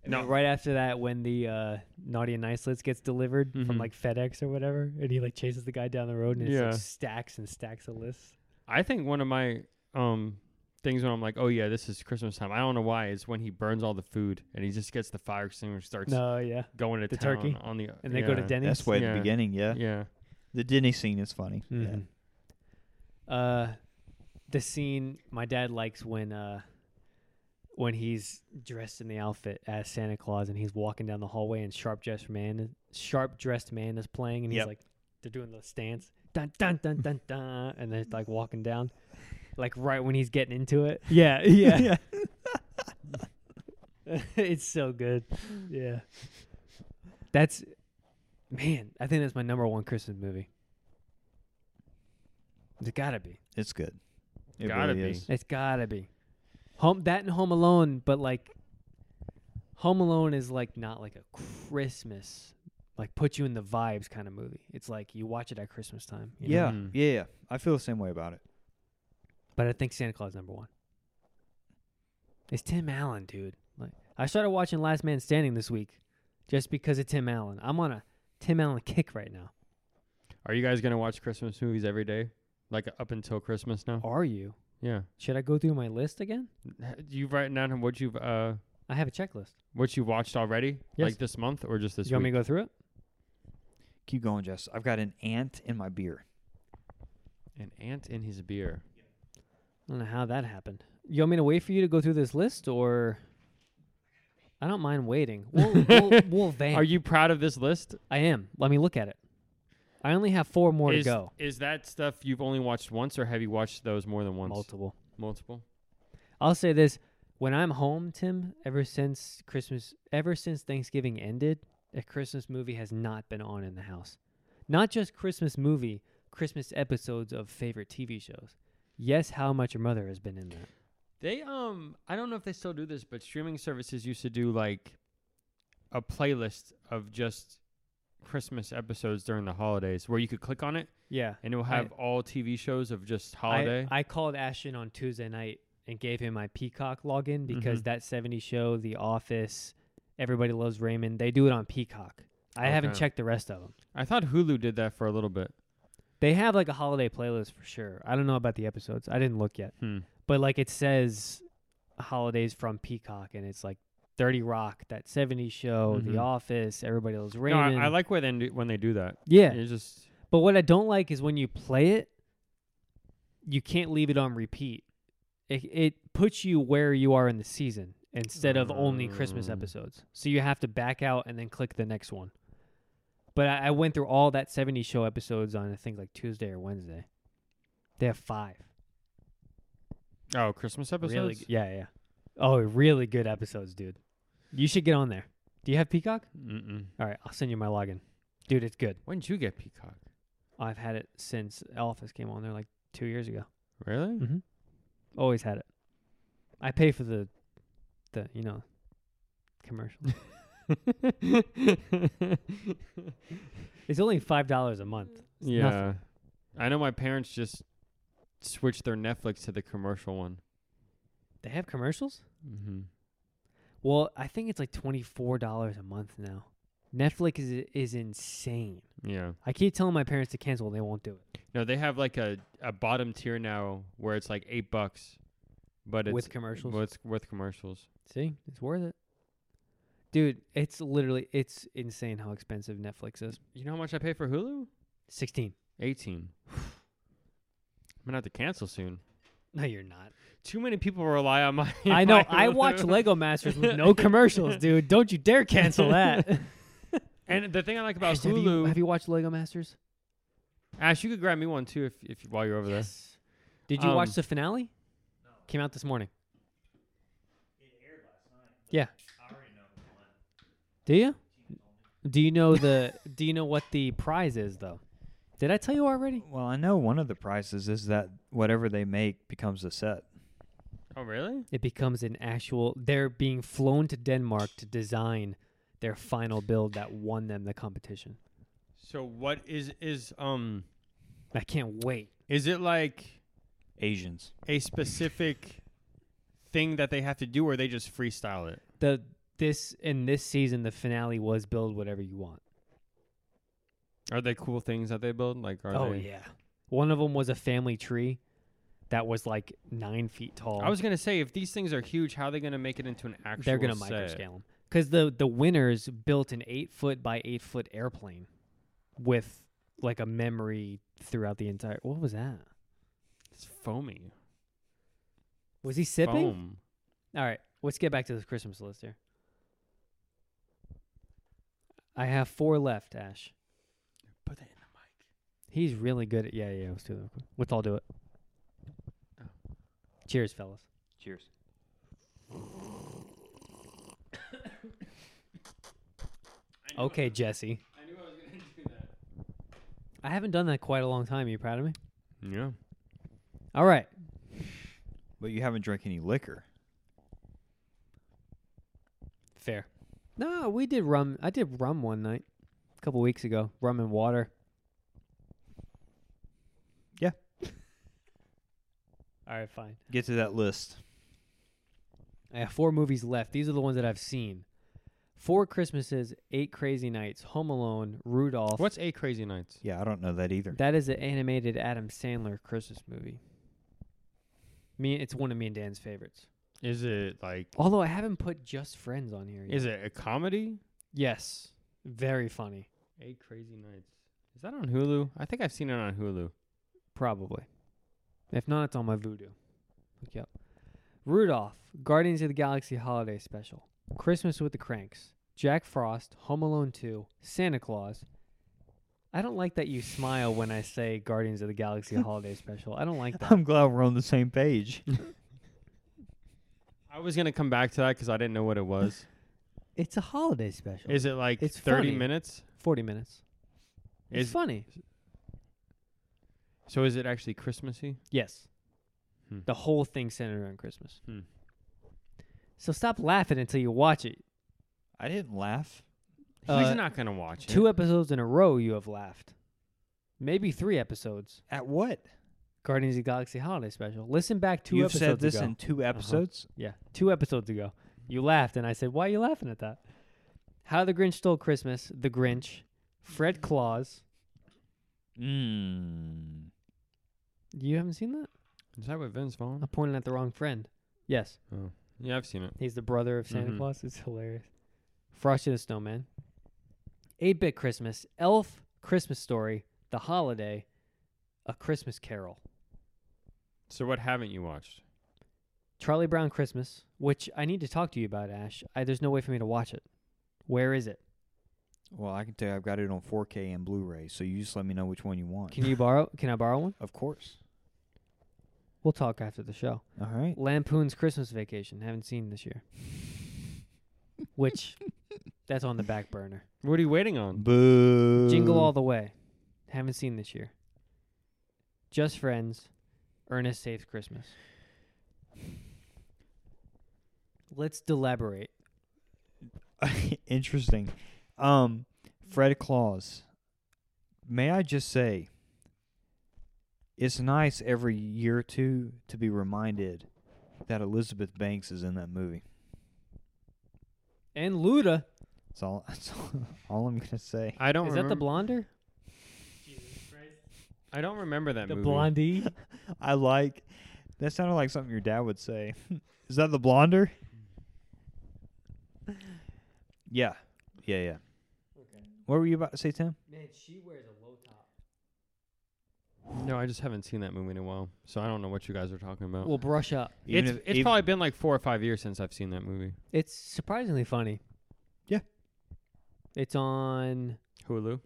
S3: And
S1: No.
S3: then right after that, when the uh, naughty and nice list gets delivered from
S1: Mhm.
S3: like FedEx or whatever, and he like chases the guy down the road and it's
S1: Yeah.
S3: like stacks and stacks of lists.
S1: I think one of my um things when I'm like, oh yeah, this is Christmas time. I don't know why is when he burns all the food and he just gets the fire extinguisher, starts
S3: No, yeah,
S1: going to
S3: The
S1: town
S3: turkey?
S1: on the
S3: and they go to
S1: yeah,
S3: Denny's.
S2: That's way at
S1: Yeah.
S2: the beginning, yeah.
S1: Yeah,
S2: The Denny scene is funny. Yeah.
S3: Mhm. Uh, the scene my dad likes when uh, when he's dressed in the outfit as Santa Claus and he's walking down the hallway and sharp dressed man, sharp dressed man is playing and
S2: Yep.
S3: he's like, they're doing the stance, dun dun dun dun dun, and they're like walking down, like right when he's getting into it. Yeah, yeah. it's so good. Yeah. That's man, I think that's my number one Christmas movie. It's gotta be.
S2: It's good. It
S1: Gotta
S2: really
S1: be.
S2: is.
S3: It's gotta be. Home that and Home Alone, but like Home Alone is like not like a Christmas, like put you in the vibes kind of movie. It's like you watch it at Christmas time. you know? Hmm.
S2: Yeah,
S1: Mhm.
S2: yeah, yeah. I feel the same way about it.
S3: But I think Santa Claus number one. It's Tim Allen, dude. Like I started watching Last Man Standing this week, just because of Tim Allen. I'm on a Tim Allen kick right now.
S1: Are you guys gonna watch Christmas movies every day, like up until Christmas now?
S3: Are you?
S1: Yeah.
S3: Should I go through my list again?
S1: H- You've written down what you've uh
S3: I have a checklist.
S1: what you watched already,
S3: Yes.
S1: like this month or just this
S3: you want me
S1: week.
S3: to go through it?
S2: Keep going, Jess. I've got an ant in my beer.
S1: An ant in his beer.
S3: I don't know how that happened. You want me to wait for you to go through this list, or I don't mind waiting. We'll, we'll, we'll vamp.
S1: Are you proud of this list?
S3: I am. Let me look at it. I only have four more
S1: is,
S3: to go.
S1: Is that stuff you've only watched once, or have you watched those more than once?
S3: Multiple.
S1: Multiple.
S3: I'll say this: when I'm home, Tim, ever since Christmas, ever since Thanksgiving ended, a Christmas movie has not been on in the house. Not just Christmas movie, Christmas episodes of favorite TV shows. Yes, How Much Your Mother has been in that.
S1: They um I don't know if they still do this, but streaming services used to do like a playlist of just Christmas episodes during the holidays where you could click on it
S3: Yeah,
S1: and it will
S3: I-
S1: have all TV shows of just holiday.
S3: I, I called Ashton on Tuesday night and gave him my Peacock login because
S1: Mhm.
S3: that 70 show, The Office, Everybody Loves Raymond, they do it on Peacock. I haven't
S1: Okay.
S3: checked the rest of them.
S1: I thought Hulu did that for a little bit.
S3: They have like a holiday playlist for sure. I don't know about the episodes. I didn't look yet.
S1: Hmm.
S3: But like it says holidays from Peacock and it's like 30 Rock, that 70 show,
S1: Mhm.
S3: The Office, Everybody Loves
S1: No,
S3: Raymond.
S1: I, I like when they do, when they do that.
S3: Yeah.
S1: It's just
S3: But what I don't like is when you play it, you can't leave it on repeat. It, it puts you where you are in the season instead of only Christmas
S1: Oh.
S3: episodes. So you have to back out and then click the next one. But I, I went through all that 70 show episodes on, I think, like Tuesday or Wednesday. They have five.
S1: oh Christmas episodes.
S3: Really? g- Yeah, yeah. Oh, really good episodes, dude. You should get on there. Do you have Peacock?
S1: Mm-mm.
S3: All right, I'll send you my login. Dude, it's good.
S1: When did you get Peacock?
S3: I've had it since Office came on there like two years ago.
S1: Really?
S3: Mm-hmm. Always had it. I pay for the, the you know, commercials. it's only five dollars a month.
S1: yeah. I know my parents just switched their Netflix to the commercial one.
S3: They have commercials?
S1: Mm-hmm.
S3: Well, I think it's like twenty four dollars a month now. Netflix is is insane.
S1: Yeah.
S3: I keep telling my parents to cancel, they won't do it
S1: No, they have like a, a bottom tier now where it's like eight bucks, but it's
S3: with commercials.
S1: With, with commercials.
S3: See, it's worth it, dude. It's literally it's insane how expensive Netflix is.
S1: You know how much I pay for Hulu?
S3: Sixteen?
S1: Eighteen. I'm gonna have to cancel soon.
S3: No, you're not.
S1: Too many people rely on my.
S3: I know.
S1: my
S3: I
S1: Hulu.
S3: watch Lego Masters with no commercials, dude. Don't you dare cancel that.
S1: And the thing I like about
S3: Ash, have,
S1: Hulu,
S3: you, have you watched Lego Masters?
S1: Ash, you could grab me one too if if you- while you're over
S3: Yes. Did you watch
S1: Um,
S3: the finale? No. Came out this morning. It aired last night. Yeah. I already know Do you? Do you know the do you know what the prize is though? Did I tell you already?
S2: Well, I know one of the prizes is that whatever they make becomes a set.
S1: there. Oh really?
S3: It becomes an actual they're being flown to Denmark to design their final build that won them the competition.
S1: So what is is um
S3: I can't wait.
S1: is it like
S2: Asians.
S1: a specific thing that they have to do, or they just freestyle it?
S3: The this in this season the finale was build whatever you want.
S1: Are they cool things that they build? Like are
S3: oh
S1: they?
S3: yeah. One of them was a family tree that was like nine feet tall.
S1: I was gonna say if these things are huge, how are they gonna make it into an actual?
S3: they're gonna
S1: set?
S3: microscale them because the the winners built an eight foot by eight foot airplane with like a memory throughout the entire. What was that?
S1: It's foamy.
S3: Was he sipping?
S1: Foam.
S3: All right, let's get back to this Christmas list here. I have four left, Ash.
S1: Put that in the mic.
S3: He's really good at yeah yeah. Let's do that. Let's all do it.
S1: Oh.
S3: Cheers, fellas.
S2: Cheers.
S3: Okay, Jesse.
S1: I knew I was gonna do that.
S3: I haven't done that quite a long time. Are you proud of me?
S1: Yeah.
S3: All right.
S2: But you haven't drank any liquor.
S3: Fair. No, we did rum. I did rum one night a couple weeks ago. Rum and water.
S2: Yeah.
S3: All right, fine.
S2: Get to that list.
S3: I have four movies left. These are the ones that I've seen. Four Christmases, Eight Crazy Nights, Home Alone, Rudolph.
S1: What's eight crazy nights?
S2: Yeah, I don't know that either.
S3: That is an animated Adam Sandler Christmas movie. Me, it's one of me and Dan's favorites.
S1: Is it like?
S3: Although I haven't put Just Friends on here. Yet.
S1: Is it a comedy?
S3: yes, very funny.
S1: Eight crazy nights. Is that on Hulu? I think I've seen it on Hulu.
S3: Probably. If not, it's on my voodoo. Look you up. Rudolph, Guardians of the Galaxy Holiday Special, Christmas with the Cranks, Jack Frost, Home Alone 2, Santa Claus. I don't like that you smile when I say Guardians of the Galaxy Holiday Special. I don't like that.
S2: I'm glad we're on the same page.
S1: I was gonna come back to that because I didn't know what it was.
S3: It's a holiday special.
S1: Is it like
S3: It's
S1: thirty
S3: funny.
S1: minutes?
S3: 40 minutes. It's
S1: Is
S3: funny.
S1: so? Is it actually Christmassy?
S3: Yes.
S1: Hmm.
S3: The whole thing centered around Christmas.
S1: Hmm.
S3: So stop laughing until you watch it.
S2: I didn't laugh.
S3: Uh,
S1: He's not gonna watch it.
S3: Two episodes in a row you have laughed. Maybe three episodes.
S2: At what?
S3: Guardians of the Galaxy Holiday Special. Listen back 2
S2: You've
S3: episodes
S2: said this
S3: ago. Uh-huh.
S2: in two episodes?
S3: yeah, two episodes ago. You laughed, and I said, "Why are you laughing at that?" How the Grinch Stole Christmas, The Grinch, Fred Claus.
S2: Mmm.
S3: You haven't seen that?
S1: Is that with Vince Vaughn?
S3: I'm pointing at the wrong friend. Yes,
S1: Yeah, I've seen it.
S3: he's the brother of Santa
S1: Mhm.
S3: Claus. It's hilarious. Frosty the Snowman, Eight Bit Christmas, Elf, Christmas Story, The Holiday, A Christmas Carol.
S1: So what haven't you watched?
S3: Charlie Brown Christmas, which I need to talk to you about, Ash. I, there's no way for me to watch it. Where is it?
S2: Well, I can tell you I've got it on 4K and Blu-ray, so you just let me know which one you want.
S3: Can you borrow? Can I borrow one?
S2: of course.
S3: We'll talk after the show.
S2: All right.
S3: Lampoon's Christmas Vacation. Haven't seen this year. Which, that's on the back burner.
S1: What are you waiting on?
S2: Boo.
S3: Jingle All the Way. Haven't seen this year. Just Friends. Ernest Saves Christmas. Let's deliberate.
S2: Interesting. Um, Fred Claus. May I just say, it's nice every year or two to be reminded that Elizabeth Banks is in that movie.
S3: And Luda.
S2: That's all. That's all, all I'm gonna say.
S1: I don't.
S3: Is that
S1: remember,
S3: the blonder?
S1: I don't remember that
S3: the
S1: movie.
S3: blondie?
S2: I like. That sounded like something your dad would say. is that the blonder? Yeah. Yeah. Yeah. What were you about to say, Tim?
S3: Man, she wears a low top.
S1: No, I just haven't seen that movie in a while, so I don't know what you guys are talking about.
S3: Well, brush up.
S1: it's
S2: Even if-
S1: it's
S2: ev-
S1: probably been like four or five years since I've seen that movie.
S3: It's surprisingly funny.
S2: Yeah.
S3: It's on.
S1: Hulu.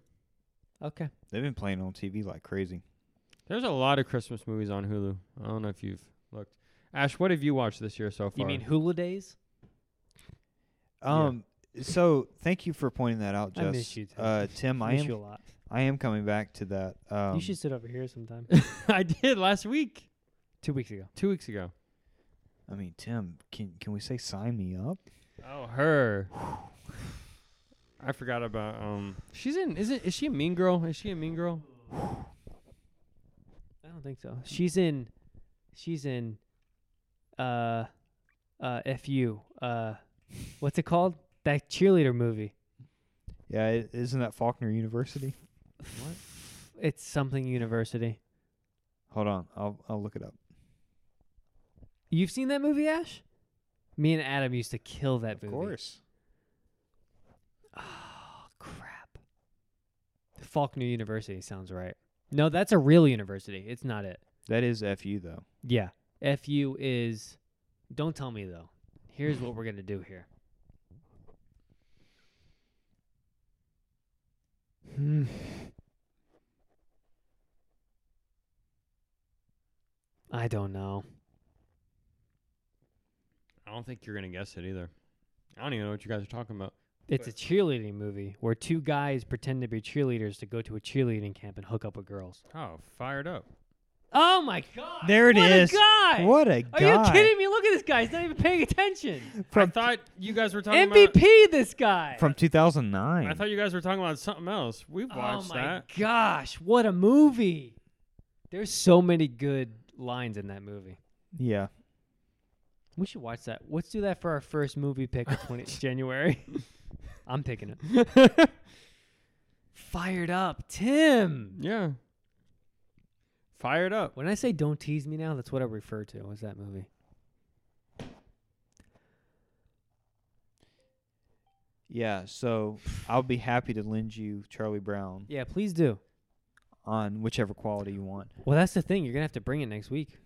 S3: Okay.
S2: they've been playing on TV like crazy.
S1: There's a lot of Christmas movies on Hulu. I don't know if you've looked. Ash, what have you watched this year so far?
S3: You mean Hula Days?
S1: Yeah.
S2: Um. So thank you for pointing that out, Jess.
S3: I miss you, Tim.
S2: Uh, Tim, I
S3: Miss
S2: am
S3: you a lot.
S2: I am coming back to that. Um,
S3: you should sit over here sometime.
S1: I did last week,
S3: Two weeks ago.
S1: two weeks ago.
S2: I mean, Tim, can can we say sign me up?
S1: Oh, her. I forgot about um. She's in. Is it? Is she a Mean Girl? Is she a Mean Girl?
S3: I don't think so. She's in. She's in. Uh, uh, fu. Uh, what's it called? That cheerleader movie.
S2: Yeah, i- isn't that Faulkner University?
S3: What? It's something university.
S2: Hold on, I'll I'll look it up.
S3: You've seen that movie, Ash? Me and Adam used to kill that
S2: Of
S3: movie.
S2: course.
S3: Oh crap. Faulkner University sounds right. No, that's a real university. It's not it.
S2: That is fu though.
S3: Yeah. FU is don't tell me though. Here's what we're gonna do here. Hmm. I don't know.
S1: I don't think you're gonna guess it either. I don't even know what you guys are talking about.
S3: It's a cheerleading movie where two guys pretend to be cheerleaders to go to a cheerleading camp and hook up with girls.
S1: Oh, fired up.
S3: Oh my god!
S2: There it
S3: it is.
S2: is.
S3: guy!
S2: What a
S3: Are
S2: guy!
S3: you kidding me? Look at this guy. He's not even paying attention.
S1: I thought you guys were talking
S3: MVP, this guy.
S2: From
S1: about. I
S2: 2009.
S1: thought you guys were talking about something else. We've
S3: oh
S1: watched
S3: my
S1: that.
S3: gosh, what a movie! There's so many good lines in that movie.
S2: yeah.
S3: We should watch that. Let's do that for our first movie pick of 20, January. I'm picking it. Fired up, Tim.
S1: Yeah. Fired up.
S3: When I say "Don't tease me now," that's what I refer to. Was that movie?
S2: Yeah. So I'll be happy to lend you Charlie Brown
S3: Yeah, please do.
S2: on whichever quality you want.
S3: Well, that's the thing. You're gonna have to bring it next week.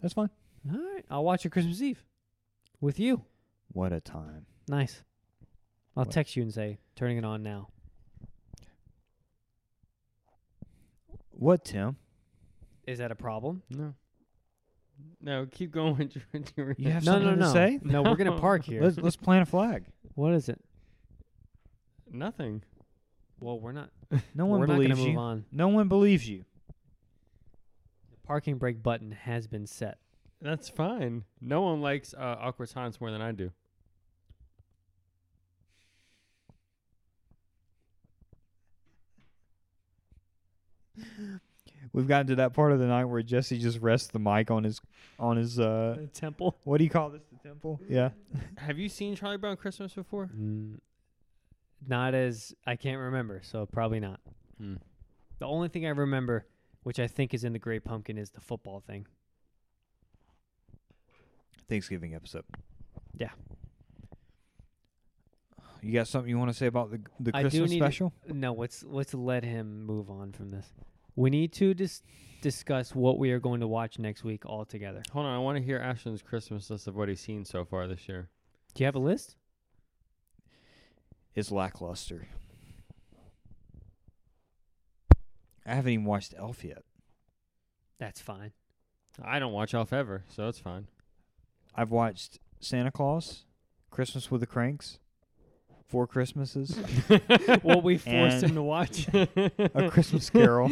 S2: That's fine.
S3: All right, I'll watch it Christmas Eve with you.
S2: What a time.
S3: Nice. I'll
S2: What?
S3: text you and say, turning it on now.
S2: What Tim?
S3: Is that a problem?
S1: No. No, keep going. with your- with your-
S2: You have
S3: no,
S2: something
S3: no,
S2: to
S3: no.
S2: say?
S3: No, we're going to park here.
S2: Let's let's plant a flag.
S3: what is it?
S1: Nothing.
S3: Well, we're not.
S2: No one
S3: we're not going
S2: believes
S3: to move
S2: you.
S3: on.
S2: No one believes you.
S3: The parking brake button has been set.
S1: That's fine. No one likes uh, awkward silence more than I do.
S2: We've gotten to that part of the night where Jesse just rests the mic on his on his uh
S3: temple.
S2: what do you call this? The temple? Yeah.
S1: Have you seen Charlie Brown Christmas before?
S3: Mm, not as I can't remember, so probably not.
S1: Hmm.
S3: The only thing I remember, which I think is in the Great Pumpkin, is the football thing.
S2: Thanksgiving episode.
S3: Yeah.
S2: You got something you want to say about the the
S3: I do
S2: Christmas
S3: need to-
S2: special?
S3: No, let's let's let him move on from this. We need to dis- discuss what we are going to watch next week all together.
S1: Hold on, I want to hear Ashland's Christmas list of what he's seen so far this year.
S3: Do you have a list?
S2: It's lackluster. I haven't even watched Elf yet.
S3: That's fine.
S1: I don't watch Elf ever, so that's fine.
S2: I've watched Santa Claus, Christmas with the Cranks, Four Christmases,
S3: well, we forced
S2: And-
S3: him to watch.
S2: A Christmas Carol,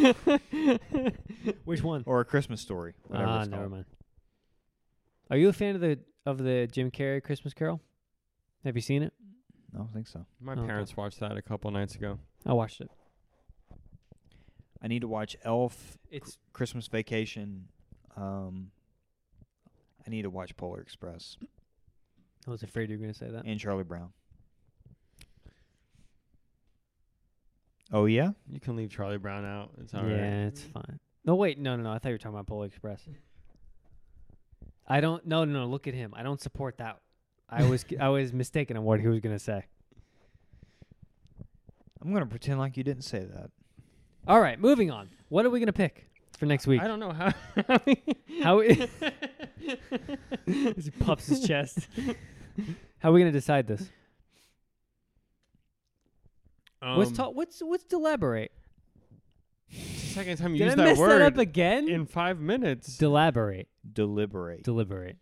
S3: Which one?
S2: or A Christmas Story. Whatever
S3: Ah,
S2: it's
S3: never
S2: called.
S3: mind. Are you a fan of the of the Jim Carrey Christmas Carol? Have you seen it?
S2: I don't think so.
S1: My
S3: Okay.
S1: parents watched that a couple nights ago.
S3: I watched it.
S2: I need to watch Elf,
S3: It's
S2: Christmas Vacation. Um, I need to watch Polar Express
S1: Uh,
S3: I was afraid you were gonna say that.
S2: and Charlie Brown. Oh yeah,
S1: You can leave Charlie Brown out. It's all right.
S3: yeah, it's fine. No, wait, no, no, no. I thought you were talking about Polar Express. I don't. No, no, no. Look at him. I don't support that. I was I was mistaken on what he was gonna say.
S2: I'm gonna pretend like you didn't say that.
S3: All right, moving on. What are we gonna pick for next week?
S1: I don't know how.
S3: How i- As he pops his chest. How are we gonna decide this? let's
S1: Um,
S3: talk. Let's let's deliberate.
S1: it's the second time you
S3: Did I
S1: used
S3: mess
S1: that word
S3: that up again?
S1: in five minutes.
S3: Deliberate.
S2: Deliberate.
S3: Deliberate.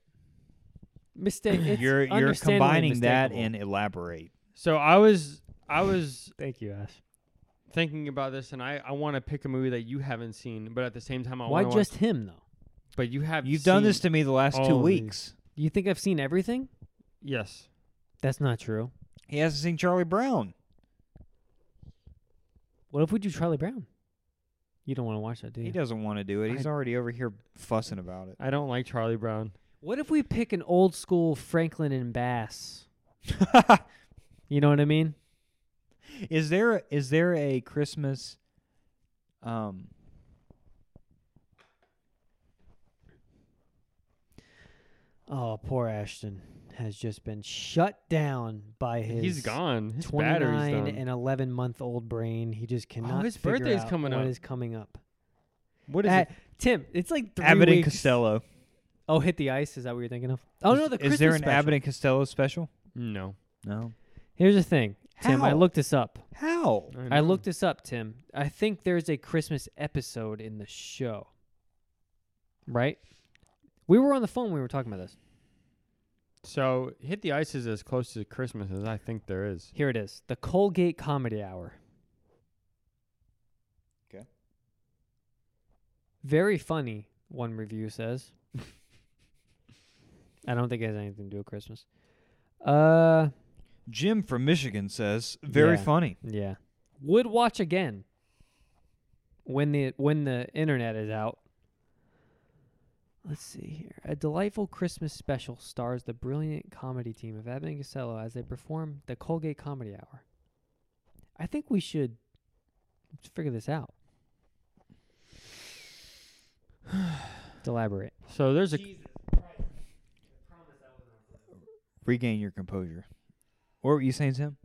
S3: Mistake. It's
S2: you're you're
S3: understandably
S2: combining that
S3: mistakable.
S2: and elaborate.
S1: so I was I was
S3: Thank you, Ash.
S1: thinking about this, and I I want to pick a movie that you haven't seen, but at the same time Oh, I
S3: Why
S1: want to.
S3: just him though?
S1: But you have.
S2: You've done this
S1: seen-
S2: to me the last
S1: all
S2: two
S1: these-
S2: weeks.
S3: You think I've seen everything?
S1: Yes.
S3: That's not true.
S2: He hasn't seen Charlie Brown.
S3: What if we do Charlie Brown? You don't want to watch that, do you?
S2: He doesn't want to do it. He's
S1: I-
S2: already over here fussing about it.
S1: I don't like Charlie Brown.
S3: What if we pick an old school Franklin and Bass? You know what I mean?
S2: is there is there a Christmas um
S3: Oh, poor Ashton has just been shut down by his
S1: He's gone. His battery's
S3: 29
S1: done. Oh,
S3: and 11 month old brain. He just cannot
S1: his
S3: figure
S1: birthday's
S3: out
S1: coming
S3: what
S1: up.
S3: is coming up.
S1: what is
S3: At-
S1: it?
S3: Uh, Tim, it's like three
S2: Abbott and
S3: weeks-
S2: Costello?
S3: Oh, hit the ice. Is that what you're thinking of? Oh
S2: is,
S3: no, the
S2: is
S3: Christmas
S2: there an
S3: special.
S2: Abbott and Costello special?
S1: No.
S2: No.
S3: Here's the thing, Tim. I
S2: How? Mm-hmm.
S3: looked this up.
S2: How?
S1: know.
S3: I looked this up, Tim. I think there's a Christmas episode in the show. Right? We were on the phone when we were talking about this.
S1: So hit the ice is as close to Christmas as I think there is.
S3: Here it is. The Colgate Comedy Hour.
S2: 'Kay.
S3: Very funny, one review says. I don't think it has anything to do with Christmas. Uh
S2: Jim from Michigan says very
S3: Yeah.
S2: funny.
S3: yeah. Would watch again. When the when the internet is out. Let's see here. A delightful Christmas special stars the brilliant comedy team of Abbott and Costello as they perform the Colgate Comedy Hour. I think we should figure this out. Let's elaborate.
S1: So there's a
S2: Regain your composure. What were you saying, Tim?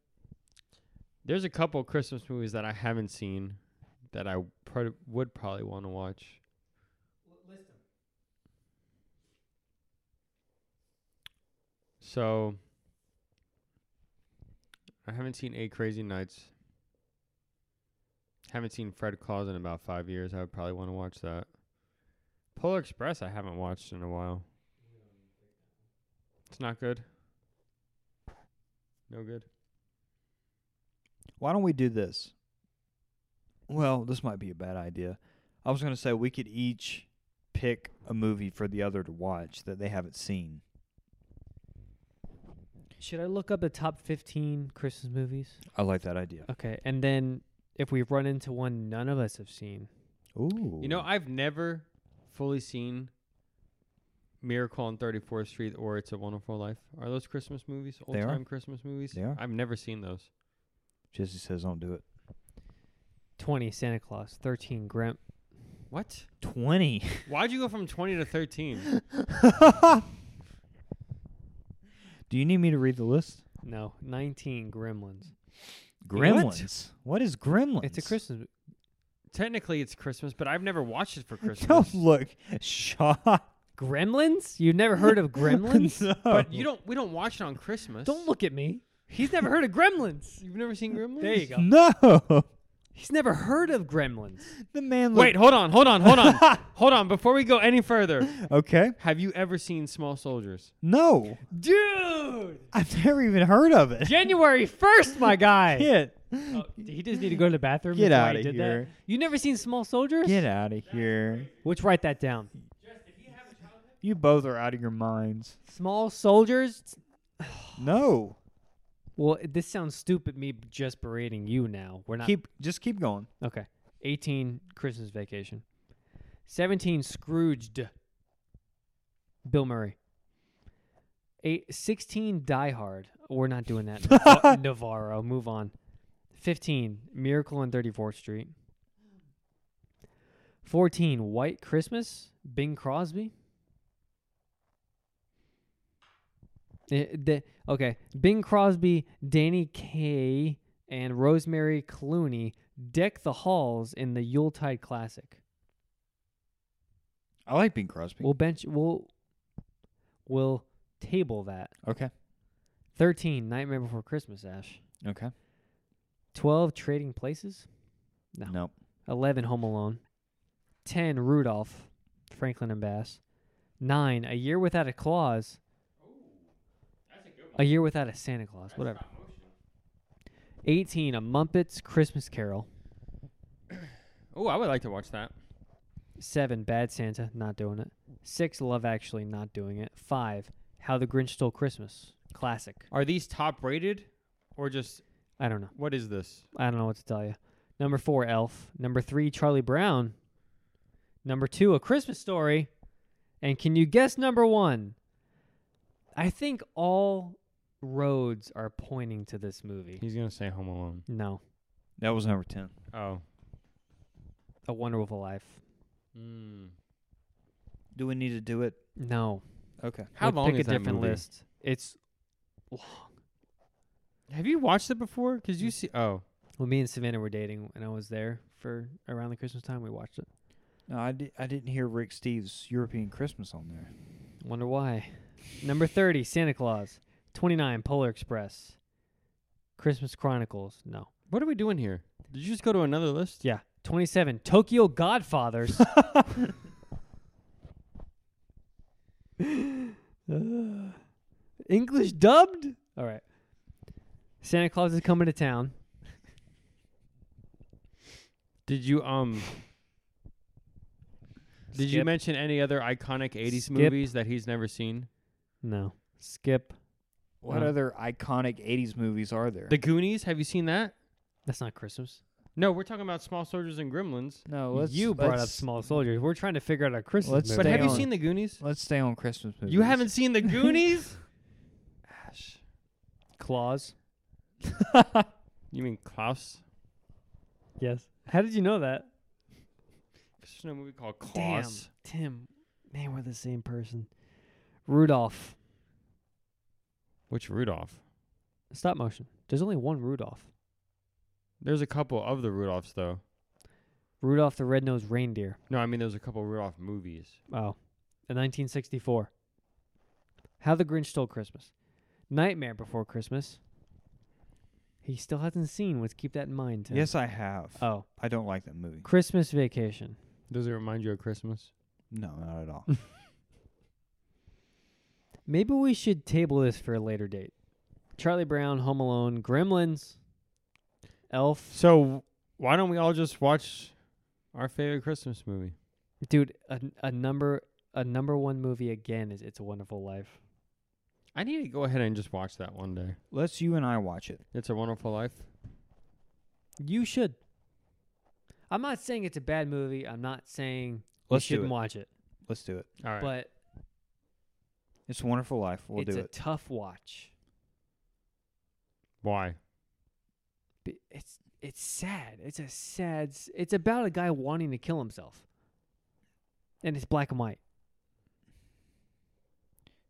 S1: there's a couple Christmas movies that I haven't seen that I prob- would probably want to watch. So I haven't seen Eight Crazy Nights. Haven't seen Fred Claus in about five years. I would probably want to watch that. Polar Express I haven't watched in a while. It's not good. No good.
S2: Why don't we do this? Well, this might be a bad idea. I was going to say we could each pick a movie for the other to watch that they haven't seen.
S3: Should I look up the top 15 Christmas movies?
S2: I like that idea.
S3: Okay, and then if we run into one none of us have seen,
S2: Ooh.
S1: You know, I've never fully seen Miracle on 34th Street or It's a Wonderful Life. Are those Christmas movies? Old
S2: They are.
S1: time Christmas movies?
S2: They are.
S1: I've never seen those.
S2: Jesse says don't do it.
S3: 20 Santa Claus, 13 Gramp.
S1: What?
S2: 20.
S1: Why'd you go from 20 to 13?
S2: do you need me to read the list?
S3: No, 19 Gremlins.
S2: Gremlins. what is Gremlins?
S3: It's a Christmas. mo-
S1: Technically, it's Christmas, but I've never watched it for Christmas.
S2: No, Oh, look. Shot.
S3: Gremlins? You've never heard of Gremlins?
S1: But you don't. We don't watch it on Christmas.
S3: Don't look at me. He's never heard of Gremlins.
S1: You've never seen Gremlins.
S3: There you go.
S2: No.
S3: He's never heard of Gremlins.
S2: The man
S1: Wait, hold on, hold on, hold on, hold on. Before we go any further,
S2: Okay.
S1: have you ever seen Small Soldiers?
S2: No.
S3: Dude!
S2: I've never even heard of it.
S3: January 1st, my guy.
S2: Get,
S3: Oh, he just need to go to the bathroom.
S2: Get
S3: That's why
S2: outta
S3: he did
S2: here.
S3: That. You never seen Small Soldiers?
S2: get out of here.
S3: Which write that down.
S2: You both are out of your minds.
S3: Small Soldiers.
S2: No.
S3: Well, this sounds stupid. Me just berating you now. We're not
S2: Keep just keep going.
S3: okay. 18, Christmas Vacation. 17, Scrooged. Bill Murray. Eight, 16, Die Hard. We're not doing that. Nav- Navarro. Move on. 15, Miracle on 34th Street. 14, White Christmas. Bing Crosby. Eh, the- okay. Bing Crosby, Danny Kaye, and Rosemary Clooney deck the halls in the Yuletide Classic.
S2: I like Bing Crosby.
S3: We'll bench. We'll we'll table that.
S2: okay.
S3: Thirteen. Nightmare Before Christmas. Ash.
S2: Okay.
S3: Twelve. Trading Places. No.
S2: Nope.
S3: Eleven. Home Alone. Ten. Rudolph. Franklin and Bass. Nine. A Year Without a Claus. A Year Without a Santa Claus. Whatever. Eighteen. A Muppets Christmas Carol.
S1: Oh, I would like to watch that.
S3: Seven, Bad Santa, not doing it. Six, Love Actually, not doing it. Five, How the Grinch Stole Christmas, classic.
S1: Are these top rated, or just
S3: I don't know.
S1: what is this?
S3: I don't know what to tell you. Number four, Elf. Number three, Charlie Brown. Number two, A Christmas Story. And can you guess number one? I think all roads are pointing to this movie.
S1: He's gonna say Home Alone.
S3: No,
S2: That was number ten.
S1: Oh.
S3: A Wonderful Life.
S1: Mm.
S2: Do we need to do it?
S3: No.
S2: Okay.
S1: How
S3: We'd
S1: long
S3: pick
S1: is
S3: a
S1: that
S3: different
S1: movie?
S3: list? It's
S1: Have you watched it before? Cause you see. Oh,
S3: Well, me and Savannah were dating, and I was there for around the Christmas time. We watched it.
S2: No, I, di- I didn't hear Rick Steves European Christmas on there.
S3: Wonder why. Number 30, Santa Claus. 29, Polar Express. Christmas Chronicles. No.
S1: what are we doing here? Did you just go to another list?
S3: Yeah. 27, Tokyo Godfathers. Uh, English dubbed? All right. Santa Claus is coming to town.
S1: Did you um? Did you
S3: Skip.
S1: mention any other iconic '80s
S3: Skip.
S1: movies that he's never seen?
S3: No. Skip.
S2: What
S3: No.
S2: other iconic '80s movies are there?
S1: The Goonies. Have you seen that?
S3: That's not Christmas.
S1: No, we're talking about Small Soldiers and Gremlins.
S2: no, let's
S3: you brought up
S2: let's-
S3: Small Soldiers. We're trying to figure out our Christmas.
S2: Let's
S1: But
S3: movie.
S2: stay
S1: have you
S2: on.
S1: seen the Goonies?
S2: Let's stay on Christmas movies.
S1: You haven't seen the Goonies? Ash.
S3: Claus?
S1: You mean Klaus?
S3: Yes. How did you know that?
S1: There's no movie called
S3: Damn,
S1: Klaus.
S3: Tim. Man, we're the same person. Rudolph.
S1: Which Rudolph?
S3: Stop motion. There's only one Rudolph.
S1: There's a couple of the Rudolphs though.
S3: Rudolph the Red-Nosed Reindeer.
S1: No, I mean there's a couple Rudolph movies.
S3: Oh. In 1964. How the Grinch Stole Christmas. Nightmare Before Christmas. He still hasn't seen Let's Keep that in mind, Tim.
S2: Yes, I have.
S3: Oh.
S2: I don't like that movie.
S3: Christmas Vacation.
S1: Does it remind you of Christmas?
S2: No, not at all.
S3: Maybe we should table this for a later date. Charlie Brown, Home Alone, Gremlins, Elf.
S1: So why don't we all just watch our favorite Christmas movie?
S3: Dude, a, a number a number one movie again is It's a Wonderful Life.
S1: I need to go ahead and just watch that one day.
S2: let's you and I watch it.
S1: It's a Wonderful Life.
S3: You should. I'm not saying it's a bad movie. I'm not saying
S2: Let's do
S3: you shouldn't
S2: it.
S3: watch it.
S2: Let's do it.
S1: All right.
S3: But
S2: It's a Wonderful Life. We'll
S3: it's
S2: do
S3: a
S2: it.
S3: tough watch.
S1: Why?
S3: B- It's it's sad. It's a sad. s- It's about a guy wanting to kill himself. And it's black and white.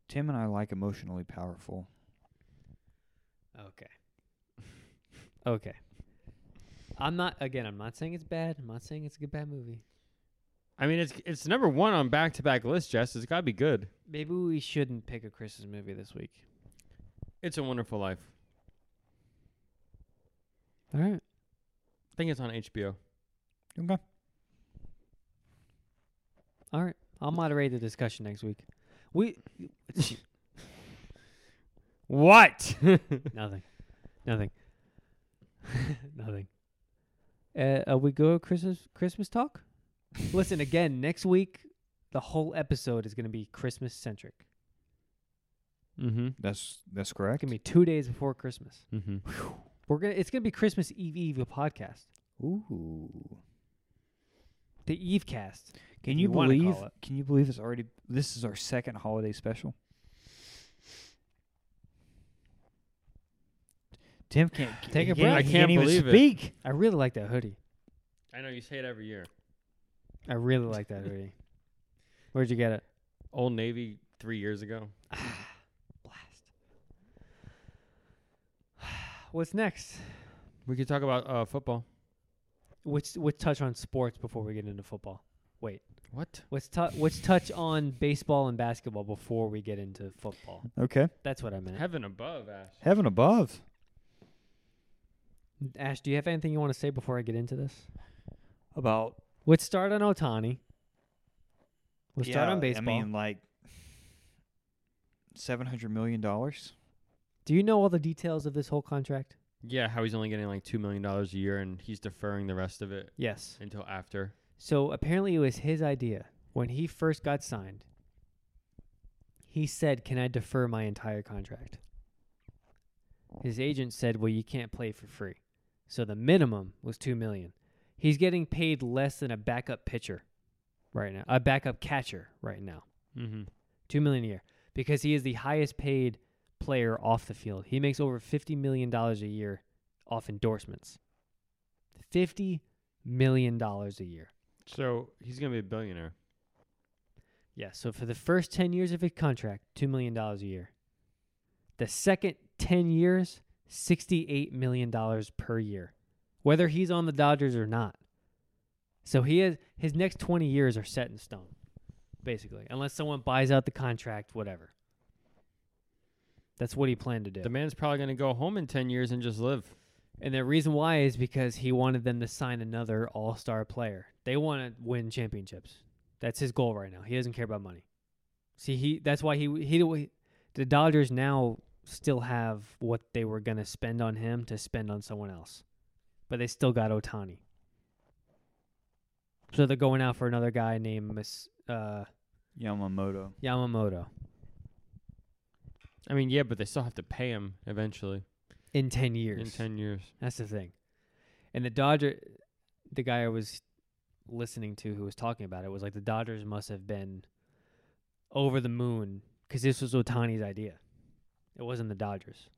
S2: Tim and I like emotionally powerful.
S3: Okay. okay. I'm not again. I'm not saying it's bad. I'm not saying it's a good bad movie.
S1: I mean it's it's number one on back to back list, Jess. It's gotta be good.
S3: Maybe we shouldn't pick a Christmas movie this week.
S1: It's a Wonderful Life.
S3: All right.
S1: I think it's on HBO.
S2: Okay.
S3: All right. I'll moderate the discussion next week. We
S1: What?
S3: nothing. Nothing. nothing. Uh, uh, we go Christmas Christmas talk? Listen again, next week the whole episode is going to be Christmas centric.
S1: mm-hmm.
S2: That's that's
S3: It's
S2: correct.
S3: going to be 2 days before Christmas.
S1: Mm-hmm.
S3: We're going to it's going to be Christmas Eve Eve a podcast.
S2: Ooh.
S3: the Eve cast.
S2: Can
S3: if
S2: you,
S3: you wanna
S2: believe?
S3: call it.
S2: Can you believe it's already? This is our second holiday special. Tim can't
S3: Take a
S2: he can't-
S3: break.
S1: I
S2: he
S1: can't
S2: even
S1: believe it.
S2: speak.
S3: I really like that hoodie.
S1: I know you say it every year.
S3: I really like that hoodie. Where'd you get it?
S1: Old Navy three years ago.
S3: Blast. What's next?
S1: We could talk about uh, football.
S3: Let's let's touch on sports before we get into football.
S1: What?
S3: Let's touch let's touch on baseball and basketball before we get into football.
S2: Okay,
S3: That's what I meant.
S1: Heaven above, Ash.
S2: heaven above.
S3: Ash, do you have anything you want to say before I get into this?
S2: About
S3: Let's start on Otani. We'll start
S2: yeah,
S3: on baseball.
S2: I mean, like seven hundred million dollars.
S3: do you know all the details of this whole contract?
S1: Yeah, how he's only getting like two million dollars a year, and he's deferring the rest of it
S3: Yes.
S1: until after.
S3: So apparently it was his idea when he first got signed. He said, "Can I defer my entire contract?" His agent said, "Well, you can't play for free." So the minimum was 2 million. He's getting paid less than a backup pitcher right now, a backup catcher right now.
S1: Mm-hmm.
S3: 2 million a year because he is the highest paid player off the field. He makes over 50 million dollars a year off endorsements. 50 million dollars a year.
S1: So he's gonna be a billionaire.
S3: Yeah, so for the first 10 years of his contract, $2 million a year. The second 10 years, $68 million per year, whether he's on the Dodgers or not. So he has his next 20 years are set in stone, basically, unless someone buys out the contract, whatever. That's what he planned to do.
S1: The man's probably gonna go home in ten years and just live.
S3: And the reason why is because he wanted them to sign another all star player. They want to win championships. That's his goal right now. He doesn't care about money. See, he that's why he he the Dodgers now still have what they were gonna spend on him to spend on someone else, but they still got Otani. So they're going out for another guy named Miss uh,
S2: Yamamoto.
S3: Yamamoto
S1: I mean, yeah, but they still have to pay him eventually
S3: in ten years.
S1: in ten years.
S3: That's the thing. And the Dodger, the guy I was listening to who was talking about it was like the Dodgers must have been over the moon because this was Otani's idea. It wasn't the Dodgers.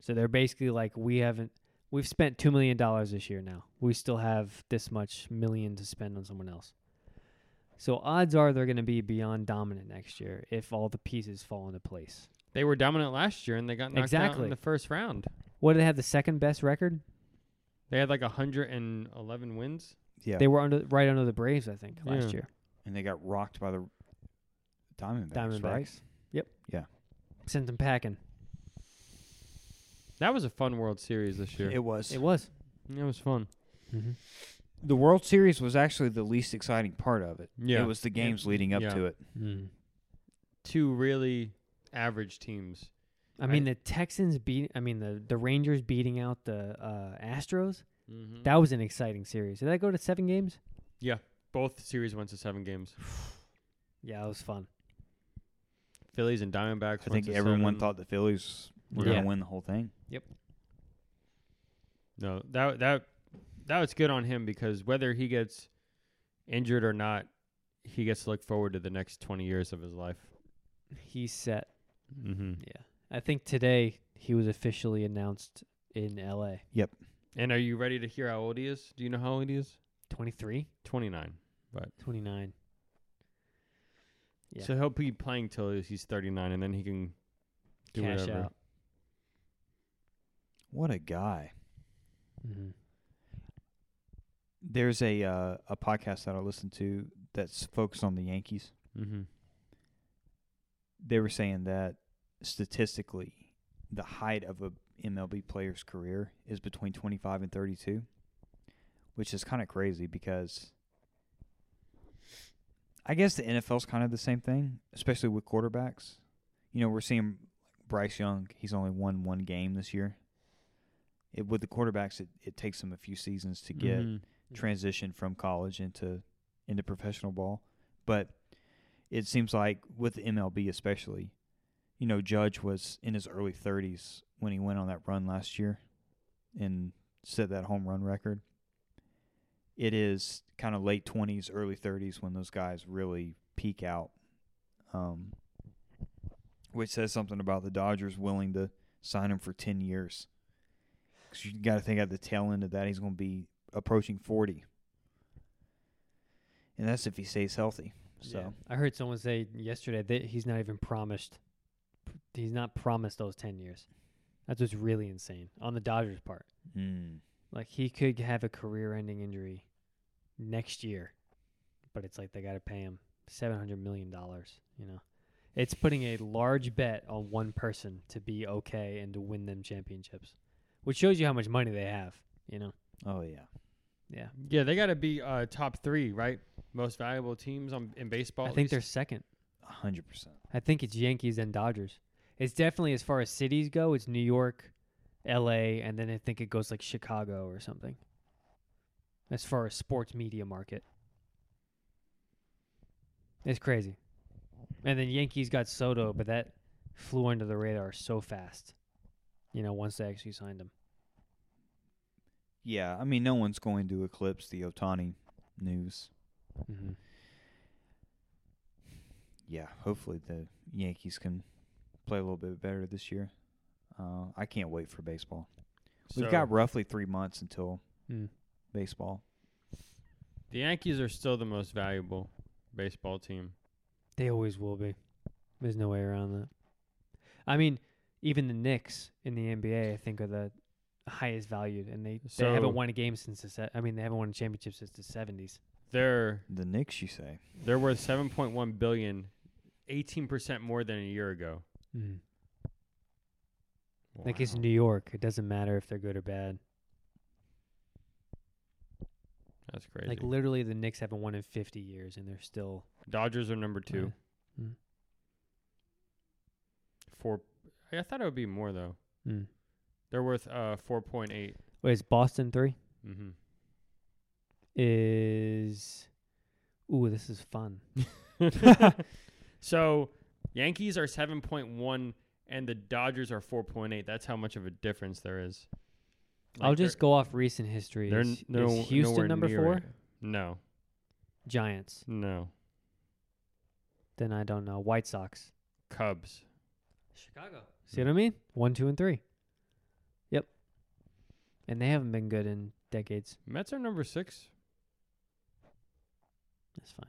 S3: So they're basically like, we haven't, we've spent $2 million this year now. We still have this much million to spend on someone else. So odds are they're going to be beyond dominant next year if all the pieces fall into place.
S1: They were dominant last year, and they got knocked out
S3: Exactly.
S1: in the first round.
S3: What did they have the second best record?
S1: They had like hundred and eleven wins.
S2: Yeah,
S3: They were under right under the Braves, I think, last
S1: Yeah.
S3: year.
S2: and they got rocked by the Diamondbacks. Right?
S3: Diamondbacks. Yep.
S2: Yeah.
S3: Sent them packing.
S1: That was a fun World Series this year. It,
S2: It was.
S3: It was.
S1: was fun.
S2: the World Series was actually the least exciting part of it.
S1: Yeah.
S2: It was the games leading up
S1: Yeah.
S2: to it.
S3: Mm.
S1: Two really average teams.
S3: I mean, the Texans beat. I mean, the the Rangers beating out the uh, Astros.
S1: Mm-hmm.
S3: That was an exciting series. Did that go to seven games?
S1: Both series went to seven games.
S3: Yeah, it was fun.
S1: Phillies and Diamondbacks.
S2: I
S1: went
S2: think
S1: to
S2: everyone
S1: seven.
S2: thought the Phillies were
S3: Yeah.
S2: going to win the whole thing.
S1: No, that that that was good on him because whether he gets injured or not, he gets to look forward to the next twenty years of his life.
S3: He's set.
S1: Mm-hmm.
S3: Yeah, I think today he was officially announced in L.A.
S1: And are you ready to hear how old he is? Do you know how old he is?
S3: 23,
S1: Twenty nine.
S3: 29. Yeah.
S1: So he'll be playing till he's thirty nine, and then he can do
S3: Cash
S1: whatever.
S3: out.
S2: What a guy.
S3: Mm-hmm.
S2: There's a uh, a podcast that I listen to that's focused on the Yankees.
S1: Mm-hmm.
S2: They were saying that statistically, the height of a MLB player's career is between 25 and 32, which is kind of crazy because I guess the NFL's kind of the same thing, especially with quarterbacks. You know, we're seeing Bryce Young; he's only won one game this year. It, with the quarterbacks, it, it takes them a few seasons to get
S1: Mhm.
S2: transition from college into into professional ball. But it seems like with the MLB especially, you know, Judge was in his early 30s when he went on that run last year and set that home run record. it is kind of late twenties, early thirties when those guys really peak out. Um, which says something about the Dodgers willing to sign him for ten years. 'Cause you got to think at the tail end of that he's going to be approaching forty, and that's if he stays healthy. So.
S3: I heard someone say yesterday that he's not even promised. He's not promised those ten years. That's what's really insane on the Dodgers' part.
S2: Mm.
S3: Like he could have a career-ending injury next year, but it's like they got to pay him seven hundred million dollars. You know, it's putting a large bet on one person to be okay and to win them championships, which shows you how much money they have. You know,
S2: Oh yeah.
S3: yeah.
S1: Yeah, they got to be uh, top three, right? Most valuable teams on in baseball.
S3: I
S1: at
S3: think they're
S1: least.
S3: second.
S2: A hundred percent.
S3: I think it's Yankees and Dodgers. It's definitely as far as cities go, it's New York, LA, and then I think it goes like Chicago or something. As far as sports media market. It's crazy. And then Yankees got Soto, but that flew under the radar so fast. You know, once they actually signed him.
S2: Yeah, I mean, no one's going to eclipse the Otani news.
S3: Mm-hmm.
S2: Yeah, hopefully the Yankees can play a little bit better this year. Uh, I can't wait for baseball. We've
S1: So,
S2: got roughly three months until
S3: Mm.
S2: baseball.
S1: the Yankees are still the most valuable baseball team.
S3: They always will be. There's no way around that. I mean, even the Knicks in the NBA, I think, are the highest valued, and they, they
S1: So-
S3: haven't won a game since the se- I mean, they haven't won a championship since the '70s.
S1: They're
S2: The Knicks, you say?
S1: they're worth 7.1 billion, 18 percent more than a year ago.
S3: Mm. Like it's
S1: Hmm. Wow.
S3: New York; it doesn't matter if they're good or bad.
S1: That's crazy.
S3: Like literally, the Knicks haven't won in 50 years, and they're still
S1: Dodgers are number two.
S3: Mm.
S1: Four. I I thought it would be more though.
S3: Mm.
S1: They're worth uh 4.8.
S3: Wait, is Boston three?
S1: Mm-hmm.
S3: Is ooh, this is fun.
S1: so Yankees are 7.1 and the Dodgers are 4.8. That's how much of a difference there is.
S3: I'll
S1: Like, they're-
S3: just go off recent history.
S1: they're
S3: is,
S1: n- no-
S3: is Houston
S1: nowhere
S3: number
S1: near
S3: four?
S1: it. No.
S3: Giants.
S1: No.
S3: Then I don't know. White Sox.
S1: Cubs.
S3: Chicago. See what I mean? One, two, and three. Yep. And they haven't been good in decades.
S1: Mets are number 6.
S3: That's fine.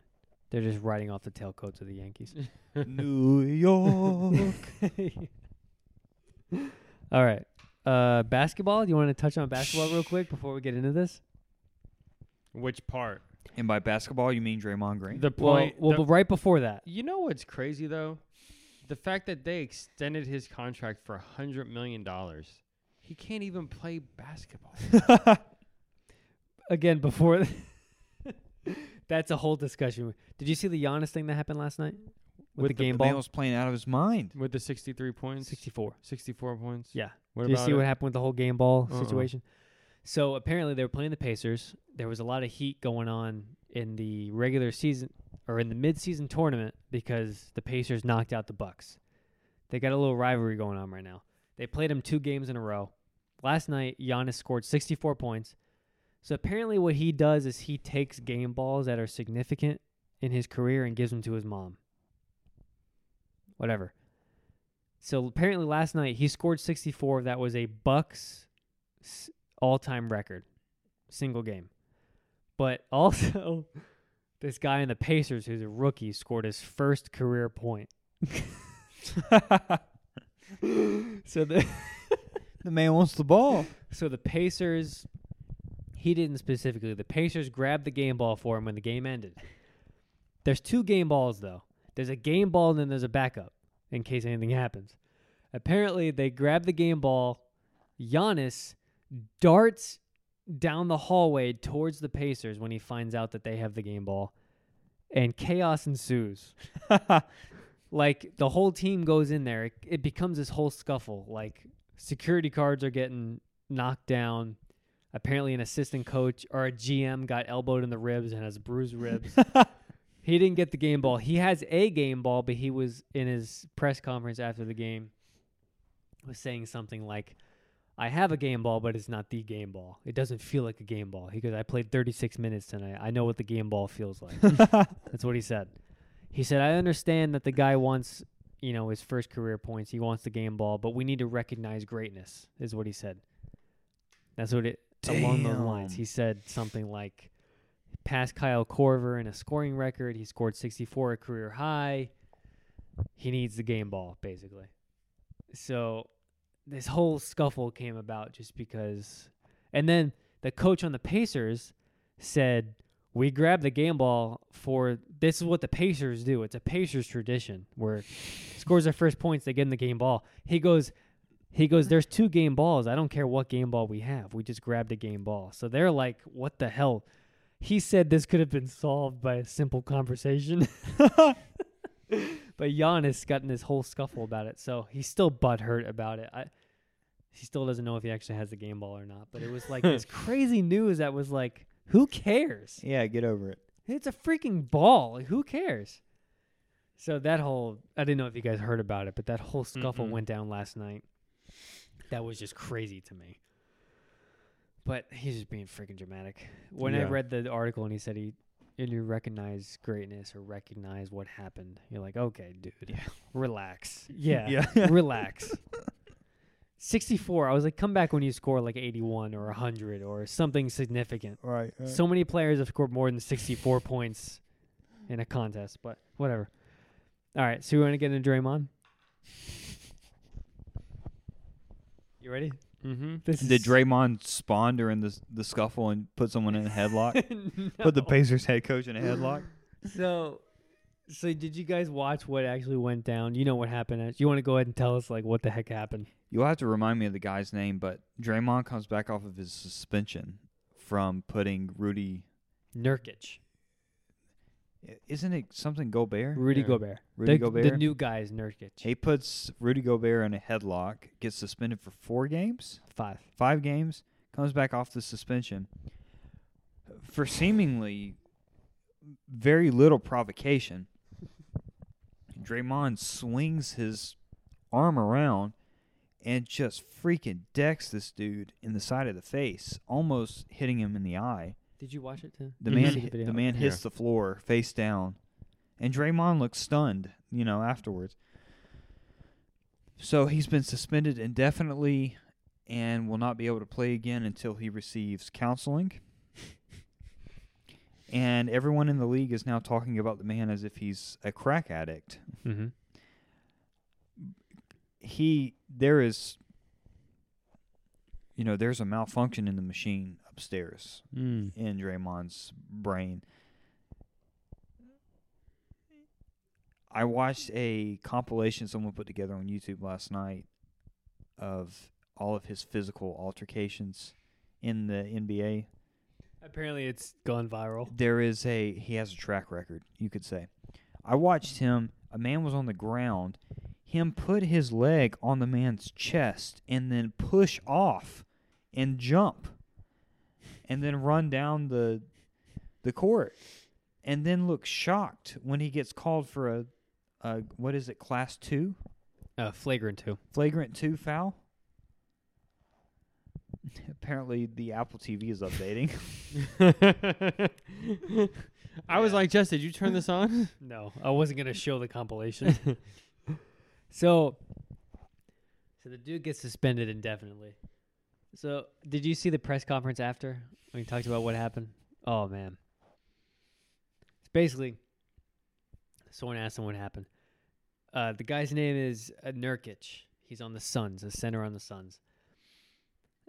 S3: They're just riding off the tailcoats of the Yankees.
S2: New York.
S3: All right. Uh, basketball. Do you want to touch on basketball real quick before we get into this?
S1: Which part?
S2: and by basketball, you mean Draymond Green?
S1: The point
S3: well, well,
S1: the-
S3: but right before that.
S1: You know what's crazy though? The fact that they extended his contract for a hundred million dollars. He can't even play basketball.
S3: Again, before. that's a whole discussion. Did you see the Giannis thing that happened last night with, the, game
S2: the man
S3: ball?
S2: was playing out of his mind.
S1: With the sixty-three points,
S3: 64.
S1: sixty-four points.
S3: Yeah.
S1: What
S3: Did you
S1: about
S3: see
S1: it?
S3: what happened with the whole game ball
S1: Uh-uh.
S3: situation? So apparently they were playing the Pacers. There was a lot of heat going on in the regular season or in the mid-season tournament because the Pacers knocked out the Bucks. They got a little rivalry going on right now. They played them two games in a row. Last night Giannis scored 64 points. So apparently what he does is he takes game balls that are significant in his career and gives them to his mom. Whatever. So apparently last night he scored 64. That was a Bucks s- all-time record, single game. But also, this guy in the Pacers, who's a rookie, scored his first career point. so the
S2: The man wants the ball.
S3: so the Pacers, he didn't specifically. The Pacers grabbed the game ball for him when the game ended. There's two game balls though. There's a game ball and then there's a backup in case anything happens. Apparently, they grabbed the game ball. Giannis darts down the hallway towards the Pacers when he finds out that they have the game ball, and chaos ensues. like the whole team goes in there. It, it becomes this whole scuffle. Like security cards are getting knocked down. Apparently, an assistant coach or a GM got elbowed in the ribs and has bruised ribs. he didn't get the game ball. He has a game ball, but he was in his press conference after the game was saying something like, I have a game ball, but it's not the game ball. It doesn't feel like a game ball. He goes, I played 36 minutes tonight. I know what the game ball feels like. That's what he said. He said, I understand that the guy wants, you know, his first career points. He wants the game ball, but we need to recognize greatness, is what he said. That's what it, along those lines.
S2: Damn.
S3: He said something like, passed Kyle Corver in a scoring record. He scored 64, a career high. He needs the game ball, basically. So this whole scuffle came about just because. And then the coach on the Pacers said, We grab the game ball for this is what the Pacers do. It's a Pacers tradition where scores their first points, they get in the game ball. He goes, he goes, There's two game balls. I don't care what game ball we have. We just grabbed a game ball. So they're like, What the hell? He said this could have been solved by a simple conversation. but Giannis got in this whole scuffle about it. So he's still butthurt about it. I, he still doesn't know if he actually has the game ball or not. But it was like this crazy news that was like, Who cares?
S2: yeah, get over it.
S3: It's a freaking ball. Like, who cares? So that whole I didn't know if you guys heard about it, but that whole scuffle
S1: Mm-mm.
S3: went down last night. That was just crazy to me. But he's just being freaking dramatic. When I
S1: Yeah.
S3: read the article and he said he and you recognize greatness or recognize what happened, you're like, okay, dude, relax. Yeah,
S2: Yeah.
S3: relax. 64. I was like, come back when you score like 81 or 100 or something significant.
S2: Right. right.
S3: So many players have scored more than 64 points in a contest, but whatever. All right, so you want to get into Draymond? You ready?
S1: Mm-hmm.
S3: This
S2: Did Draymond spawn during the the scuffle and put someone in a headlock? Put the
S3: No.
S2: Pacers head coach in a headlock?
S3: so, so did you guys watch what actually went down? You know what happened. You want to go ahead and tell us like what the heck happened?
S2: You'll have to remind me of the guy's name, but Draymond comes back off of his suspension from putting Rudy.
S3: Nurkic,
S2: i- Isn't it something Gobert?
S3: Rudy
S1: Yeah.
S3: Gobert,
S2: Rudy
S3: the,
S2: Gobert.
S3: the new guy is Nurkic.
S2: he puts Rudy Gobert in a headlock, gets suspended for four games.
S3: Five.
S2: five games, comes back off the suspension for seemingly very little provocation. Draymond swings his arm around and just freaking decks this dude in the side of the face, almost hitting him in the eye.
S3: Did you watch it too?
S2: The
S1: Mhm.
S2: man,
S3: See the
S2: hit-
S3: video.
S2: the man hits
S1: Yeah.
S2: the floor face down, and Draymond looks stunned. You know, afterwards. So he's been suspended indefinitely, and will not be able to play again until he receives counseling. and everyone in the league is now talking about the man as if he's a crack addict.
S3: Mm-hmm.
S2: He there is. You know, there's a malfunction in the machine upstairs.
S1: Mm.
S2: in Draymond's brain. I watched a compilation someone put together on YouTube last night of all of his physical altercations in the NBA.
S3: Apparently, it's gone viral.
S2: There is a he has a track record, you could say. I watched him, a man was on the ground, him put his leg on the man's chest and then push off and jump and then run down the the court and then look shocked when he gets called for a, a what is it class 2
S3: Uh, flagrant too.
S2: flagrant 2 foul. Apparently the Apple TV is updating.
S1: Mm-hmm. I was like, Jess, did you turn this on?
S3: No, I wasn't gonna show the compilation. so, so the dude gets suspended indefinitely. So, did you see the press conference after when he talked about what happened? Oh man, it's basically someone asked him what happened. Uh, the guy's name is uh, Nurkic. He's on the Suns, a center on the Suns.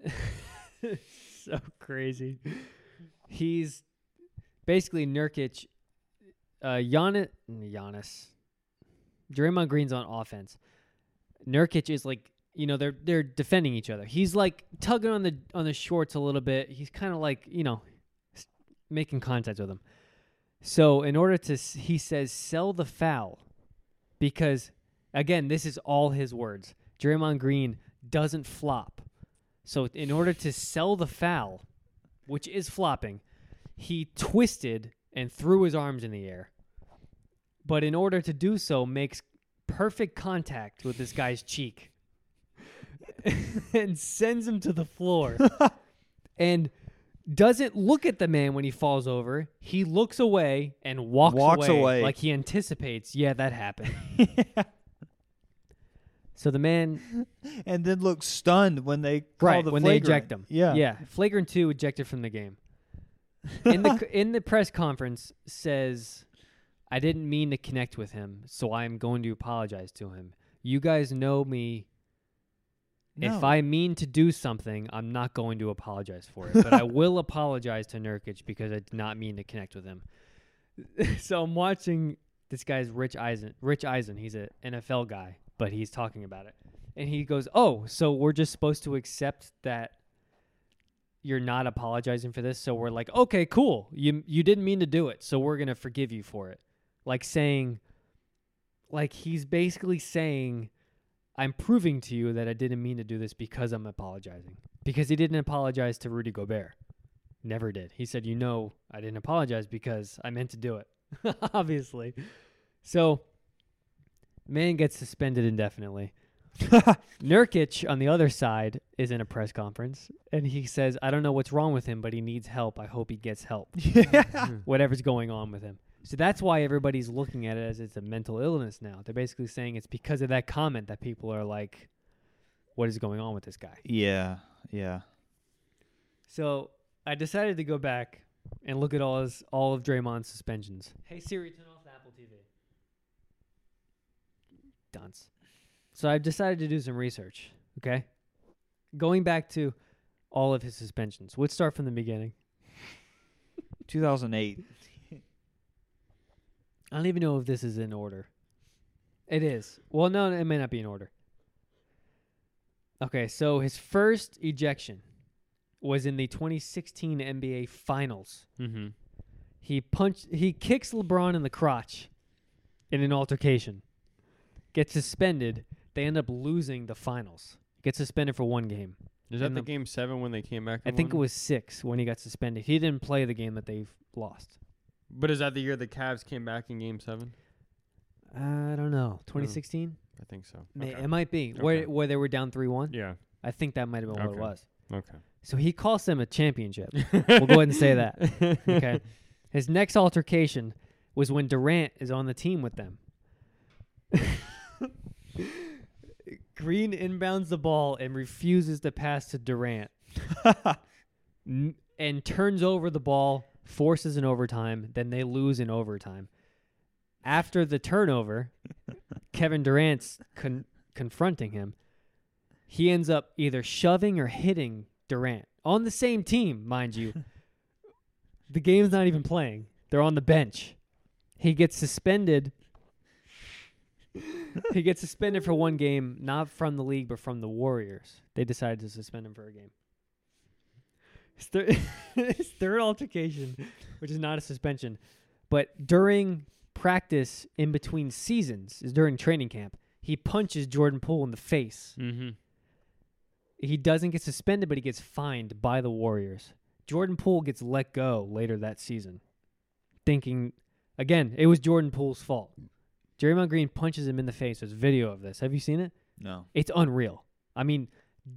S3: so crazy. He's basically Nurkic uh, Giannis, Giannis, Draymond Green's on offense. Nurkic is like, you know, they're they're defending each other. He's like tugging on the on the shorts a little bit. He's kind of like, you know, s- making contact with him. So in order to, s- he says, sell the foul, because again, this is all his words. Draymond Green doesn't flop. So in order to sell the foul, which is flopping, he twisted and threw his arms in the air. But in order to do so, makes perfect contact with this guy's cheek. and sends him to the floor and doesn't look at the man when he falls over. He looks away and walks,
S4: Walks away.
S3: like he anticipates, yeah, that happened. So the man
S2: and then look stunned when they call
S3: right
S2: the
S3: when
S2: flagrant.
S3: they eject him.
S2: Yeah.
S3: yeah. Flagrant two ejected from the game. In the c- in the press conference says, "I didn't mean to connect with him, so I am going to apologize to him. You guys know me.
S2: No.
S3: If I mean to do something, I'm not going to apologize for it, but I will apologize to Nurkic because I did not mean to connect with him." so I'm watching this guy's Rich Eisen. Rich Eisen, he's an NFL guy, but he's talking about it. And he goes, "Oh, so we're just supposed to accept that you're not apologizing for this." So we're like, "Okay, cool. You you didn't mean to do it, so we're going to forgive you for it." Like saying like he's basically saying I'm proving to you that I didn't mean to do this because I'm apologizing. Because he didn't apologize to Rudy Gobert. Never did. He said, "You know, I didn't apologize because I meant to do it." Obviously. So, man gets suspended indefinitely. Nurkic on the other side is in a press conference and he says, "I don't know what's wrong with him, but he needs help. I hope he gets help."
S2: yeah.
S3: whatever's going on with him. So that's why everybody's looking at it as it's a mental illness now. They're basically saying it's because of that comment that people are like, what is going on with this guy?
S4: Yeah, yeah.
S3: So I decided to go back and look at all his, all of Draymond's suspensions. Hey Siri, turn off the Apple TV. Dunce. So I've decided to do some research. Okay, going back to all of his suspensions. Let's start from the beginning.
S2: 2008.
S3: I don't even know if this is in order. It is. Well, no, it may not be in order. Okay, so his first ejection was in the 2016 NBA Finals.
S1: Mm-hmm.
S3: He punched. He kicks LeBron in the crotch in an altercation. Gets suspended. They end up losing the finals. Gets suspended for one game.
S1: Is that
S3: And
S1: the,
S3: the-
S1: game seven when they came back?
S3: I
S1: and
S3: think it
S1: won?
S3: was six when he got suspended. He didn't play the game that they've lost.
S1: But is that the year the Cavs came back in game seven?
S3: I don't know. 2016.
S1: I think so.
S3: May
S1: Okay.
S3: It might be
S1: Okay.
S3: where where they were down three one.
S1: Yeah.
S3: I think that might have been what
S1: Okay.
S3: it was.
S1: Okay.
S3: So he calls them a championship. we'll go ahead and say that. Okay. His next altercation was when Durant is on the team with them. Green inbounds the ball and refuses to pass to Durant N- and turns over the ball, forces an overtime, then they lose in overtime. After the turnover, Kevin Durant's con- confronting him he ends up either shoving or hitting Durant on the same team, mind you. the game's not even playing. They're on the bench. He gets suspended. he gets suspended for one game, not from the league, but from the Warriors. They decided to suspend him for a game. His, thir- his third altercation, which is not a suspension, but during practice in between seasons, is during training camp, he punches Jordan Poole in the face
S1: mm-hmm.
S3: he doesn't get suspended, but he gets fined by the Warriors. Jordan Poole gets let go later that season, thinking, again, it was Jordan Poole's fault. Draymond Green punches him in the face. There's video of this. Have you seen it?
S4: No.
S3: It's unreal. I mean,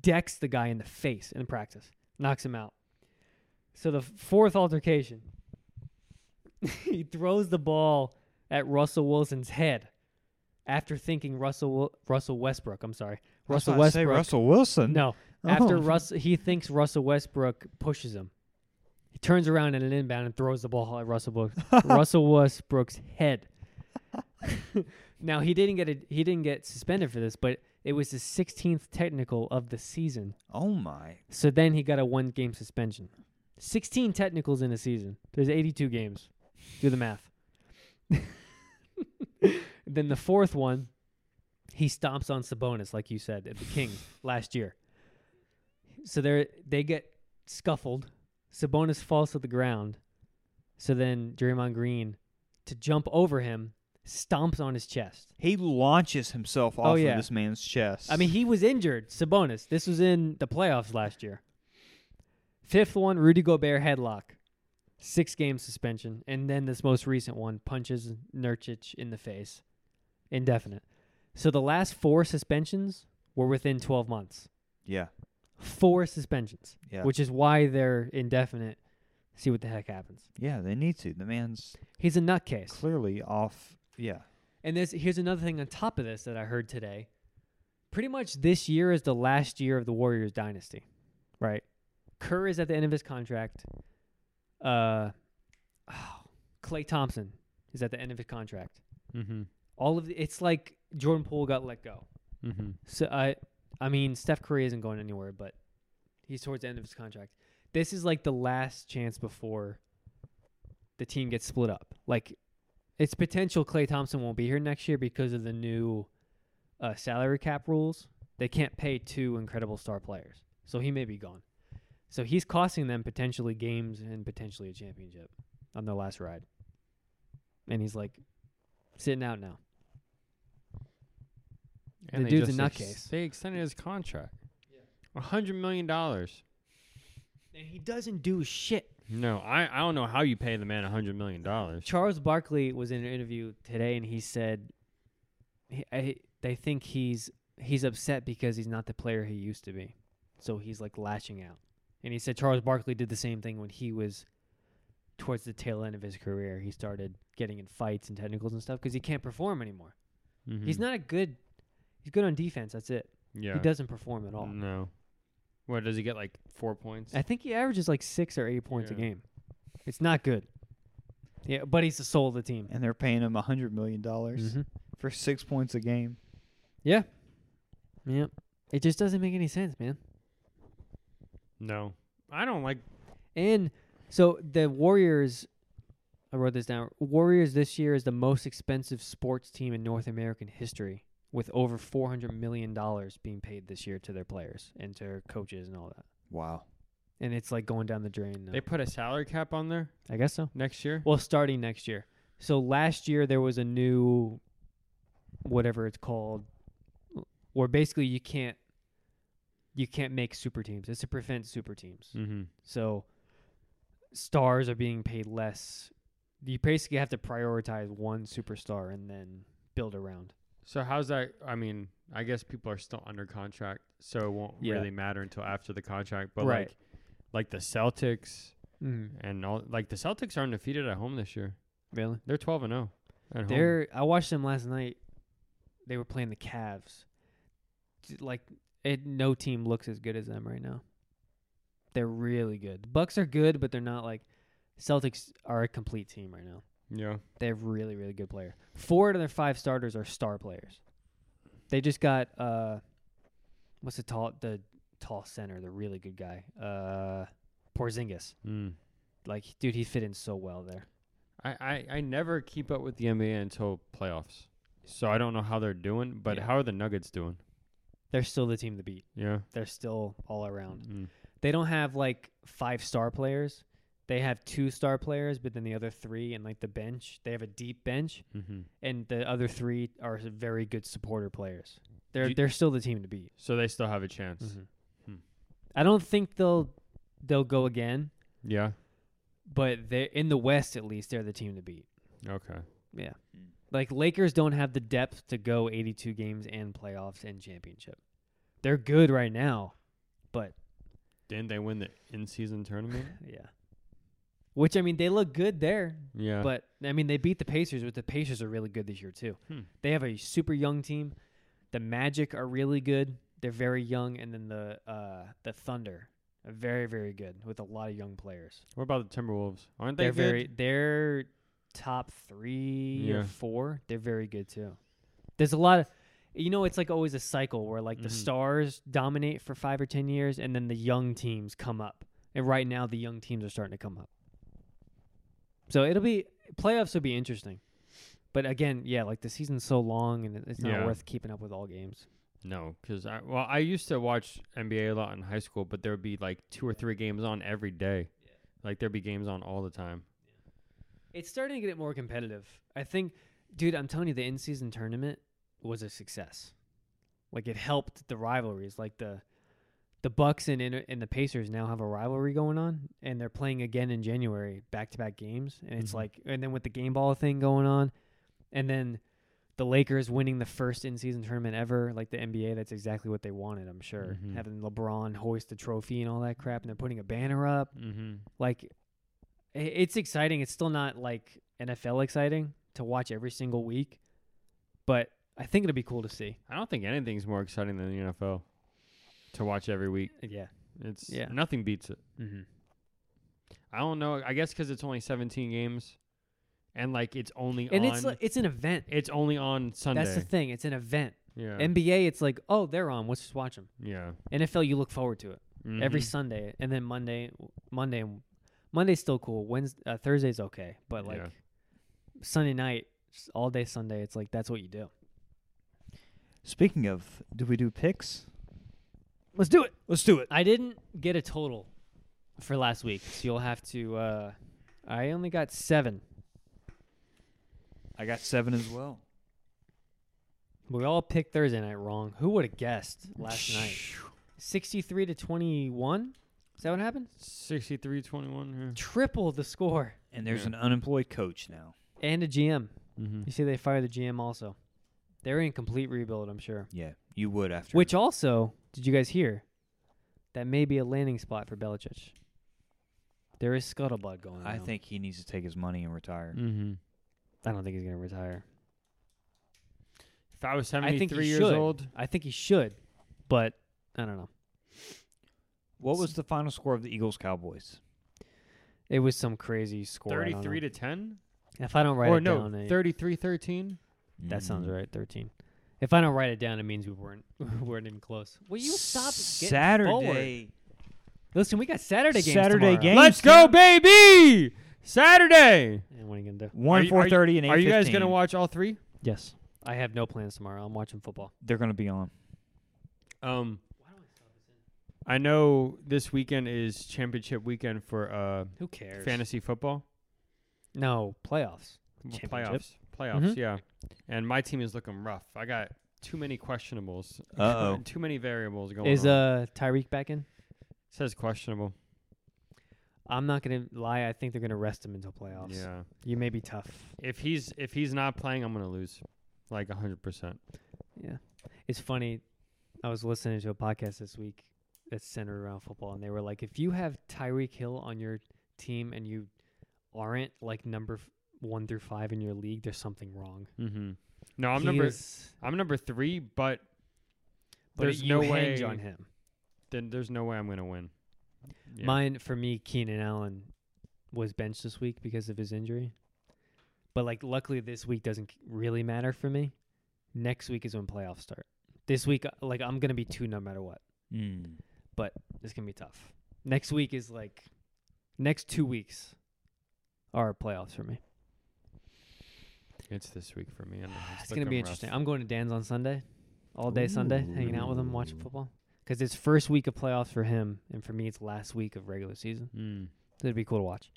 S3: decks the guy in the face in practice, knocks him out. So the fourth altercation, he throws the ball at Russell Wilson's head after thinking Russell Wil- Russell Westbrook. I'm sorry, Russell
S2: I was about to
S3: Westbrook.
S2: Say Russell Wilson.
S3: No, after
S2: Oh.
S3: Russell, he thinks Russell Westbrook pushes him. He turns around in an inbound and throws the ball at Russell Brook, Russell Westbrook's head. now he didn't get a, he didn't get suspended for this, but it was his 16th technical of the season.
S2: Oh my.
S3: So then he got a one game suspension. 16 technicals in a season. There's 82 games. Do the math. then the fourth one, he stomps on Sabonis, like you said, at the Kings last year. So they they get scuffled. Sabonis falls to the ground. So then Draymond Green, to jump over him, stomps on his chest.
S2: He launches himself
S3: Oh,
S2: off
S3: yeah.
S2: of this man's chest.
S3: I mean, he was injured. Sabonis. This was in the playoffs last year. Fifth one, Rudy Gobert headlock, six game suspension, and then this most recent one punches Nurkic in the face, indefinite. So the last four suspensions were within twelve months.
S2: Yeah.
S3: four suspensions,
S2: Yeah.
S3: which is why they're indefinite. See what the heck happens.
S2: yeah, they need to. The man's
S3: He's a nutcase.
S2: clearly off. Yeah.
S3: And this here's another thing on top of this that I heard today. Pretty much this year is the last year of the Warriors dynasty, right? Kerr is at the end of his contract. Uh, oh, Clay Thompson is at the end of his contract.
S1: Mm-hmm.
S3: All of the, it's like Jordan Poole got let go.
S1: Mm-hmm.
S3: So I, I mean Steph Curry isn't going anywhere, but he's towards the end of his contract. This is like the last chance before the team gets split up. Like it's potential Clay Thompson won't be here next year because of the new uh, salary cap rules. They can't pay two incredible star players, so he may be gone. So he's costing them potentially games and potentially a championship on their last ride. And he's like sitting out now. The
S1: they
S3: dude's a
S1: just
S3: nutcase.
S1: They extended his contract. A hundred million dollars.
S3: And he doesn't do shit.
S1: No, I, I don't know how you pay the man a hundred million dollars.
S3: Charles Barkley was in an interview today, and he said he, I, they think he's he's upset because he's not the player he used to be, so he's like lashing out. And he said Charles Barkley did the same thing when he was towards the tail end of his career. He started getting in fights and technicals and stuff because he can't perform anymore. He's not a good. He's good on defense. That's it.
S1: Mm-hmm. Yeah.
S3: He doesn't perform at all.
S1: No. What does he get? Like four points.
S3: I think he averages like six or eight points a
S1: Yeah.
S3: game. It's not good. Yeah, but he's the soul of the team.
S2: And they're paying him a $100 million
S1: Mm-hmm.
S3: Mhm.
S2: for six points a game.
S3: Yeah. Yeah. It just doesn't make any sense, man.
S1: No. I don't like.
S3: And so the Warriors I wrote this down. Warriors this year is the most expensive sports team in North American history with over 400 million dollars being paid this year to their players and to their coaches and all that.
S2: Wow.
S3: And it's like going down the drain now.
S1: They put a salary cap on there
S3: I guess so.
S1: next year.
S3: Well, starting next year. So last year there was a new, whatever it's called, where basically you can't, you can't make super teams. It's to prevent super teams.
S1: Mm-hmm.
S3: So stars are being paid less. You basically have to prioritize one superstar and then build around.
S1: So how's that? I mean, I guess people are still under contract, so it won't
S3: Yeah.
S1: really matter until after the contract. But
S3: Right.
S1: like, like the Celtics
S3: Mm,
S1: and all, like the Celtics are undefeated at home this year.
S3: really?
S1: They're twelve and zero. At home.
S3: They're. I watched them last night. They were playing the Cavs. D- Like, it, no team looks as good as them right now. They're really good. The Bucks are good, but they're not like. Celtics are a complete team right now.
S1: yeah.
S3: They have really, really good player. Four out of their five starters are star players. They just got uh, what's the tall the tall center, the really good guy, uh, Porzingis.
S1: Mm.
S3: Like, dude, he fit in so well there.
S1: I, I I never keep up with the NBA until playoffs, so I don't know how they're doing. But
S3: Yeah.
S1: how are the Nuggets doing?
S3: They're still the team to beat.
S1: Yeah.
S3: They're still all around.
S1: Mm.
S3: they don't have like five star players. They have two star players, but then the other three and like the bench, they have a deep bench,
S1: Mm-hmm.
S3: and the other three are s- very good supporter players. They're
S1: Do-
S3: they're still the team to beat.
S1: So they still have a chance.
S3: Mm-hmm.
S1: Hmm.
S3: I don't think they'll they'll go again,
S1: Yeah.
S3: but they in the West at least they're the team to beat.
S1: Okay.
S3: Yeah,
S2: Mm.
S3: like Lakers don't have the depth to go 82 games and playoffs and championship. They're good right now, but
S1: Didn't they win the in-season tournament?
S3: yeah. Which I mean, they look good there.
S1: yeah.
S3: But I mean, they beat the Pacers, but the Pacers are really good this year too.
S1: Hmm.
S3: They have a super young team. The Magic are really good. They're very young, and then the uh, the Thunder are very very good with a lot of young players.
S1: what about the Timberwolves? Aren't
S3: They
S1: they
S3: are
S1: good?
S3: very they're top three or
S1: Yeah.
S3: four. They're very good too. There's a lot of you know it's like always a cycle where like the
S1: Mhm.
S3: stars dominate for five or ten years, and then the young teams come up. And right now the young teams are starting to come up. So it'll be playoffs will be interesting. But again, yeah, like the season's so long and it- it's not
S1: Yeah.
S3: worth keeping up with all games.
S1: No, because I well, I used to watch NBA a lot in high school, but there would be like two or three games on every day. Like there'd be games on all the time.
S3: It's starting to get more competitive. I think, dude, I'm telling you, the in season tournament was a success. Like it helped the rivalries. Like the the Bucks and and and the Pacers now have a rivalry going on, and they're playing again in January, back to back games, and it's
S1: Mhm.
S3: like, and then with the game ball thing going on, and then the Lakers winning the first in-season tournament ever, like the NBA. That's exactly what they wanted. I'm sure
S1: Mhm.
S3: having LeBron hoist the trophy and all that crap, and they're putting a banner up.
S1: Mm-hmm.
S3: Like, i- it's exciting. It's still not like NFL exciting to watch every single week, but I think it'll be cool to see.
S1: I don't think anything's more exciting than the NFL to watch every week.
S3: Yeah.
S1: It's
S3: Yeah.
S1: nothing beats it.
S3: Mm-hmm.
S1: I don't know. I guess because it's only 17 games, and like it's only
S3: And
S1: on
S3: it's like, it's an event.
S1: it's only on Sunday.
S3: That's the thing. It's an event.
S1: yeah,
S3: NBA, it's like, oh, they're on. Let's just watch them.
S1: yeah.
S3: NFL, you look forward to it every
S1: Mhm.
S3: Sunday, and then Monday, Monday, Monday's still cool. Wednesday, uh, Thursday's okay, but like
S1: Yeah.
S3: Sunday night, s- all day Sunday, it's like that's what you do.
S2: Speaking of, do we do picks?
S3: Let's do it.
S2: Let's do it.
S3: I didn't get a total for last week, so you'll have to. Uh, I only got seven.
S2: I got seven as well.
S3: We all picked Thursday night wrong. Who would have guessed last night? Sixty-three to twenty-one. Is that what happened?
S1: 63 21.
S3: Triple the score
S2: And there's
S1: Yeah.
S2: an unemployed coach now.
S3: and a GM.
S1: Yeah. Mm-hmm.
S3: You see, they fired the GM also. They're in complete rebuild, I'm sure.
S2: Yeah, you would after.
S3: Which also, did you guys hear? That may be a landing spot for Belichick. There is scuttlebutt going on.
S2: I think he needs to take his money and retire.
S1: Mm-hmm.
S3: I don't think he's going to retire.
S1: If I was
S3: I
S1: 73
S3: think he
S1: years
S3: should.
S1: old,
S3: I think he should, but I don't know.
S2: What was the final score of the Eagles Cowboys?
S3: It was some crazy score. I don't
S1: 33
S3: know.
S1: to 10,
S3: If I don't write
S1: or
S3: it
S1: no,
S3: down, eh? it-
S1: 33 13.
S3: that
S2: Mm.
S3: sounds right. Thirteen. If I don't write it down, it means we weren't we weren't even close. Will you stop? getting forward?
S2: Saturday.
S3: Listen, we got Saturday games.
S2: Saturday
S3: tomorrow.
S2: game.
S1: Let's go, baby! Saturday.
S3: And what are you gonna do?
S1: Are
S2: One
S1: you- are
S2: four
S1: you-
S2: thirty and eight.
S1: Are you guys gonna watch all three?
S3: Yes, I have no plans tomorrow. I'm watching football.
S2: They're gonna be on.
S1: Um, I know this weekend is championship weekend for uh
S3: Who cares?
S1: fantasy football
S3: No playoffs.
S1: Well,
S3: Championship.
S1: playoffs. Playoffs,
S3: Mhm.
S1: yeah. And my team is looking rough. I got too many questionables.
S2: Uh-oh.
S1: too many variables going
S3: Is
S1: on.
S3: uh Tyreek back in?
S1: says questionable.
S3: I'm not gonna lie. I think they're gonna rest him until playoffs.
S1: Yeah.
S3: You may be tough.
S1: If he's if he's not playing, I'm gonna lose, like hundred percent.
S3: Yeah. It's funny. I was listening to a podcast this week that's centered around football, and they were like, if you have Tyreek Hill on your team and you aren't like number f- one through five in your league, there's something wrong.
S1: Mm-hmm. No, I'm
S3: He
S1: number
S3: is-
S1: I'm number three, but
S3: but
S1: there's
S3: you
S1: no
S3: hinge
S1: way-
S3: on him.
S1: then there's no way I'm gonna win. Yeah.
S3: Mine for me, Keenan Allen was benched this week because of his injury. But like, luckily, this week doesn't c- really matter for me. Next week is when playoffs start. This week, uh, like, I'm gonna be two no matter what.
S2: Mm.
S3: It's gonna be tough. Next week is like, next two weeks are playoffs for me.
S1: it's this week for me. I know,
S3: Ah, It's gonna be
S1: looking rough.
S3: interesting. I'm going to Dan's on Sunday, all day Sunday, hanging out with him, watching football. Because it's first week of playoffs for him, and for me, it's last week of regular season.
S1: Mm.
S3: So it'd be cool to watch.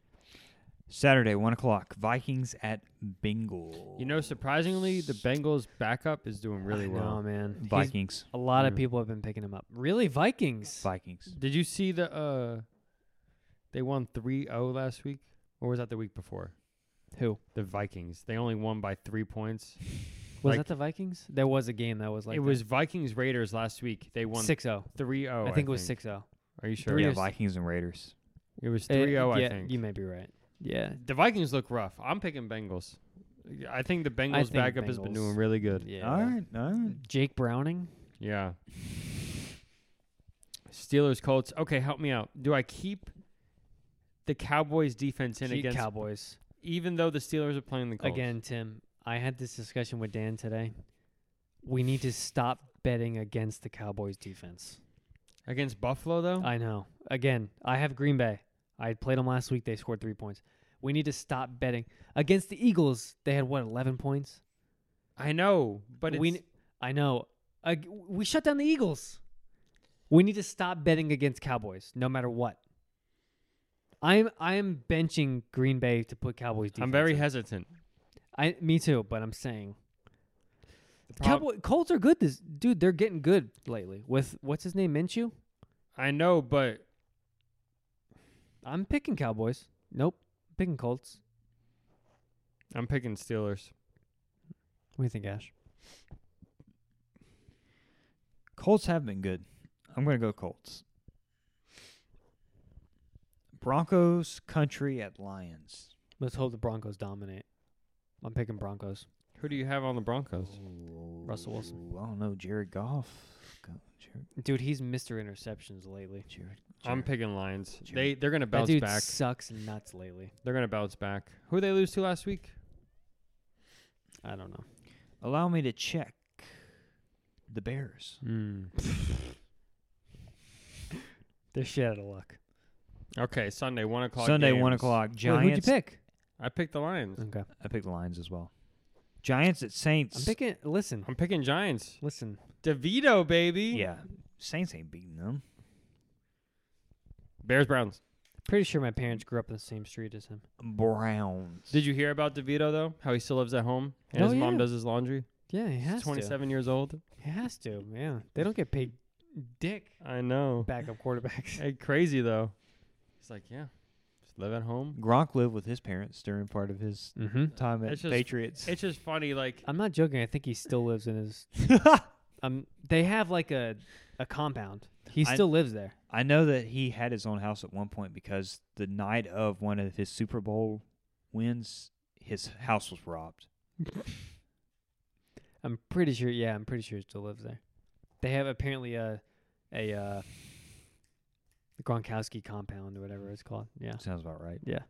S2: Saturday, one o'clock. Vikings at Bengal.
S1: You know, surprisingly, the Bengals backup is doing really Mm.
S3: I
S1: well.
S3: know, man. He's-
S2: Vikings.
S3: A lot of
S1: Yeah.
S3: people have been picking him up. Really, Vikings?
S2: Vikings.
S1: Did you see the uh they won 3-0 last week? Or was that the week before?
S3: Who
S1: The Vikings. They only won by 3 points. Like-
S3: was that? The Vikings? There was a game that was like
S1: it was oh, Vikings Raiders last week. They won
S3: six zero.
S1: 3-0.
S3: I think it was six oh. zero.
S1: Are you sure? Uh,
S3: Three
S2: Oh, Yeah,
S3: or-
S2: Vikings and Raiders.
S1: It was 3-0, oh, I
S3: yeah,
S1: think.
S3: you may be right. Yeah,
S1: the Vikings look rough. I'm picking Bengals. I think the Bengals
S3: think
S1: backup has been doing
S3: Bengals.
S1: really good.
S3: yeah.
S2: All right, all right.
S3: Jake Browning.
S1: Yeah. Steelers Colts. Okay, help me out. Do I keep the Cowboys defense in
S3: Keep
S1: against
S3: Cowboys
S1: even though the Steelers are playing the Colts?
S3: again. Tim, I had this discussion with Dan today. We need to stop betting against the Cowboys defense.
S1: Against Buffalo though?
S3: I know. Again, I have Green Bay. I played them last week. They scored three points. We need to stop betting against the Eagles. They had what eleven points.
S1: I know, but
S3: we,
S1: it's,
S3: n- I know, I g- we shut down the Eagles. We need to stop betting against Cowboys, no matter what. I'm I'm benching Green Bay to put Cowboys. Defense
S1: I'm very
S3: in.
S1: hesitant.
S3: I me too, but I'm saying
S1: The prob-
S3: Cowboy Colts are good. This dude, they're getting good lately. With what's his name, Minshew.
S1: I know, but
S3: I'm picking Cowboys. Nope, picking Colts.
S1: I'm picking Steelers.
S3: What do you think, Ash?
S2: Colts have been good. I'm going to go Colts. Broncos country at Lions.
S3: Let's hope the Broncos dominate. I'm picking Broncos.
S1: Who do you have on the Broncos?
S3: Russell Wilson.
S2: Ooh, I don't know. Jared Goff. Go, Jared,
S3: Dude, he's Mr. Interceptions lately.
S2: Jared,
S1: I'm
S2: Jared.
S1: picking Lions.
S2: Jared.
S1: They they're gonna
S3: That
S1: bounce
S3: dude
S1: back.
S3: sucks nuts lately.
S1: They're gonna bounce back. Who they lose to last week?
S3: I don't know.
S2: Allow me to check the Bears.
S3: Hmm. They're shit out of luck.
S1: Okay, Sunday one o'clock.
S2: Sunday, one
S1: games.
S2: o'clock.
S3: Wait,
S2: Giants.
S3: who'd you pick?
S1: I picked the Lions.
S3: Okay.
S2: I picked the Lions as well. Giants at Saints.
S3: I'm picking. Listen,
S1: I'm picking Giants.
S3: listen.
S1: Devito, baby.
S2: Yeah, Saints ain't beating them.
S1: Bears Browns.
S3: Pretty sure my parents grew up in the same street as him.
S2: Browns.
S1: Did you hear about Devito though? How he still lives at home and
S3: Oh,
S1: his mom
S3: yeah.
S1: does his laundry.
S3: Yeah, he
S1: He's
S3: has
S1: 27 years old.
S3: to. He has to. Yeah, they don't get paid dick
S1: I know.
S3: backup quarterbacks.
S1: Hey, crazy though. He's like, yeah, just live at home.
S2: Gronk lived with his parents during part of his
S3: mm-hmm.
S2: time at
S1: It's just-
S2: Patriots.
S1: It's just funny, like
S3: I'm not joking. I think he still lives in his. um, they have like a a compound. He
S2: I-
S3: still lives there.
S2: I know that he had his own house at one point because the night of one of his Super Bowl wins, his house was robbed.
S3: I'm pretty sure. Yeah, I'm pretty sure he still lives there. They have apparently a a uh, Gronkowski compound or whatever it's called. Yeah.
S2: Sounds about right.
S3: Yeah.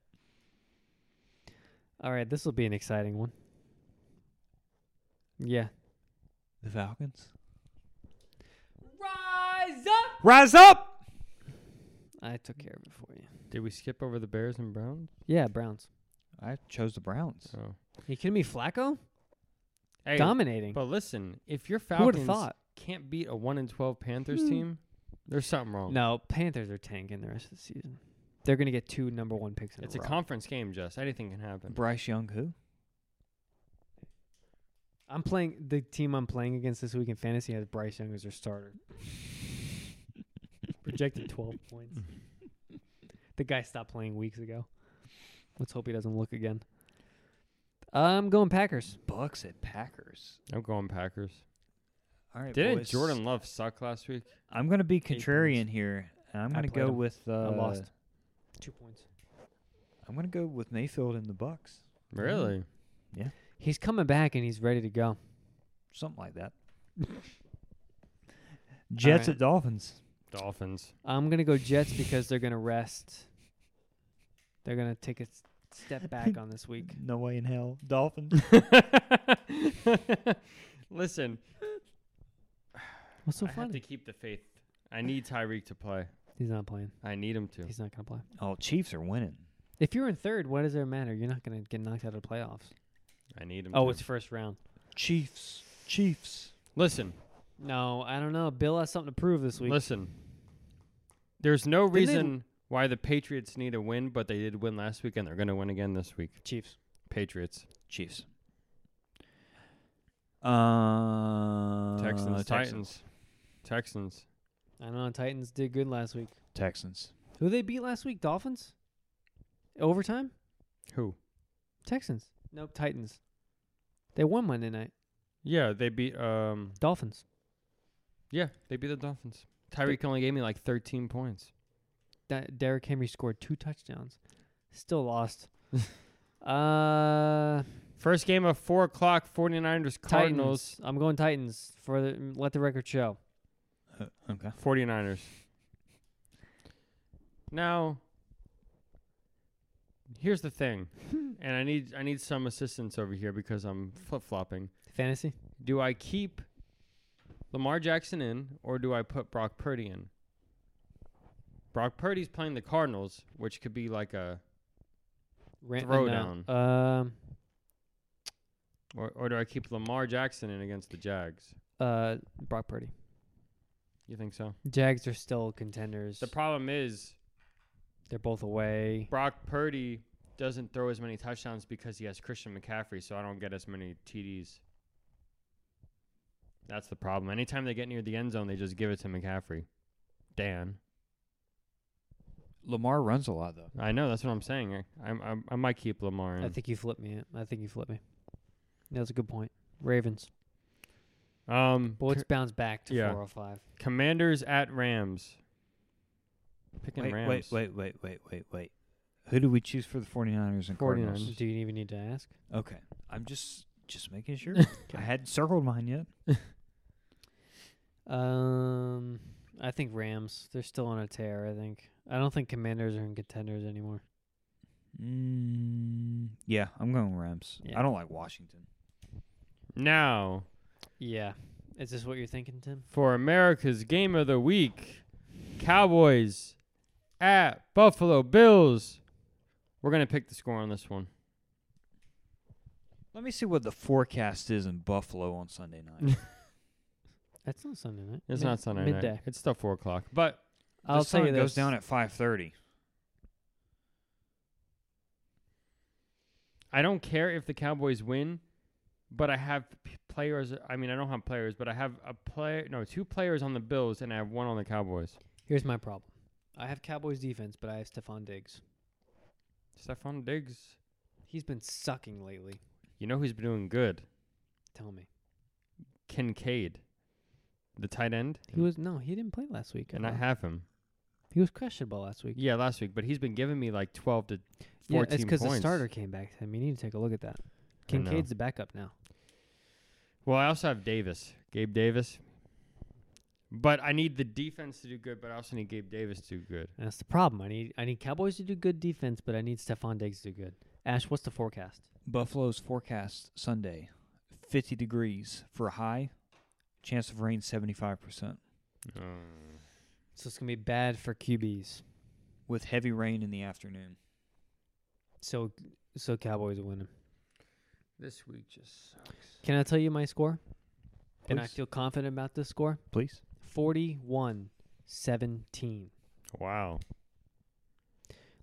S3: All right, this will be an exciting one. Yeah.
S2: The Falcons.
S3: Rise up.
S2: Rise up!
S3: I took care of it for you.
S1: did we skip over the Bears and Browns?
S3: Yeah, Browns.
S2: I chose the Browns.
S1: Oh.
S3: You kidding me? Flacco
S1: Hey,
S3: dominating.
S1: but listen, if your
S3: Who would
S1: Falcons
S3: have thought?
S1: can't beat a one and twelve Panthers
S3: Hmm.
S1: team, there's something wrong.
S3: No, Panthers are tanking the rest of the season. They're gonna get two number one picks in
S1: It's
S3: a
S1: a
S3: row.
S1: conference game, Jess. Anything can happen.
S2: Bryce Young, who?
S3: I'm playing the team I'm playing against this week in fantasy has Bryce Young as their starter. Projected 12 points. the guy stopped playing weeks ago. Let's hope he doesn't look again. I'm going Packers.
S2: Bucks at Packers.
S1: I'm going Packers.
S2: All right,
S1: Didn't
S2: boys.
S1: Jordan Love suck last week?
S2: I'm going to be
S3: points.
S2: contrarian here. and I'm
S3: I
S2: going to
S3: played
S2: go
S3: him.
S2: with. Uh,
S3: lost. Two points.
S2: I'm going to go with Mayfield and the Bucks.
S1: Really?
S3: He's coming back and he's ready to go.
S2: Something like that. Jets
S3: right.
S2: at Dolphins.
S3: Mm-hmm.
S1: Dolphins.
S3: I'm going to go Jets because they're going to rest. They're going to take a s- step back on this week.
S2: No way in hell. Dolphins.
S1: Listen,
S3: What's so
S1: I have to
S3: funny?
S1: keep the faith. I need Tyreek to play.
S3: He's not playing.
S1: I need him to.
S3: He's not going to play.
S2: oh, Chiefs are winning.
S3: If you're in third, what does it matter? You're not going to get knocked out of the playoffs.
S1: I need him.
S3: Oh,
S1: to.
S3: it's first round.
S2: Chiefs. Chiefs.
S1: listen,
S3: No, I don't know. Bill has something to prove this week.
S1: listen. There's no
S3: Didn't they-
S1: reason why the Patriots need a win, but they did win last week, and they're going to win again this week.
S3: Chiefs.
S1: Patriots,
S2: Chiefs. Uh,
S1: Texans,
S2: Texans.
S1: Titans, Texans.
S3: I know Titans did good last week.
S2: Texans.
S3: Who they beat last week? Dolphins? Overtime?
S1: Who?
S3: Texans. Nope, Titans. They won Monday night.
S1: Yeah, they beat. Um,
S3: Dolphins.
S1: yeah, they beat the Dolphins. Tyreek only gave me like 13 points.
S3: Da- Derrick Henry scored two touchdowns. Still lost. uh
S1: First game of four o'clock. 49ers, Cardinals,
S3: Titans. I'm going Titans for the, let the record show.
S2: Uh, okay.
S1: 49ers. Now, here's the thing, and I need I need some assistance over here because I'm flip flopping.
S3: Fantasy?
S1: Do I keep Lamar Jackson in, or do I put Brock Purdy in? Brock Purdy's playing the Cardinals, which could be like a
S3: Ran-
S1: Throw
S3: no.
S1: down.
S3: Um
S1: or, or do I keep Lamar Jackson in against the Jags?
S3: uh Brock Purdy.
S1: You think so?
S3: Jags are still contenders.
S1: The problem is
S3: They're both away.
S1: Brock Purdy doesn't throw as many touchdowns because he has Christian McCaffrey, so I don't get as many TDs. That's the problem. Anytime they get near the end zone, they just give it to McCaffrey. Dan,
S2: Lamar runs a lot though.
S1: I know that's what I'm saying. I, I'm, I'm, I might keep Lamar in.
S3: I think you flipped me. I think you flipped me. That was a good point. Ravens.
S1: Um,
S3: Boyd's bounced back to
S1: yeah.
S3: 405.
S1: Commanders at Rams. Picking
S2: Wait,
S1: Rams.
S2: wait, wait, wait, wait, wait, wait. Who do we choose for the 49ers and Cardinals?
S1: 49ers.
S3: Do you even need to ask?
S2: Okay. I'm just just making sure. I hadn't circled mine yet.
S3: Um, I think Rams. They're still on a tear. I think. I don't think Commanders are in contenders anymore.
S2: Mm, yeah, I'm going Rams.
S3: Yeah.
S2: I don't like Washington.
S1: Now,
S3: Yeah. Is this what you're thinking, Tim?
S1: for America's game of the week, Cowboys at Buffalo Bills. We're gonna pick the score on this one.
S2: Let me see what the forecast is in Buffalo on Sunday night.
S3: That's not Sunday night.
S1: It's
S3: Mid-
S1: not Sunday
S3: midday.
S1: night. It's still four o'clock. But
S3: I'll
S2: this time
S3: tell you
S2: it goes
S3: this.
S2: down at 5:30.
S1: I don't care if the Cowboys win, but I have p- players. I mean, I don't have players, but I have a player. No, two players on the Bills, and I have one on the Cowboys.
S3: Here's my problem. I have Cowboys defense, but I have Stephon Diggs.
S1: Stephon Diggs.
S3: He's been sucking lately.
S1: You know who's been doing good?
S3: Tell me.
S1: Kincaid, the tight end.
S3: He was no, he didn't play last week.
S1: and I
S3: thought.
S1: have him.
S3: he was questionable last week.
S1: Yeah, last week, but he's been giving me like twelve to fourteen
S3: yeah, it's
S1: points.
S3: the starter came back. I mean, you need to take a look at that.
S1: I know.
S3: Kincaid's the backup now.
S1: Well, I also have Davis, Gabe Davis. But I need the defense to do good, but I also need Gabe Davis to do good.
S3: And that's the problem. I need I need Cowboys to do good defense, but I need Stephon Diggs to do good. Ash, what's the forecast?
S2: Buffalo's forecast Sunday 50 degrees for a high, chance of rain 75%,
S1: Mm.
S3: So it's gonna be bad for QBs.
S2: with heavy rain in the afternoon.
S3: So so Cowboys will win 'em.
S1: this week just sucks.
S3: Can I tell you my score? And I
S2: Please.
S3: feel confident about this score.
S2: Please.
S3: 41-17.
S1: Wow.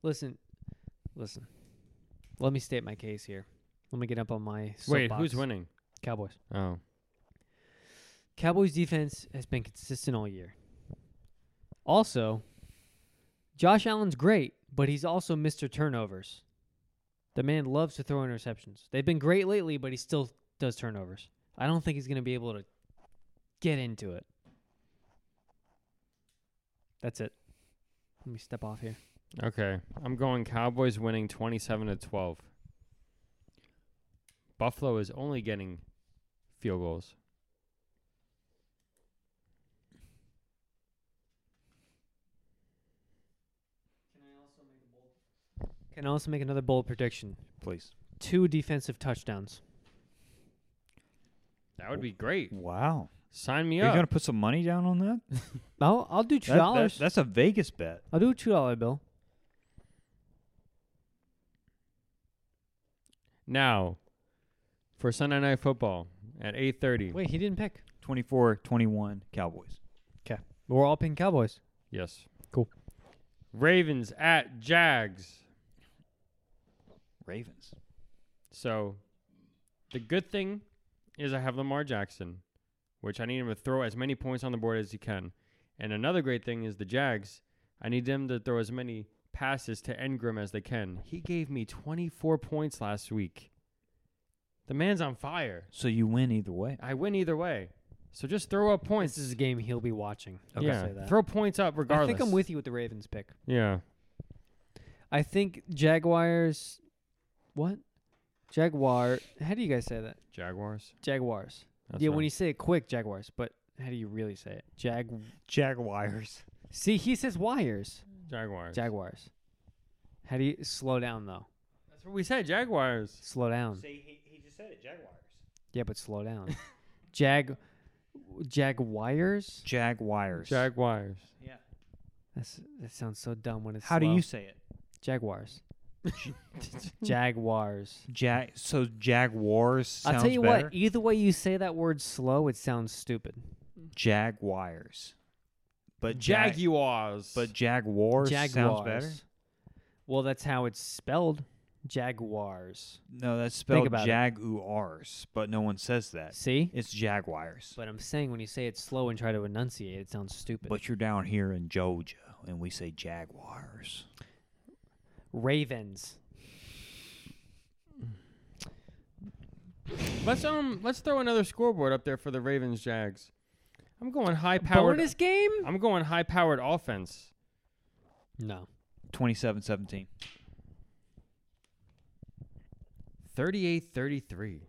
S3: Listen, listen. Let me state my case here. Let me get up on my
S1: Wait,
S3: soapbox.
S1: who's winning?
S3: Cowboys.
S1: Oh.
S3: Cowboys defense has been consistent all year. Also, Josh Allen's great, but he's also Mr. Turnovers. The man loves to throw interceptions. They've been great lately, but he still does turnovers. I don't think he's going to be able to get into it. That's it. Let me step off here.
S1: Okay. I'm going Cowboys winning 27 to 12. Buffalo is only getting field goals.
S3: Can I also make another bold prediction?
S2: Please.
S3: Two defensive touchdowns.
S1: That would be great.
S2: Wow.
S1: Sign me
S2: Are you
S1: up.
S2: going to put some money down on that?
S3: I'll, I'll do
S2: That-
S3: $2.
S2: that- that's a Vegas bet.
S3: I'll do a $2 bill.
S1: now, for Sunday night football at 8:30.
S3: Wait, he didn't pick.
S2: 24-21 Cowboys.
S3: We're all picking Cowboys.
S1: Yes.
S3: Cool.
S1: Ravens at Jags.
S2: Ravens.
S1: So the good thing is I have Lamar Jackson, which I need him to throw as many points on the board as he can. And another great thing is the Jags. I need them to throw as many passes to Engram as they can. He gave me 24 points last week. The man's on fire.
S2: So you win either way.
S1: I win either way. So just throw up points.
S3: This is a game he'll be watching. I'll
S1: yeah,
S3: say that.
S1: throw points up
S3: I
S1: regardless.
S3: think I'm with you with the Ravens pick.
S1: Yeah,
S3: I think Jaguars. What? Jaguar. How do you guys say that?
S1: Jaguars.
S3: Jaguars.
S1: That's
S3: yeah,
S1: right.
S3: when you say it quick, Jaguars. But how do you really say it? Jag.
S2: Jaguars.
S3: See, he says wires.
S1: Jaguars.
S3: Jaguars. How do you slow down though?
S1: That's what we said. Jaguars.
S3: Slow down.
S2: See, he, he just said it, Jaguars.
S3: Yeah, but slow down. Jag. Jaguars.
S2: Jaguars.
S1: Jaguars.
S2: yeah.
S3: That's, that sounds so dumb when it's.
S2: How do
S3: slow.
S2: you say it?
S3: Jaguars. Jaguars.
S2: Jag so Jaguars sounds
S3: I'll tell you
S2: better.
S3: what. Either way you say that word slow, it sounds stupid.
S2: Jaguars. But Jag-
S1: Jaguars.
S2: but Jaguars sounds better.
S3: Jaguars. Well, that's how it's spelled. Jaguars.
S2: No, that's spelled
S3: about it.
S2: Jaguars, but no one says that.
S3: See?
S2: Uh, It's Jaguars. But,
S3: But I'm saying when you say it slow and try to enunciate, it sounds stupid.
S2: you're down here in Georgia and we say Jaguars.
S3: Ravens.
S1: Let's um let's throw another scoreboard up there for the Ravens Jags. I'm going high powered.
S3: Bonus game?
S1: I'm going high powered offense.
S3: No.
S2: 27-17.
S1: 38-33.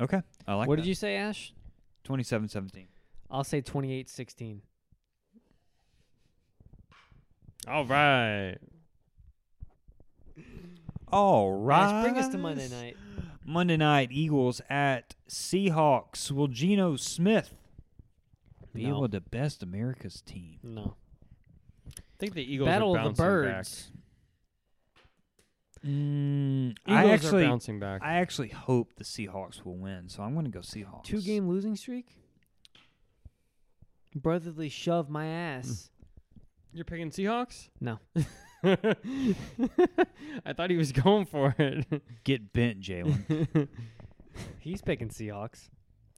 S2: Okay. I like
S3: what
S2: that.
S3: did you say, Ash?
S2: 27-17.
S3: I'll say 28-16.
S1: All right.
S2: All right.
S3: Ash, bring us to Monday night.
S2: Monday night, Eagles at Seahawks. Will Geno Smith be
S3: No.
S2: able to best America's team?
S3: No.
S1: I think the Eagles
S3: Battle
S1: are
S3: of the
S1: bouncing
S3: Birds.
S2: Mm,
S1: back.
S2: I
S1: Eagles
S2: actually,
S1: are bouncing back.
S2: I actually hope the Seahawks will win, so I'm going to go Seahawks.
S3: Two game losing streak? Brotherly shove my ass.
S1: You're picking Seahawks?
S3: No.
S1: I thought he was going for it.
S2: Get bent, Jalen.
S3: He's picking Seahawks.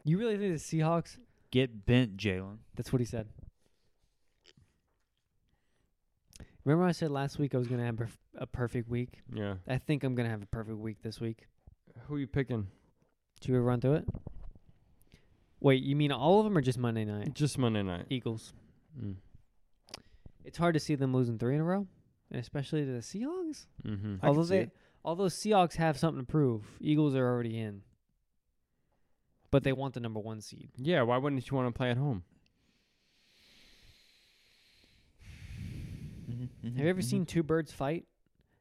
S3: You really think the Seahawks?
S2: Get bent, Jalen.
S3: That's what he said. Remember I said last week I was going to have perf- a perfect week?
S1: yeah.
S3: I think I'm going to have a perfect week this week.
S1: Who you picking?
S3: Do you ever run through it? Wait, you mean all of them or just Monday night?
S1: Just Monday night.
S3: Eagles.
S1: Mm.
S3: It's hard to see them losing three in a row, and especially to the Seahawks.
S1: Mm-hmm.
S2: I can
S3: although
S2: see
S3: they,
S2: it.
S3: although Seahawks have something to prove, Eagles are already in. But they want the number one seed.
S1: Yeah, why wouldn't you want to play at home?
S3: Have you
S2: Mm-hmm.
S3: ever seen two birds fight?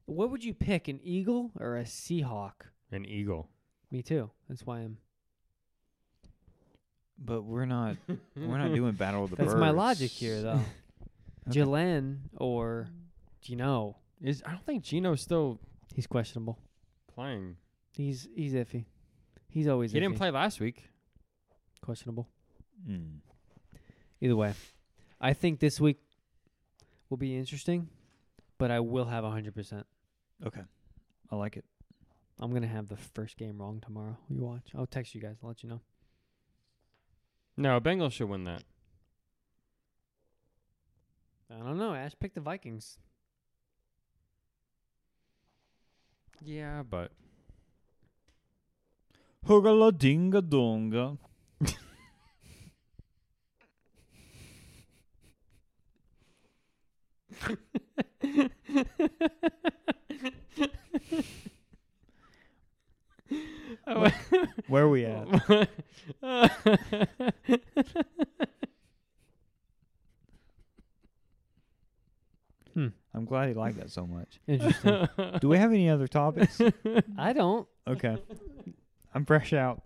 S3: What would you pick, an eagle or a Seahawk?
S1: An eagle.
S3: Me too. That's why I'm.
S2: But we're not. We're not doing Battle of the
S3: that's
S2: Birds.
S3: my logic here, though.
S2: Okay.
S3: Jalen or, you know,
S1: Is I don't think Gino's still
S3: he's questionable.
S1: playing.
S3: He's he's iffy. He's always
S1: He didn't
S3: iffy.
S1: play last week.
S3: questionable.
S2: Mm.
S3: Either way, I think this week will be interesting, but I will have 100%.
S2: Okay, I like it.
S3: I'm going to have the first game wrong tomorrow. You watch. I'll text you guys. I'll let you know.
S1: No, Bengals should win that.
S3: I don't know. Ash picked the Vikings.
S1: Yeah, but
S2: Hoogala dinga donga. Where are we at? Hmm. I'm glad he liked that so much.
S3: Interesting.
S2: Do we have any other topics?
S3: I don't.
S2: Okay. I'm fresh out.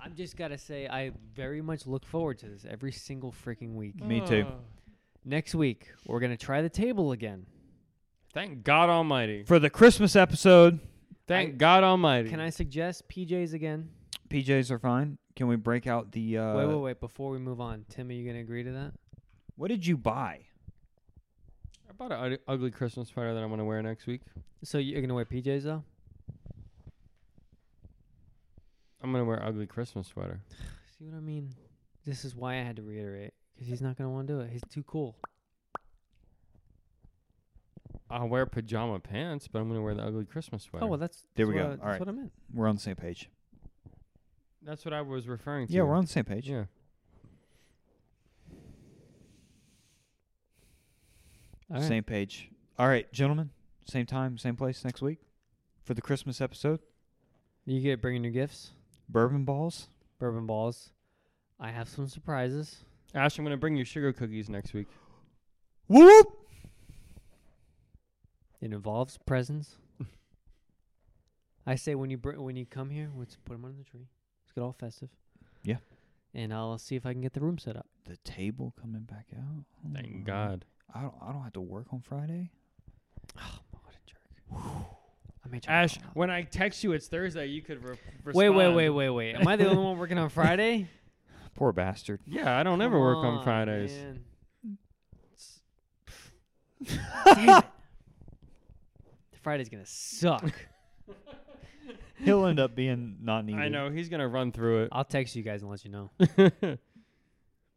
S3: I'm just got to say, I very much look forward to this every single freaking week.
S2: Me too.
S3: Next week, we're going to try the table again.
S1: Thank God Almighty.
S2: For the Christmas episode,
S1: Thank
S3: I-
S1: God Almighty.
S3: Can I suggest PJs again?
S2: PJs are fine. Can we break out the uh
S3: wait, wait, wait. Before we move on, Tim, are you going to agree to that?
S2: what did you buy?
S1: I bought an ugly Christmas sweater that I'm gonna wear next week.
S3: So you're going to wear PJs, though?
S1: I'm gonna wear ugly Christmas sweater.
S3: See what I mean? This is why I had to reiterate because he's not gonna want to do it. He's too cool.
S1: I'll wear pajama pants, but I'm gonna wear the ugly Christmas sweater.
S3: Oh well, that's
S2: There
S3: that's
S2: we
S3: what
S2: go.
S3: I-
S2: All
S3: that's
S2: right.
S3: what I meant.
S2: We're on the same page.
S1: that's what I was referring to.
S2: Yeah, we're on the same page.
S1: Yeah.
S3: All right.
S2: Same page. All right, gentlemen. Same time, same place next week for the Christmas episode.
S3: You get bringing your gifts,
S2: Bourbon balls.
S3: bourbon balls. I have some surprises.
S1: Ash, I'm gonna bring you sugar cookies next week.
S2: Whoop!
S3: It involves presents. I say when you br- when you come here, let's put them under the tree. Let's get all festive.
S2: Yeah.
S3: And I'll see if I can get the room set up.
S2: The table coming back out. Oh my.
S1: Thank God.
S2: I don't I don't have to work on Friday.
S3: Oh, what a jerk! I made you
S1: Ash, when I text you, it's Thursday. You could re- respond.
S3: Wait, wait, wait, wait, wait. Am I the only one working on Friday?
S2: Poor bastard.
S1: Yeah, I don't ever
S3: Come
S1: work on
S3: on,
S1: Fridays.
S3: man.
S2: Damn
S3: Friday's gonna suck.
S2: it. He'll end up being not needed.
S1: I know he's gonna run through
S3: I'll text you guys and let you know.
S1: it.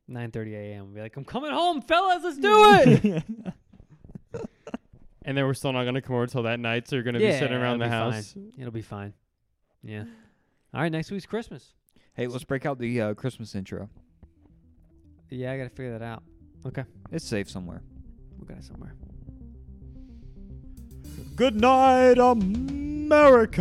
S3: 9:30 a.m. Be like, I'm coming home, fellas. Let's do it.
S1: and they were still not going to come over till that night. So you're going to be sitting
S3: Yeah,
S1: around the
S3: it'll be
S1: house.
S3: It'll be fine. Yeah. All right, next week's Christmas.
S2: Hey, let's break out the uh, Christmas intro.
S3: Yeah, I gotta figure that out.
S2: It's safe somewhere.
S3: We got it somewhere.
S2: Good night, America.